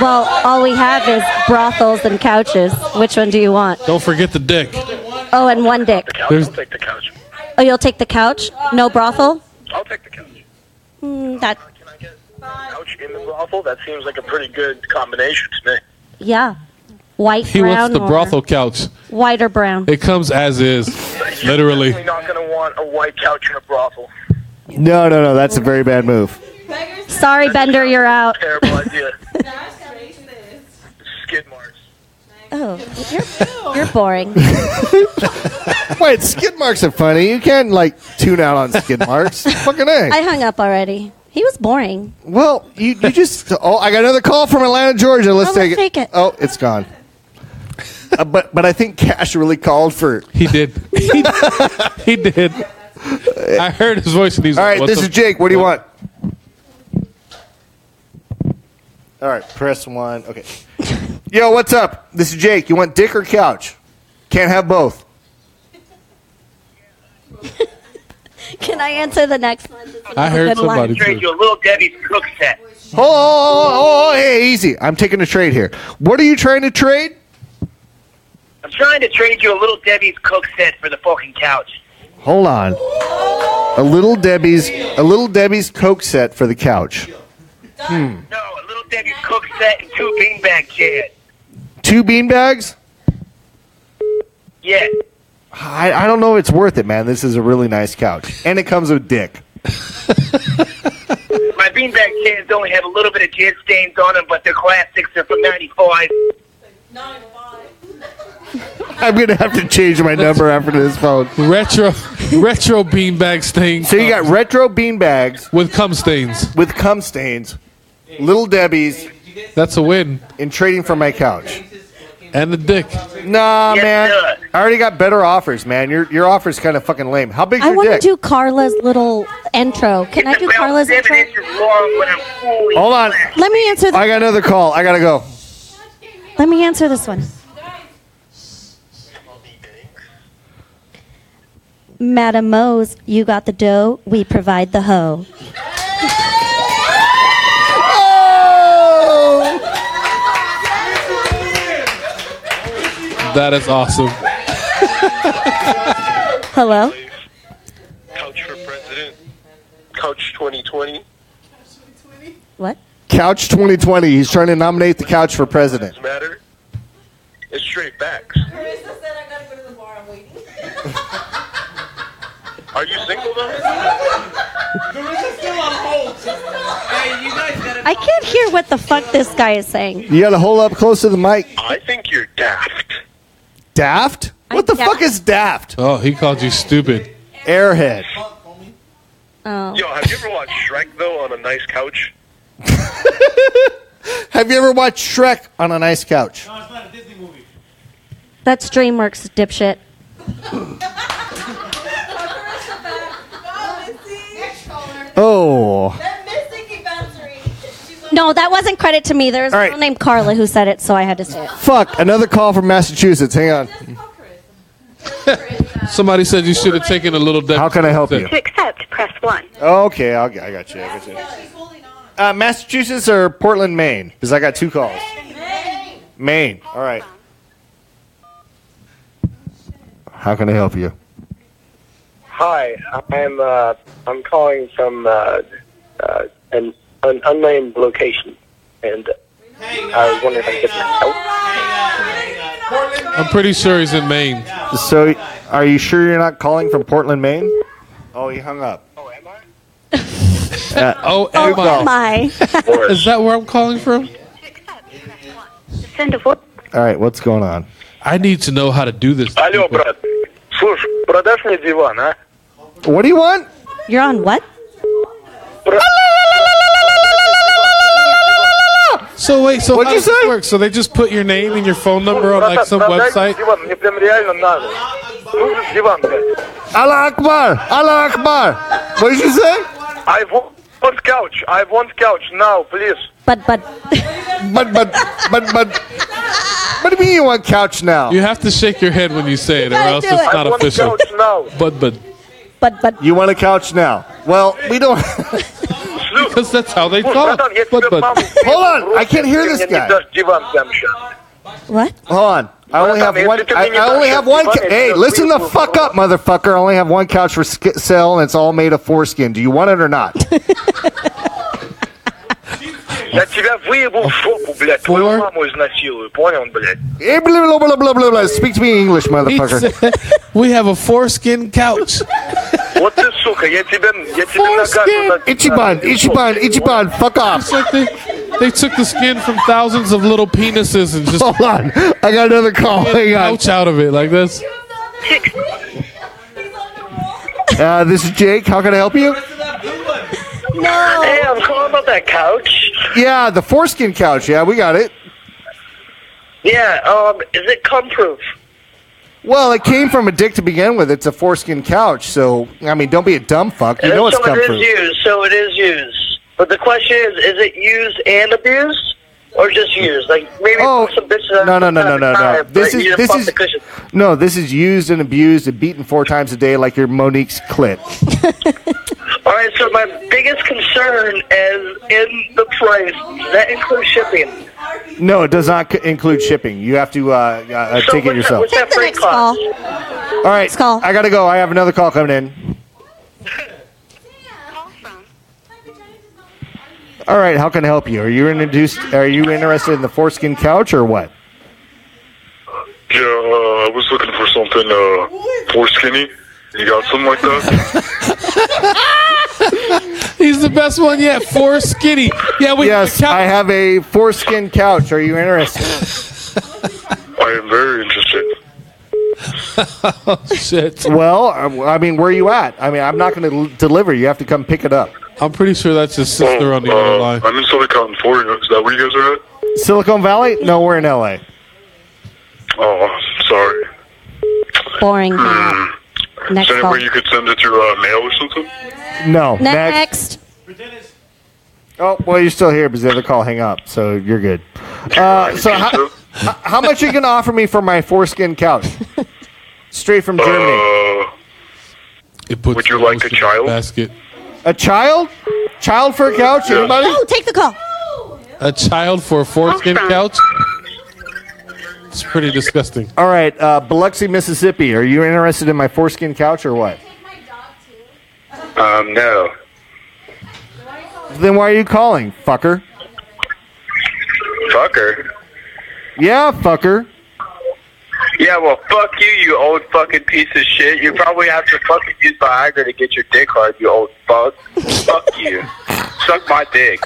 C: Well, all we have is brothels and couches. Which one do you want?
E: Don't forget the dick.
C: Oh, and one dick.
E: There's,
P: Take the couch.
C: Oh, you'll take the couch? No brothel?
P: I'll take the couch.
C: Mm, that,
P: Couch in the brothel? That seems like a pretty good combination to me.
C: yeah. White,
E: he
C: brown,
E: wants the
C: or
E: brothel couch.
C: White or brown?
E: It comes as is, literally.
P: You're not going to want a white couch in a brothel.
D: No, no, no. That's a very bad move.
C: Sorry, Bender, you're out.
P: Terrible idea. Skid marks.
C: Oh, you're, you're boring.
D: Wait, skid marks are funny. You can't like tune out on skid marks. Fucking a.
C: I hung up already. He was boring.
D: Well, you, you just. Oh, I got another call from Atlanta, Georgia. Let's
C: Oh,
D: take,
C: let's take it.
D: Oh, it's gone. Uh, but but I think Cash really called for.
E: He did. He, he did. I heard his voice and he's
D: All
E: like,
D: right,
E: "What
D: this
E: the
D: is Jake. What do you want? All right, press one. Okay. Yo, what's up? This is Jake. You want dick or couch? Can't have both.
C: Can I answer the next one? This is
E: I
C: a
E: heard
C: good one.
E: somebody
R: Trade you a little Debbie's cook set.
D: Oh, oh, oh, oh, hey, easy. I'm taking a trade here. What are you trying to trade?
R: I'm trying to trade you a little Debbie's cook set for the fucking couch.
D: Hold on. A little Debbie's, a little Debbie's Coke set for the couch. Hmm.
R: Little Debbie's cook set and two beanbag chairs.
D: Two beanbags?
R: Yeah.
D: I, I don't know if it's worth it, man. This is a really nice couch, and it comes with dick.
R: My beanbag chairs only have a little bit of jizz stains on them, but they're classics. They're from '95.
D: I'm gonna have to change my number after this phone.
E: Retro, retro beanbag stain.
D: So you got retro beanbags
E: with cum stains.
D: With cum stains, little Debbie's.
E: That's a win.
D: In trading for my couch.
E: And the dick.
D: Nah, man. I already got better offers, man. Your your offer's kind of fucking lame. How big's
C: I
D: your
C: want to
D: dick?
C: do Carla's little intro. Can I do Carla's intro?
D: Hold on.
C: Let me answer. The-
D: I got another call. I gotta go.
C: Let me answer this one. Madam Mose, you got the dough, we provide the hoe.
D: Oh!
E: That is awesome.
C: Hello?
N: Couch for president. Couch 2020.
C: What?
D: Couch 2020. He's trying to nominate the couch for president.
N: Matter. It's straight facts. Are you single
C: I can't hear what the fuck this guy is saying.
D: You gotta hold up close to the mic.
N: I think you're daft.
D: Daft? What the fuck is daft?
E: Oh, he called you stupid.
D: Airhead.
C: Oh.
N: Yo, have you ever watched Shrek though on a nice couch?
D: Have you ever watched Shrek on a nice couch?
C: That's DreamWorks, dipshit.
D: Oh.
C: No, that wasn't credit to me. There was
D: All
C: a
D: right.
C: girl named Carla who said it, so I had to say it.
D: Fuck. Another call from Massachusetts. Hang on.
E: Somebody said you should have taken a little dick. How
D: can I help you?
H: To accept, press one.
D: Okay, I'll, I got you. I got you. Uh, Massachusetts or Portland, Maine? Because I got two calls. Maine. All right. How can I help you?
N: Hi, I'm uh, I'm calling from uh, uh, an, an unnamed location, and I was wondering if I could get some help.
E: I'm pretty sure he's in Maine.
D: So, are you sure you're not calling from Portland, Maine? Oh, he hung up. Uh,
E: oh,
D: am I?
E: Is that where I'm calling from?
H: Send a voice.
D: All right, what's going on?
E: I need to know how to do this.
N: Алло, брат. Слушай, продашь мне диван, а?
D: What do you want?
C: You're on what?
E: So wait, so
N: What'd
E: how
N: you
E: does this work? So they just put your name and your phone number on
N: Братан,
E: like some
N: продай мне
E: website?
N: диван, мне прям реально надо. Нужен диван, блядь.
D: Allah Akbar! Allah Akbar! Ah, What did you say?
N: I want, want couch. I want couch now, please.
C: But, but.
D: but, but, but, but. What do you mean you want couch now?
E: You have to shake your head when you say it, or
D: gotta
E: else
D: do
E: it's
D: it.
E: not
D: I want
E: official.
D: couch now.
E: But but
C: But but
D: you want a couch now? Well, we don't.
E: because that's how they
N: Слушай,
E: talk.
N: братан, я
E: But
N: тебе маму
E: but
D: Hold on, I can't hear
N: ты
D: this
N: мне
D: guy.
N: не дашь диван прямо сейчас.
C: What?
D: Hold on. I only have
N: If
D: one.
N: you can
D: I,
N: give me
D: I only
N: that
D: have
N: shit,
D: one.
N: you
D: Ca-
N: want it,
D: hey,
N: so
D: listen the
N: please
D: fuck up, motherfucker! I only have one couch for sk- sale, and it's all made of foreskin. Do you want it or not?
N: Я тебя выебу в жопу, блядь. Твою маму изнасилую, понял, блядь?
D: Eh, blah, blah, blah, blah, blah, blah. Speak to me English, motherfucker.
E: said, we have a foreskin couch.
N: Вот ты, сука, я тебя, я тебе нагажу. на-
D: Ichiban, Ichiban, Ichiban, fuck off.
E: It's like they, they took the skin from thousands of little penises and just
D: Hold on, I got another call. Hang on.
E: couch out of it like this.
D: Uh, this is Jake. How can I help you?
N: No. Hey, I'm calling about that couch.
D: Yeah, the foreskin couch. Yeah, we got it.
N: Yeah, um, is it cum proof?
D: Well, it came from a dick to begin with. It's a foreskin couch, so I mean, don't be a dumb fuck. You know it's
N: so
D: come
N: it is
D: from.
N: used. So it is used. But the question is, is it used and abused?
Q: or just yours? Like maybe
D: Oh,
Q: some bitches.
D: No, no, no, no, no, no. This is this is
Q: Cushion.
D: no. This is used and abused and beaten four times a day, like your Monique's clit.
Q: All right. So my biggest concern is in the price. Does that includes shipping?
D: No, it does not c- include shipping. You have to uh, uh,
Q: so
D: take it
Q: what's That,
D: yourself.
Q: what's that freight cost?
D: All right, I gotta go. I have another call coming in. All right, how can I help you? Are you introduced? Are you interested in the foreskin couch or what?
R: Yeah, uh, I was looking for something uh, more skinny. You got something like that?
E: He's the best one yet. Four skinny. Yeah, we
D: yes, I have a foreskin couch. Are you interested?
R: I am very interested.
E: Oh, Shit.
D: Well, uh, I I mean, where are you at? I mean, I'm not going to deliver. You have to come pick it up.
E: I'm pretty sure that's his sister on the other
R: Uh,
E: line.
R: I'm in Silicon 4. Is that where you guys are at?
D: Silicon Valley? No, we're in LA.
R: Oh, sorry.
C: Boring.
R: Is
C: Next
R: there any
C: call.
R: way you could send it through uh, mail or something?
D: No.
C: Ne- next.
D: Oh, well, you're still here because the other call hang up, so you're good. Uh, so, how, h- how much are you going to offer me for my foreskin couch? Straight from Germany.
R: Would you like a child?
E: Basket.
D: A child? Child for a couch? Anybody?
K: No, take the call.
E: A child for a foreskin couch? It's pretty disgusting.
D: All right, uh, Biloxi, Mississippi. Are you interested in my foreskin couch or what?
P: Um, no.
D: Then why are you calling, fucker?
P: Fucker.
D: Yeah, fucker.
P: Yeah, well, fuck you, you old fucking piece of shit. You probably have to fucking use Viagra to get your dick hard, you old fuck. fuck you. Suck my dick.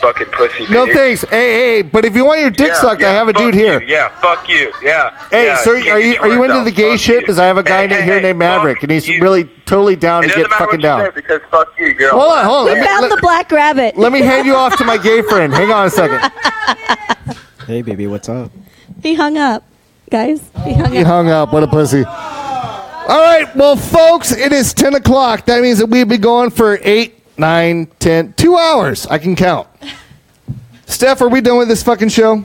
P: Fucking pussy.
D: No
P: bitch.
D: thanks. Hey, hey, but if you want your dick
P: Yeah,
D: sucked, I
P: yeah,
D: have a
P: fuck
D: dude
P: you.
D: here.
P: Yeah, fuck you. Yeah.
D: Hey,
P: yeah,
D: sir,
P: can't
D: are you
P: get
D: are you
P: your
D: into
P: words
D: the
P: out.
D: gay shit? Because I have a guy in here named Maverick, and he's really totally down
P: It
D: to
P: doesn't
D: get
P: matter
D: fucking
P: what you say
D: down.
P: because fuck you, girl.
D: Hold on, hold on.
K: We found the black rabbit.
D: Let me hand you off to my gay friend. Hang on a second.
S: Hey, baby, what's up?
K: He hung up, guys. He hung
D: He
K: up.
D: hung up. What a pussy. All right, well, folks, it is ten o'clock. That means that we've been going for eight, nine, ten, two hours. I can count. Steph, are we done with this fucking show?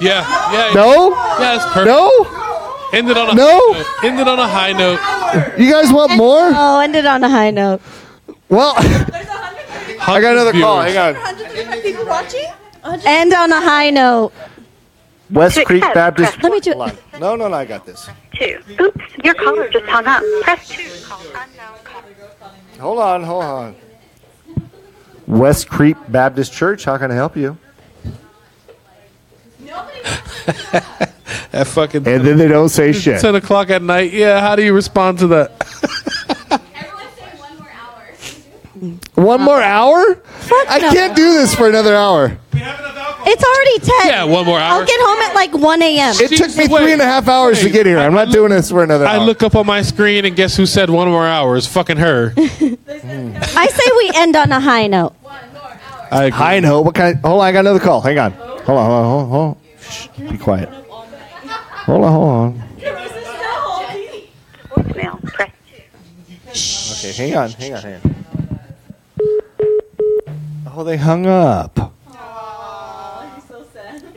E: Yeah, yeah.
D: No?
E: Yeah, it's perfect.
D: No?
E: Ended on a
D: No?
E: high note. Ended on a high note.
D: You guys want more?
K: Oh, ended on a high note.
D: Well, I got another call. Hang on.
K: People watching? End on a high note.
D: West
K: Wait,
D: Creek
K: Ted,
D: Baptist.
K: Let me do
D: Hold on. No, no, no, I got this.
O: Two. Oops, your caller just hung up. Press two.
D: Hold on, hold on. West Creek Baptist Church. How can I help you?
E: That fucking.
D: And then they don't say shit.
E: Ten o'clock at night. Yeah. How do you respond to that?
D: One more hour? I
C: no.
D: can't do this for another hour.
C: It's already 10.
E: Yeah, one more hour.
C: I'll get home at like 1 a.m.
D: It took me three and a half hours to get here. I'm not doing this for another
E: I
D: hour.
E: look up on my screen and guess who said one more hour? It's fucking her.
C: I say we end on a high note.
E: I,
D: know. What kind? Of, hold on, I got another call. Hang on. Hold on, hold on, hold on. Shh, be quiet. Hold on, hold on.
O: Voicemail. Press
D: Okay, hang on, hang on, hang on. Oh, they hung up.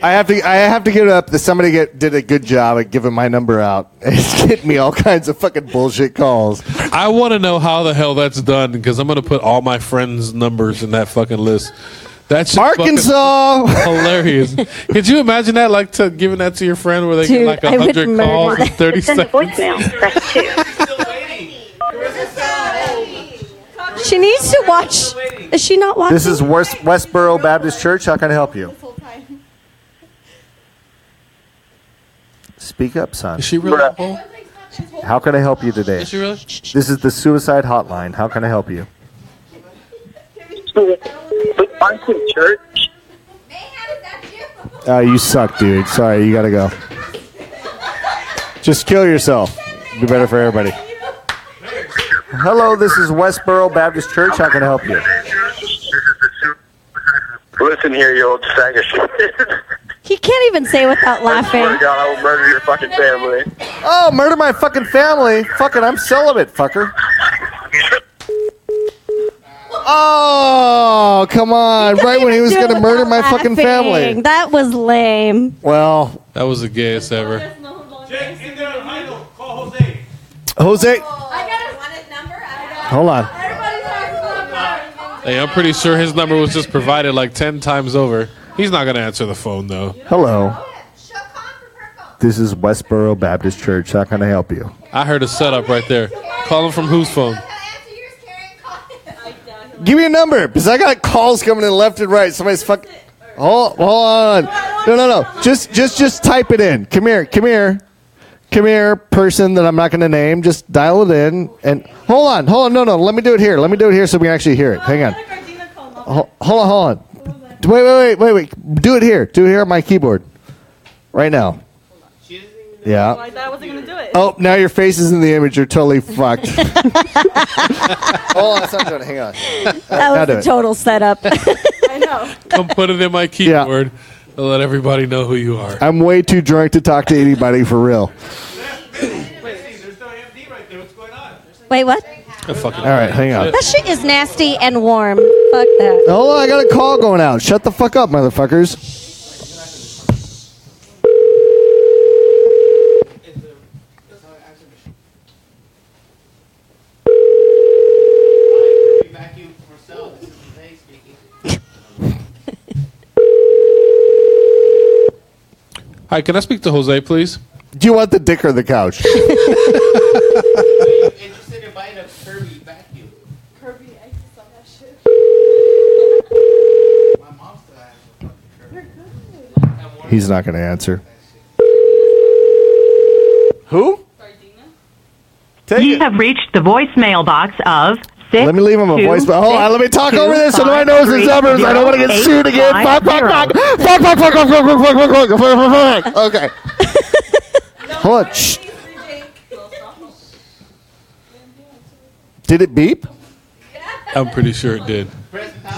D: I have to. I have to give it up that somebody get, did a good job at giving my number out. It's getting me all kinds of fucking bullshit calls.
E: I want to know how the hell that's done because I'm gonna put all my friends' numbers in that fucking list. That's
D: Arkansas.
E: hilarious. Could you imagine that? Like to giving that to your friend where they get
O: Dude,
E: like
O: I would
E: hundred
O: murder
E: calls in
O: that.
E: thirty
O: Send a
E: seconds.
O: voicemail. Press two.
C: She needs to watch. Is she not watching?
D: This is West, Westboro Baptist Church. How can I help you? Speak up, son.
E: Is she really? full?
D: How can I help you today?
E: Is she really?
D: This is the suicide hotline. How can I help you?
Q: But aren't you church?
D: Uh, you suck, dude. Sorry, you gotta go. Just kill yourself. Be better for everybody. Hello, this is Westboro Baptist Church. How can I help you?
P: Listen here, you old sack of shit.
C: He can't even say without
P: Swear to
C: laughing.
P: God, I will murder your fucking family.
D: Oh, murder my fucking family. Fucking, I'm celibate, fucker. Oh, come on! Right when he was going to murder my fucking family.
C: That was lame.
D: Well,
E: That was the gayest ever.
D: Jose. Hold on.
E: Hey, I'm pretty sure his number was just provided like 10 times over. He's not going to answer the phone, though.
D: Hello. This is Westboro Baptist Church. How can I help you?
E: I heard a setup right there. Call him from whose phone?
D: Give me a number because I got calls coming in left and right. Somebody's fuck. Hold, hold on. No, no, no. Just, just, just type it in. Come here. Come here. Come here, person that I'm not going to name. Just dial it in and hold on. Hold on. No, no. Let me do it here. Let me do it here so we can actually hear it. Hang on. Ho- Hold on. Hold on. Wait, wait, wait, wait, wait. Do it here. Do it here on my keyboard. Right now. Yeah.
I: I wasn't gonna do it.
D: Oh, now your face is in the image. You're totally fucked. Hold on, it's not doing it. Hang on.
C: That
E: do
C: was
E: it.
C: a total setup. I know.
E: Come put it in my keyboard and let everybody know who you are.
D: I'm way too drunk to talk to anybody for real.
C: Wait, what?
D: All right, hang on.
C: That shit is nasty and warm. Fuck that.
D: Hold on, I got a call going out. Shut the fuck up, motherfuckers.
E: Hi, can I speak to Jose, please?
D: Do you want the dick or the couch? He's not going to answer. Who?
T: you have reached the voicemail box of six. Let me
D: leave him a voice. Oh, let me talk over this so nobody knows his numbers. I don't want to get sued again. Fuck, fuck, fuck. Fuck, fuck, fuck, fuck, fuck, fuck, fuck, fuck, fuck, fuck, fuck, fuck. Okay. Hold on. Shh. Did it beep?
E: I'm pretty sure it did.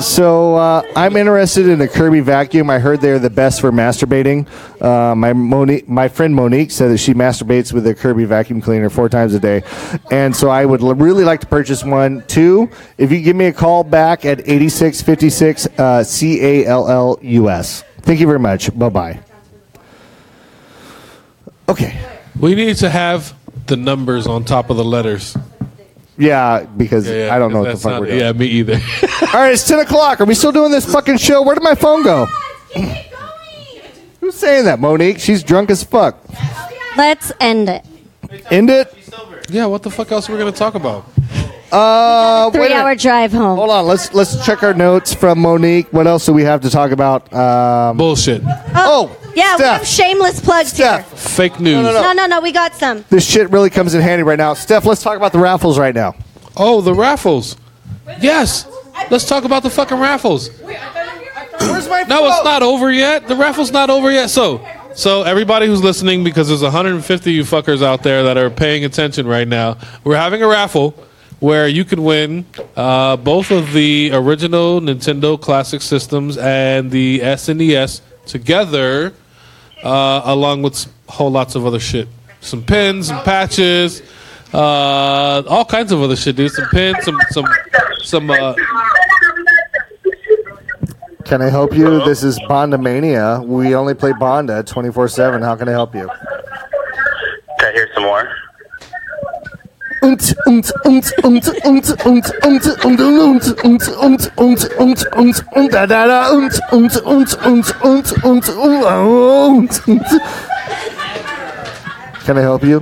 D: So uh, I'm interested in a Kirby vacuum. I heard they're the best for masturbating. Uh, my Moni- my friend Monique said that she masturbates with a Kirby vacuum cleaner four times a day, and so I would l- really like to purchase one. Two, if you give me a call back at 8656 uh, C A L L U S. Thank you very much. Bye bye.
E: We need to have the numbers on top of the letters.
D: Yeah, because I don't know what the
E: That's
D: fuck
E: not-
D: we're doing.
E: Yeah, me either.
D: All right, it's ten o'clock. Are we still doing this fucking show? Where did my phone go? Who's saying that, Monique? She's drunk as fuck.
C: Let's end it.
D: End it.
E: Yeah, what the fuck else are we gonna talk about?
D: Uh,
C: Three hour drive home.
D: Hold on, let's let's check our notes from Monique. What else do we have to talk about? Um,
E: Bullshit.
D: Oh,
C: yeah, we have shameless plugs here.
E: Fake news.
D: No, no, no.
C: no, no, we got some.
D: This shit really comes in handy right now. Steph, let's talk about the raffles right now.
E: Oh, the raffles. Yes. Let's talk about the fucking raffles.
D: Where's my
E: No, it's not over yet. The raffle's not over yet. So, so everybody who's listening, because there's 150 of you fuckers out there that are paying attention right now, we're having a raffle where you can win uh, both of the original Nintendo Classic systems and the SNES together, uh, along with s- whole lots of other shit, some pins, some patches, uh, all kinds of other shit, dude. Some pins, some some some. Uh,
D: Can I help you? This is Bondamania. We only play Bonda 24 7. How can I help you?
R: Can I hear some more?
D: Unt, unt, unt, unt, unt, unt, unt, unt, unt, unt, unt, unt, unt, unt, unt, da, da, da, unt, unt, unt, unt, unt, unt, unt, unt, unt. Can I help you?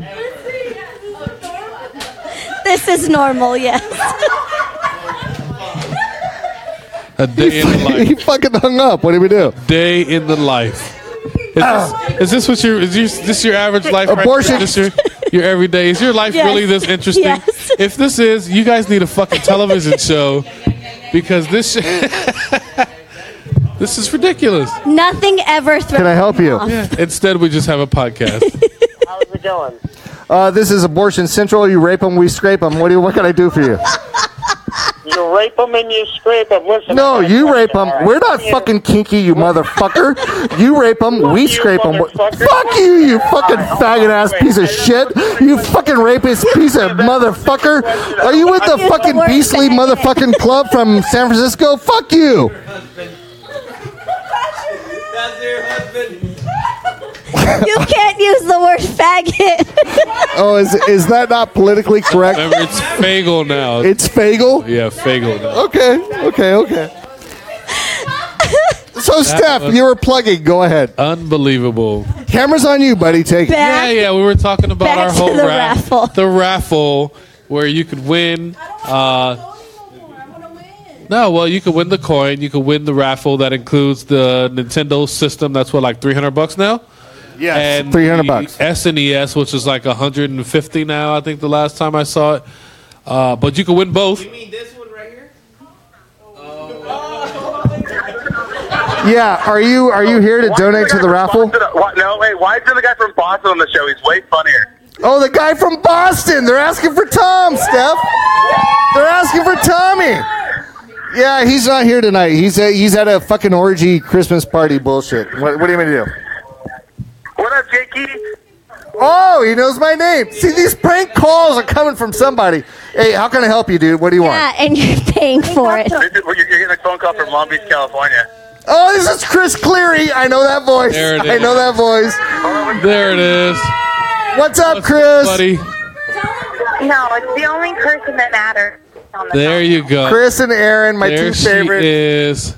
C: This is normal, yes.
E: A day in the life.
D: He fucking hung up. What did we do?
E: Day in the life. Is this, is this what your is your, this your average life? right here?
D: Ah. Abortion.
E: This your, your everyday? Is your life
D: Yes.
E: really this interesting?
D: Yes.
E: If this is, you guys need a fucking television show because this shit, this is ridiculous.
C: Nothing ever throws
D: Can I help you?
E: Yeah. Instead, we just have a podcast.
D: Uh, this is Abortion Central. You rape them, we scrape them. What, do you, what can I do for you?
Q: You rape them and you scrape them. Listen.
D: No,
Q: I'm
D: you
Q: fucking
D: rape them.
Q: alright.
D: We're not
Q: You-
D: fucking kinky, you motherfucker. You rape them. We scrape them. Fuck you, you fucking faggot ass piece of shit. You fucking rapist piece of motherfucker. Are you with the fucking beastly motherfucking club from San Francisco? Fuck you.
C: you can't use the word faggot.
D: Oh, is is that not politically correct?
E: Remember, it's Fagel now.
D: It's Fagel?
E: Yeah, Fagel now.
D: Okay, okay, okay. So,
E: That
D: Steph,
E: was-
D: you were plugging. Go ahead.
E: Unbelievable.
D: Cameras on you, buddy. Take it.
E: yeah, yeah. We were talking about
D: back
E: our
D: to
E: whole
D: the
E: raff-
D: raffle.
E: the raffle where you could win. Uh, no, well, you could win the coin. You could win the raffle that includes the Nintendo system. That's what, like three hundred bucks now.
D: Yes,
E: and
D: 300
E: the
D: bucks.
E: SNES, which is like hundred and fifty now. I think the last time I saw it. Uh, but you could win both.
D: Yeah, are you are you here to donate to the raffle?
P: Why, no, wait. Why isn't the guy from Boston on the show? He's way funnier.
D: Oh, the guy from Boston. They're asking for Tom, Steph. They're asking for Tommy. Yeah, he's not here tonight. He's at, he's at a fucking orgy Christmas party bullshit. What, what do you mean to do?
P: What up, Jakey?
D: Oh, he knows my name. See, these prank calls are coming from somebody. Hey, how can I help you, dude? What do you want?
C: yeah, and you're paying for it.
P: This is- well, You're, you're getting a phone call from Long Beach, California.
D: Oh, this is Chris Cleary. I know that voice.
P: There it
D: I
P: is.
D: know that voice.
E: There it is.
D: What's up, Chris?
E: buddy?
O: No, it's the only person that matters.
E: There you go.
D: Chris and Aaron, my
E: There
D: two
E: she
D: favorites.
E: is.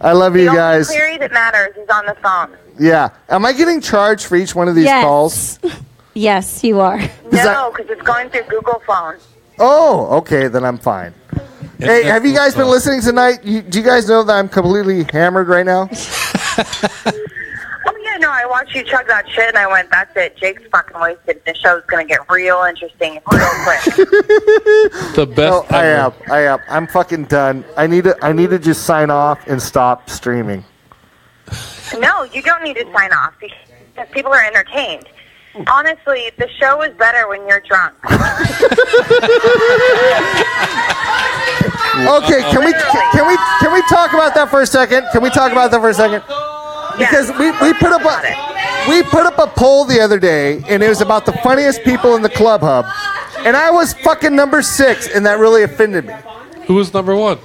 D: I love you
O: the
D: guys.
O: only query that matters is on the phone.
D: Yeah. Am I getting charged for each one of these
C: Yes.
D: calls?
C: Yes, you are.
O: No, because it's going through Google Phone.
D: Oh, okay. Then I'm fine. Hey, have you guys been listening tonight? You, do you guys know that I'm completely hammered right now?
O: Oh yeah, no, I watched you chug that shit, and I went, "That's it, Jake's fucking wasted. The show's gonna get real interesting real quick."
E: The
D: No,
E: best.
D: I am. I am. I'm fucking done. I need to. I need to just sign off and stop streaming.
O: no, you don't need to sign off because people are entertained. Honestly, the show is better when you're drunk.
D: Okay, can we can we can we talk about that for a second? Can we talk about that for a second? Because we, we put up a we put up a poll the other day, and it was about the funniest people in the club hub, and I was fucking number six, and that really offended me.
E: Who was number one?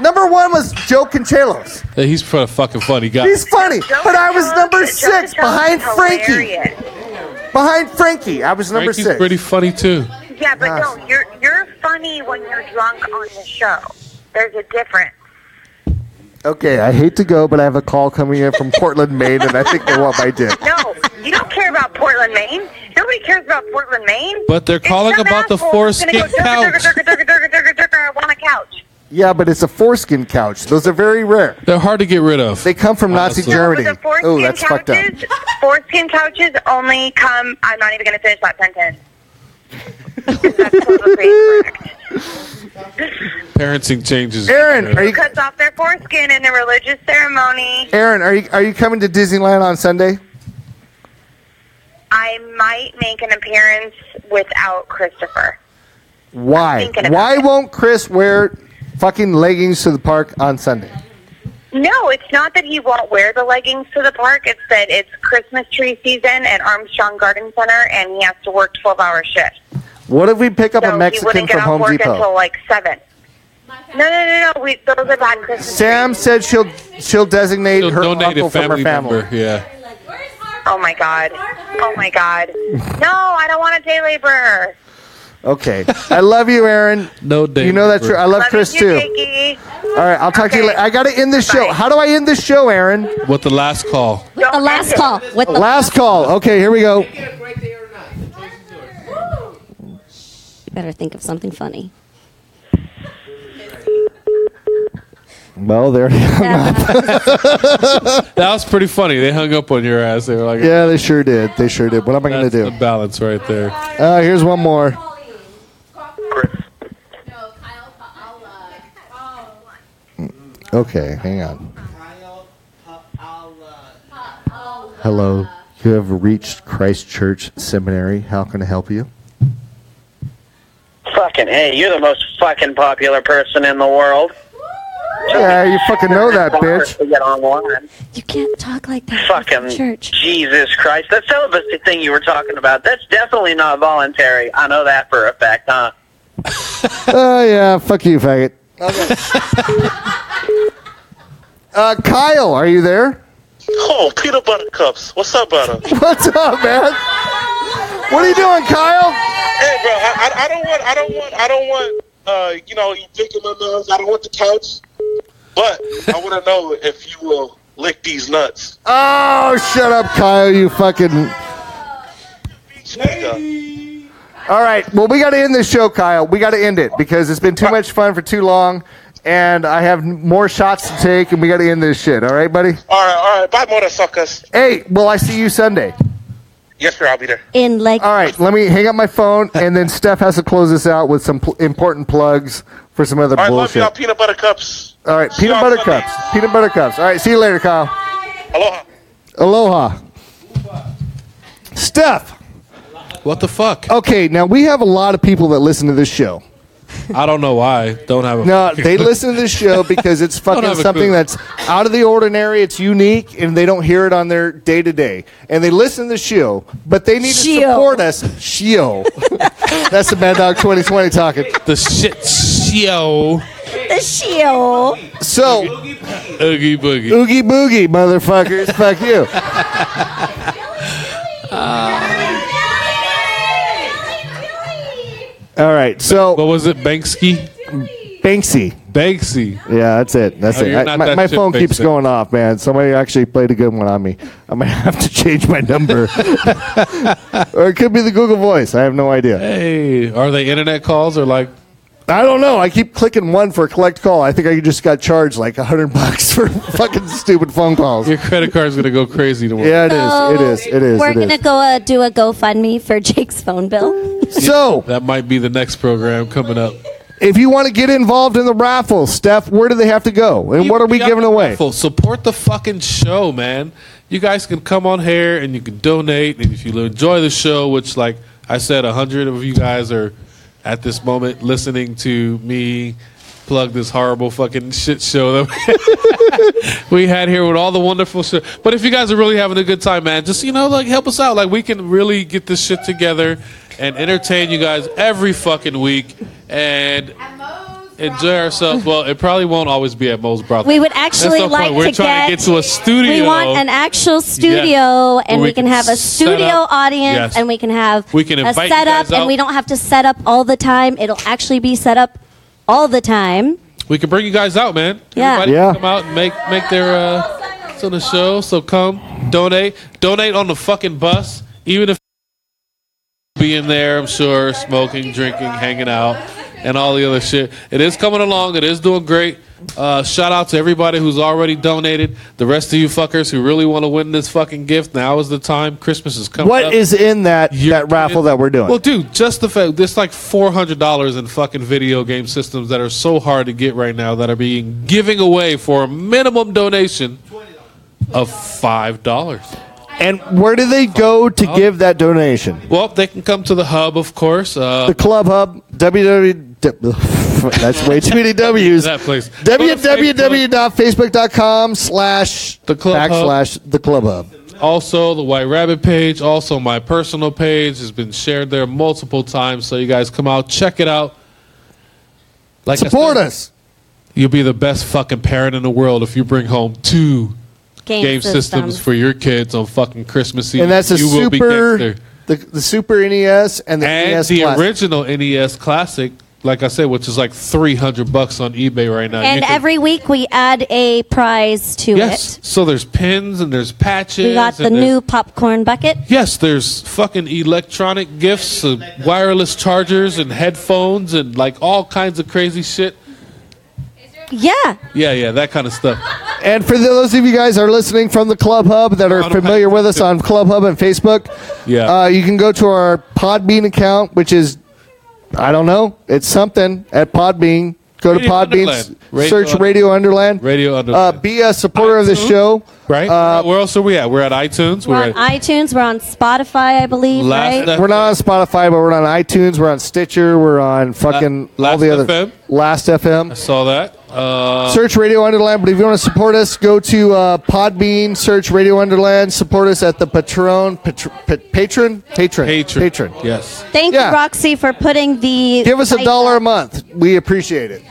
D: Number one was Joe Conchalos.
E: Hey, he's for a fucking funny guy.
D: He's funny, but I was number six behind Frankie. Behind Frankie, I was number
E: Frankie's
D: six.
E: pretty funny too.
O: Yeah, but no, you're you're funny when you're drunk on the show. There's a difference.
D: Okay, I hate to go, but I have a call coming in from Portland, Maine, and I think they want my dick.
O: No, you don't care about Portland, Maine. Nobody cares about Portland, Maine.
E: But they're calling
O: Some
E: about the
O: asshole's
E: foreskin
O: gonna go, "Durga,
E: couch.
O: durga, durga, durga, durga, durga, I want a couch.
D: Yeah, but it's a foreskin couch. Those are very rare.
E: They're hard to get rid of.
D: They come from Nazi
E: Honestly.
D: Germany.
O: The foreskin
D: Oh, that's fucked up.
O: couches, foreskin couches only come. I'm not even going to finish that sentence. That's totally
E: Parenting changes.
D: Aaron, are you-
O: cuts off their foreskin in a religious ceremony.
D: Aaron, are you are you coming to Disneyland on Sunday?
O: I might make an appearance without Christopher.
D: Why?
O: thinking about
D: Why won't Chris wear fucking leggings to the park on Sunday?
O: No, it's not that he won't wear the leggings to the park. It's that it's Christmas tree season at Armstrong Garden Center, and he has to work twelve-hour shifts.
D: What if we pick up
O: so
D: a
O: he
D: Mexican
O: wouldn't get
D: from
O: off
D: Home
O: work
D: Depot?
O: until like seven. No, no, no, no. We, those are bad Christmas.
D: Sam said she'll she'll designate her
E: Donate
D: uncle
E: a
D: from her
E: family
D: family.
E: member. Yeah.
O: Oh my god. Oh my god. No, I don't want a day laborer.
D: Okay, I love you, Aaron.
E: No day.
D: You know that's
E: member.
D: true. I love Chris
O: you,
D: too.
O: Jakey.
D: All right, I'll talk to you later. I got to end this show. How do I end this show, Aaron?
E: With the last call.
C: With the last call. With the
D: Last call. Oh, Okay, here we go.
C: You better think of something funny.
D: Well, there.
E: that was pretty funny. They hung up on your ass. They were like,
D: yeah, they sure did. They sure did. What am I going to do?
E: the balance right there.
D: Uh, here's one more. Okay, hang on. Hello, you have reached Christ Church Seminary. How can I help you?
U: Fucking hey, you're the most fucking popular person in the world.
D: Yeah, you fucking know that, bitch.
U: To get online.
C: You can't talk like that.
U: Fucking
C: Church.
U: Jesus Christ. That celibacy thing you were talking about, that's definitely not voluntary. I know that for a fact, huh?
D: Oh yeah, fuck you, faggot. Uh, Kyle, are you there?
V: Oh, peanut butter cups. What's up, butter?
D: What's up, man? What are you doing, Kyle?
V: Hey, bro. I, I, I don't want. I don't want. I don't want. Uh, you know, you dick in my mouth. I don't want the couch. But I want to know if you will lick these nuts.
D: Oh, shut up, Kyle. You fucking. All right. Well, we got to end this show, Kyle. We got to end it because it's been too much fun for too long, and I have n- more shots to take, and we got to end this shit. All right, buddy.
V: All right, all right. Bye, motherfuckers.
D: Hey, will I see you Sunday?
V: Yes, sir. I'll be there.
C: In like.
D: All right. Let me hang up my phone, and then Steph has to close this out with some pl- important plugs for some other
V: All right, love
D: bullshit.
V: y'all. Peanut butter cups.
D: All right,
V: See
D: peanut
V: y'all
D: butter
V: Sunday.
D: cups. Peanut butter cups. All right, see you later, Kyle.
V: Aloha.
D: Aloha. Steph.
E: What the fuck?
D: Okay, now we have a lot of people that listen to this show.
E: I don't know why. Don't have a.
D: No, they listen to this show because it's
E: Oh. Don't
D: fucking
E: have a
D: something
E: clue.
D: that's out of the ordinary, it's unique, and they don't hear it on their day to day. And they listen to the show, but they need to support us. Show. that's the Mad Dog 2020 talking.
E: The shit show.
C: The shield.
D: So,
E: Oogie boogie.
D: oogie boogie, motherfuckers. Fuck you. All right, so
E: what was it, Banksy?
D: Banksy.
E: Banksy.
D: Yeah, that's it. That's
E: Oh,
D: it.
E: you're
D: I-
E: not
D: my
E: that
D: my
E: shit
D: phone keeps
E: fixing.
D: going off, man. Somebody actually played a good one on me. I might have to change my number, or it could be the Google Voice. I have no idea.
E: Hey, are they internet calls or like?
D: I don't know. I keep clicking one for a collect call. I think I just got charged like a hundred bucks for fucking stupid phone calls.
E: Your credit card's gonna go crazy tomorrow.
D: Yeah, it is. It is. It is.
C: We're
D: It is.
C: gonna go uh, do a GoFundMe for Jake's phone bill.
D: So
E: that might be the next program coming up.
D: If you want to get involved in the raffle, Steph, where do they have to go, and what are we
E: Keep up
D: giving
E: the
D: away?
E: raffle. Support the fucking show, man. You guys can come on here and you can donate. And if you enjoy the show, which, like I said, a hundred of you guys are at this moment listening to me plug this horrible fucking shit show that we had here with all the wonderful shit. But if you guys are really having a good time, man, just you know, like help us out. Like we can really get this shit together and entertain you guys every fucking week and. Enjoy ourselves. Well, it probably won't always be at Moe's brothel.
C: We would actually
E: That's the
C: like
E: point. We're
C: to
E: trying
C: get-
E: to get to a studio.
C: We want an actual studio,
E: Yes.
C: and
E: Where
C: we,
E: we
C: can,
E: can
C: have a
E: set
C: studio
E: up-
C: audience,
E: Yes.
C: and we can have
E: We can
C: a
E: invite you
C: setup,
E: guys
C: and
E: out.
C: we don't have to set up all the time. It'll actually be set up all the time.
E: We can bring you guys out, man.
C: Yeah.
E: Everybody
C: Yeah.
E: Come out and make make their uh it's on the show. So come donate. Donate on the fucking bus, even if be in there, I'm sure, smoking, drinking, hanging out, and all the other shit. It is coming along. It is doing great. Uh, shout out to everybody who's already donated. The rest of you fuckers who really want to win this fucking gift, now is the time. Christmas is coming.
D: What
E: up.
D: is in that that raffle that we're doing?
E: Well, dude, just the fact there's like four hundred dollars in fucking video game systems that are so hard to get right now that are being giving away for a minimum donation of five dollars.
D: and where do they go to give that donation?
E: Well, they can come to the hub, of course. Uh,
D: The Club Hub, www. That's way too many W's.
E: That place.
D: www.facebook.com slash the
E: Club Hub.
D: backslash the club hub.
E: Also, the White Rabbit page, also my personal page has been shared there multiple times. So you guys come out, check it out. Like
D: Support us.
E: You'll be the best fucking parent in the world if you bring home two
D: Game
E: game,
D: systems.
E: systems. for your kids on fucking Christmas Eve.
D: And that's a
E: you will be
D: super,
E: gangster.
D: the, the super NES and the E
E: and
D: NES
E: the
D: Classic.
E: original NES Classic, like I said, which is like three hundred bucks on eBay right now.
C: and
E: You can-
C: every week we add a prize to
E: yes, so there's pins and there's
C: it.
E: patches.
C: We got the
E: and there's-
C: new popcorn bucket.
E: Yes, there's fucking electronic gifts, uh, wireless chargers, and headphones, and like all kinds of crazy shit.
C: Yeah.
E: Yeah, yeah, that kind of stuff.
D: And for those of you guys that are listening from the Club Hub that are familiar with us on Club Hub and Facebook,
E: Yeah.
D: uh, you can go to our Podbean account, which is, I don't know, it's something at Podbean. Go to
E: Radio
D: Podbean,
E: Underland.
D: s-
E: Radio
D: search
E: Under-
D: Radio Underland.
E: Radio
D: Uh,
E: Underland.
D: be a supporter of the show. Uh,
E: right? Where else are we at? We're at iTunes.
C: We're on
E: at
C: iTunes. We're on Spotify, I believe.
E: Last-
C: right?
E: That-
D: we're not on Spotify, but we're on iTunes. We're on Stitcher. We're on fucking
E: La-
D: all the
E: Last
D: other
E: FM?
D: Last FM.
E: I saw that. Uh,
D: Search Radio Underland, but if you want to support us, go to uh, Podbean, search Radio Underland, support us at the Patron, patr- pat- patron, patron, patron, patron.
E: Yes.
C: Thank you, Roxy, for putting the.
D: Give us a dollar a month. We appreciate it.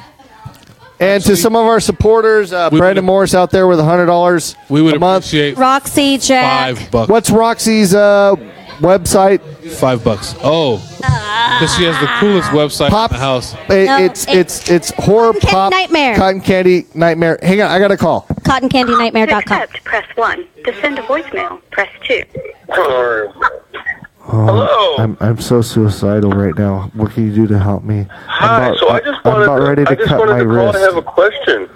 D: And to some of our supporters, uh, Brandon Morris out there with hundred dollars
E: we would
D: a month.
E: appreciate
C: Roxy, Jack.
E: five bucks.
D: What's Roxy's uh, website?
E: Five bucks. Oh, because she has the coolest website
D: Pop-
E: in the house.
D: It- it's it's it's horror
C: Uh, Cotton Candy
D: pop
C: Nightmare.
D: cotton candy nightmare. Hang on, I got a call.
C: CottonCandyNightmare.com.
O: press 1. To send a voicemail, press 2.
D: Hello. Um, I'm I'm so suicidal right now. What can you do to help me?
R: Hi. so I just wanted to, I just wanted to call and have a question.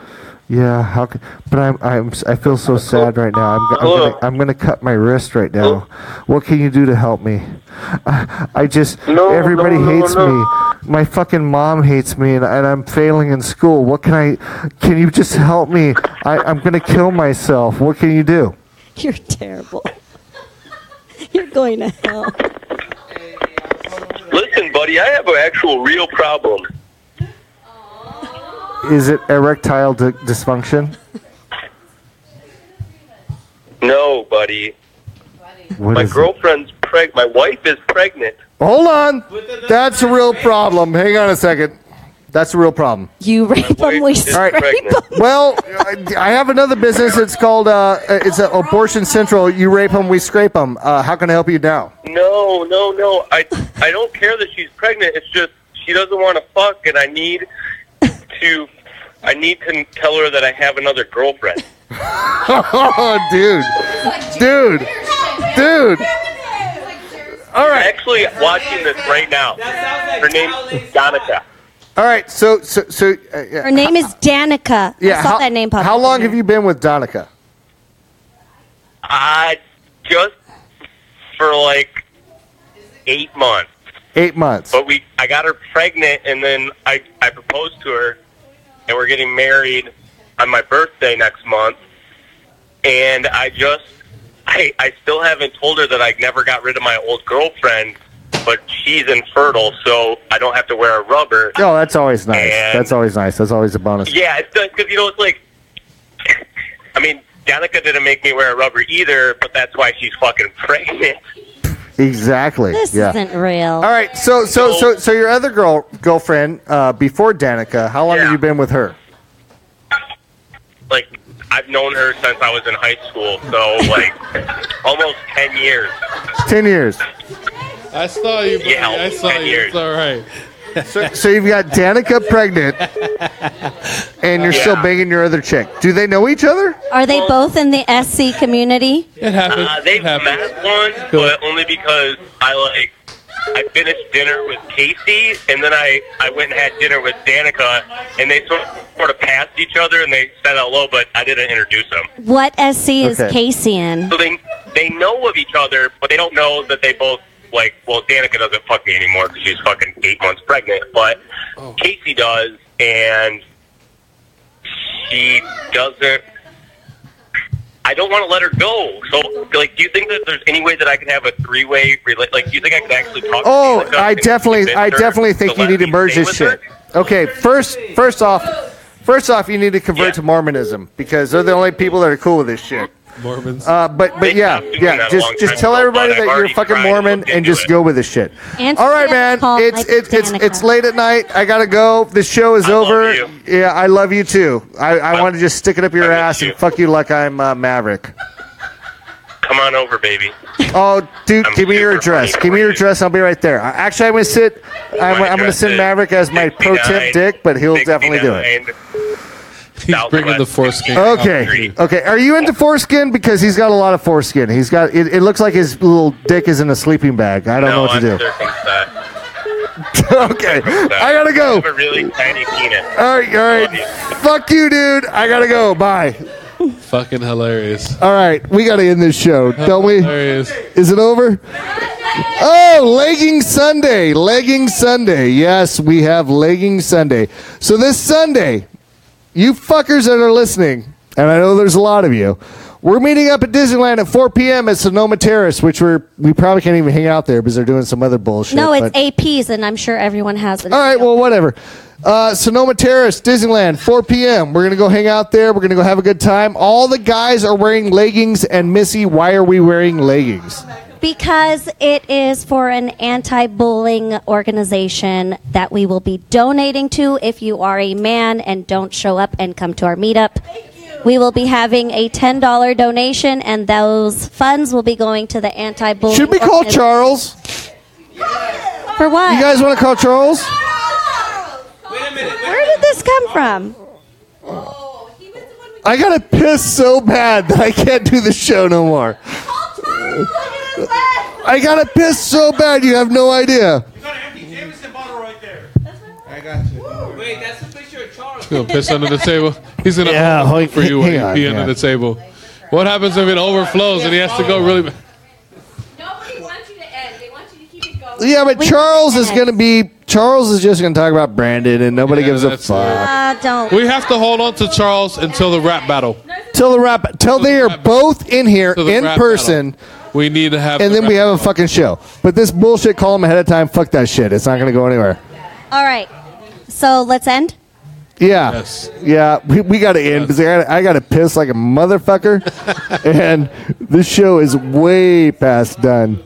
D: Yeah, how? c but I'm I'm s- I feel so sad right now. I'm g- I'm
R: Hello?
D: gonna, I'm gonna cut my wrist right now. What can you do to help me? I, I just
R: No,
D: everybody
R: no, no,
D: hates
R: no.
D: me. My fucking mom hates me, and, and I'm failing in school. What can I? Can you just help me? I, I'm gonna kill myself. What can you do?
C: You're terrible. You're going to hell.
R: Listen, buddy, I have an actual real problem.
D: Is it erectile d- dysfunction?
R: No, buddy.
D: What
R: my
D: is it?
R: girlfriend's preg. My wife is pregnant.
D: Hold on. That's a real problem. Hang on a second. That's a real problem.
C: You rape them, we scrape them.
D: Well, I, I have another business. It's called uh, it's uh abortion central. You rape them, we scrape them. Uh, how can I help you now?
R: No, no, no. I I don't care that she's pregnant. It's just she doesn't want to fuck, and I need to I need to tell her that I have another girlfriend.
D: oh, dude, dude, dude. All right.
R: Actually, watching this right now. Her name's Donica.
D: All right. So, so, so. Uh, yeah.
C: Her name is Danica. I saw
D: how,
C: that name pop
D: How
C: up
D: long
C: in
D: have you been with Donica?
R: I just for like eight months.
D: Eight months.
R: But we, I got her pregnant, and then I, I proposed to her, and we're getting married on my birthday next month. And I just, I, I still haven't told her that I never got rid of my old girlfriend, but she's infertile, so I don't have to wear a rubber.
D: Oh, that's always nice.
R: And-
D: That's always nice. That's always a bonus.
R: Yeah, it's because you know it's like, I mean, Danica didn't make me wear a rubber either, but that's why she's fucking pregnant.
D: Exactly.
C: This
D: yeah.
C: isn't real. All
D: right. So, so, so, so your other girl girlfriend uh, before Danica, how long have you been with her?
R: Like, I've known her since I was in high school, so like almost ten years.
D: Ten years.
E: I saw you, buddy. I saw you. It's all right.
D: So, so you've got Danica pregnant, and you're still banging your other chick. Do they know each other?
C: Are they both in the SC community?
E: It happens.
R: Uh, they've met once, but only because I like I finished dinner with Casey, and then I I went and had dinner with Danica, and they sort sort of passed each other, and they said hello, but I didn't introduce them.
C: What SC is
R: Okay.
C: Casey in?
R: So they they know of each other, but they don't know that they both like. Well, Danica doesn't fuck me anymore because she's fucking eight months pregnant, but
D: Oh.
R: Casey does, and she doesn't. I don't want to let her go. So, like, do you think that there's any way that I could have a three-way rela- Like, do you think I could actually talk?
D: Oh,
R: to Danica
D: I
R: and
D: definitely,
R: convince
D: I
R: her
D: definitely
R: to
D: think you
R: let
D: need to
R: me
D: merge
R: stay
D: this
R: with her?
D: shit. Okay, first, first off, first off, you need to convert to Mormonism because they're the only people that are cool with this shit.
E: Mormons.
D: Uh, but, but yeah, yeah,
E: that a long
D: just, just
E: time
D: tell
E: ago,
D: everybody
E: but I've
D: that you're
E: already
D: fucking
E: tried to
D: Mormon and just go with this shit.
C: Answer
D: All right,
C: the
D: man.
C: call,
D: It's
C: like
D: it's it's
C: Danica.
D: it's late at night. I gotta go. The show is over. Yeah, I love you too. I, I want to just stick it up your ass and fuck you like I'm uh, Maverick.
R: Come on over, baby.
D: Oh, dude, give me your address. Give me your address. I'll be right there. I- Actually, I'm gonna sit. I'm, I'm gonna send Maverick as my pro tip
R: 69,
D: dick, but he'll definitely do it.
E: He's bringing the foreskin.
D: Okay. Okay. Are you into foreskin? Because he's got a lot of foreskin. He's got. It, it looks like his little dick is in a sleeping bag. I don't know what to do. okay. I gotta
R: I
D: go.
R: have a really tiny penis.
D: All right. All right. Fuck you, dude. I gotta go. Bye.
E: Fucking hilarious.
D: All right. We gotta end this show, don't we?
E: Hilarious.
D: Is it over? Oh, Legging Sunday. Legging Sunday. Yes, we have Legging Sunday. So this Sunday, you fuckers that are listening, and I know there's a lot of you, We're meeting up at Disneyland at 4 p.m. at Sonoma Terrace, which we're we probably can't even hang out there because they're doing some other bullshit.
C: no, it's
D: but-
C: APs, and I'm sure everyone has it.
D: All right, well, whatever. Uh, Sonoma Terrace, Disneyland, 4 p.m. We're going to go hang out there. We're going to go have a good time. All the guys are wearing leggings, and Missy, why are we wearing leggings?
C: Because it is for an anti bullying organization that we will be donating to if you are a man and don't show up and come to our meetup. We will be having a $10 donation, and those funds will be going to the anti bullying.
D: Should we call Charles?
C: For what?
D: You guys want to call Charles?
C: Where did this come from?
D: I got to piss so bad that I can't do the show no more. I got to piss so bad you have no idea.
G: Wait, that's a picture of Charles.
E: He's gonna piss under the table. He's gonna
D: Yeah,
E: hold for you when
D: hang
E: you
D: on,
E: pee
D: yeah.
E: under the table. What happens if it overflows and he has to go really? ba-
D: Yeah, but
C: We-
D: Charles is going to be. Charles is just going to talk about Brandon, and nobody gives a fuck.
C: Uh, don't.
E: We have to hold on to Charles until the rap battle.
D: Till the rap, till they are both in here
E: Till the
D: in
E: rap
D: person,
E: We need to have.
D: and
E: the
D: then we
E: rap-
D: have a fucking show. But this bullshit, call them ahead of time. Fuck that shit. It's not going to go anywhere.
C: All right. So let's end.
D: Yeah, yeah. We, we got to end because I got to piss like a motherfucker, and this show is way past done.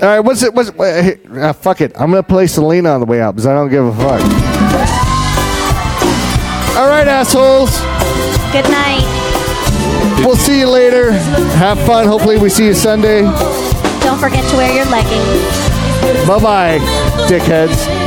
D: All right, what's it? What's wait, hey, ah, fuck it? I'm gonna play Selena on the way out because I don't give a fuck. All right, assholes.
C: Good night.
D: We'll see you later. Have fun. Hopefully, we see you Sunday.
C: Don't forget to wear your leggings.
D: Bye bye, dickheads.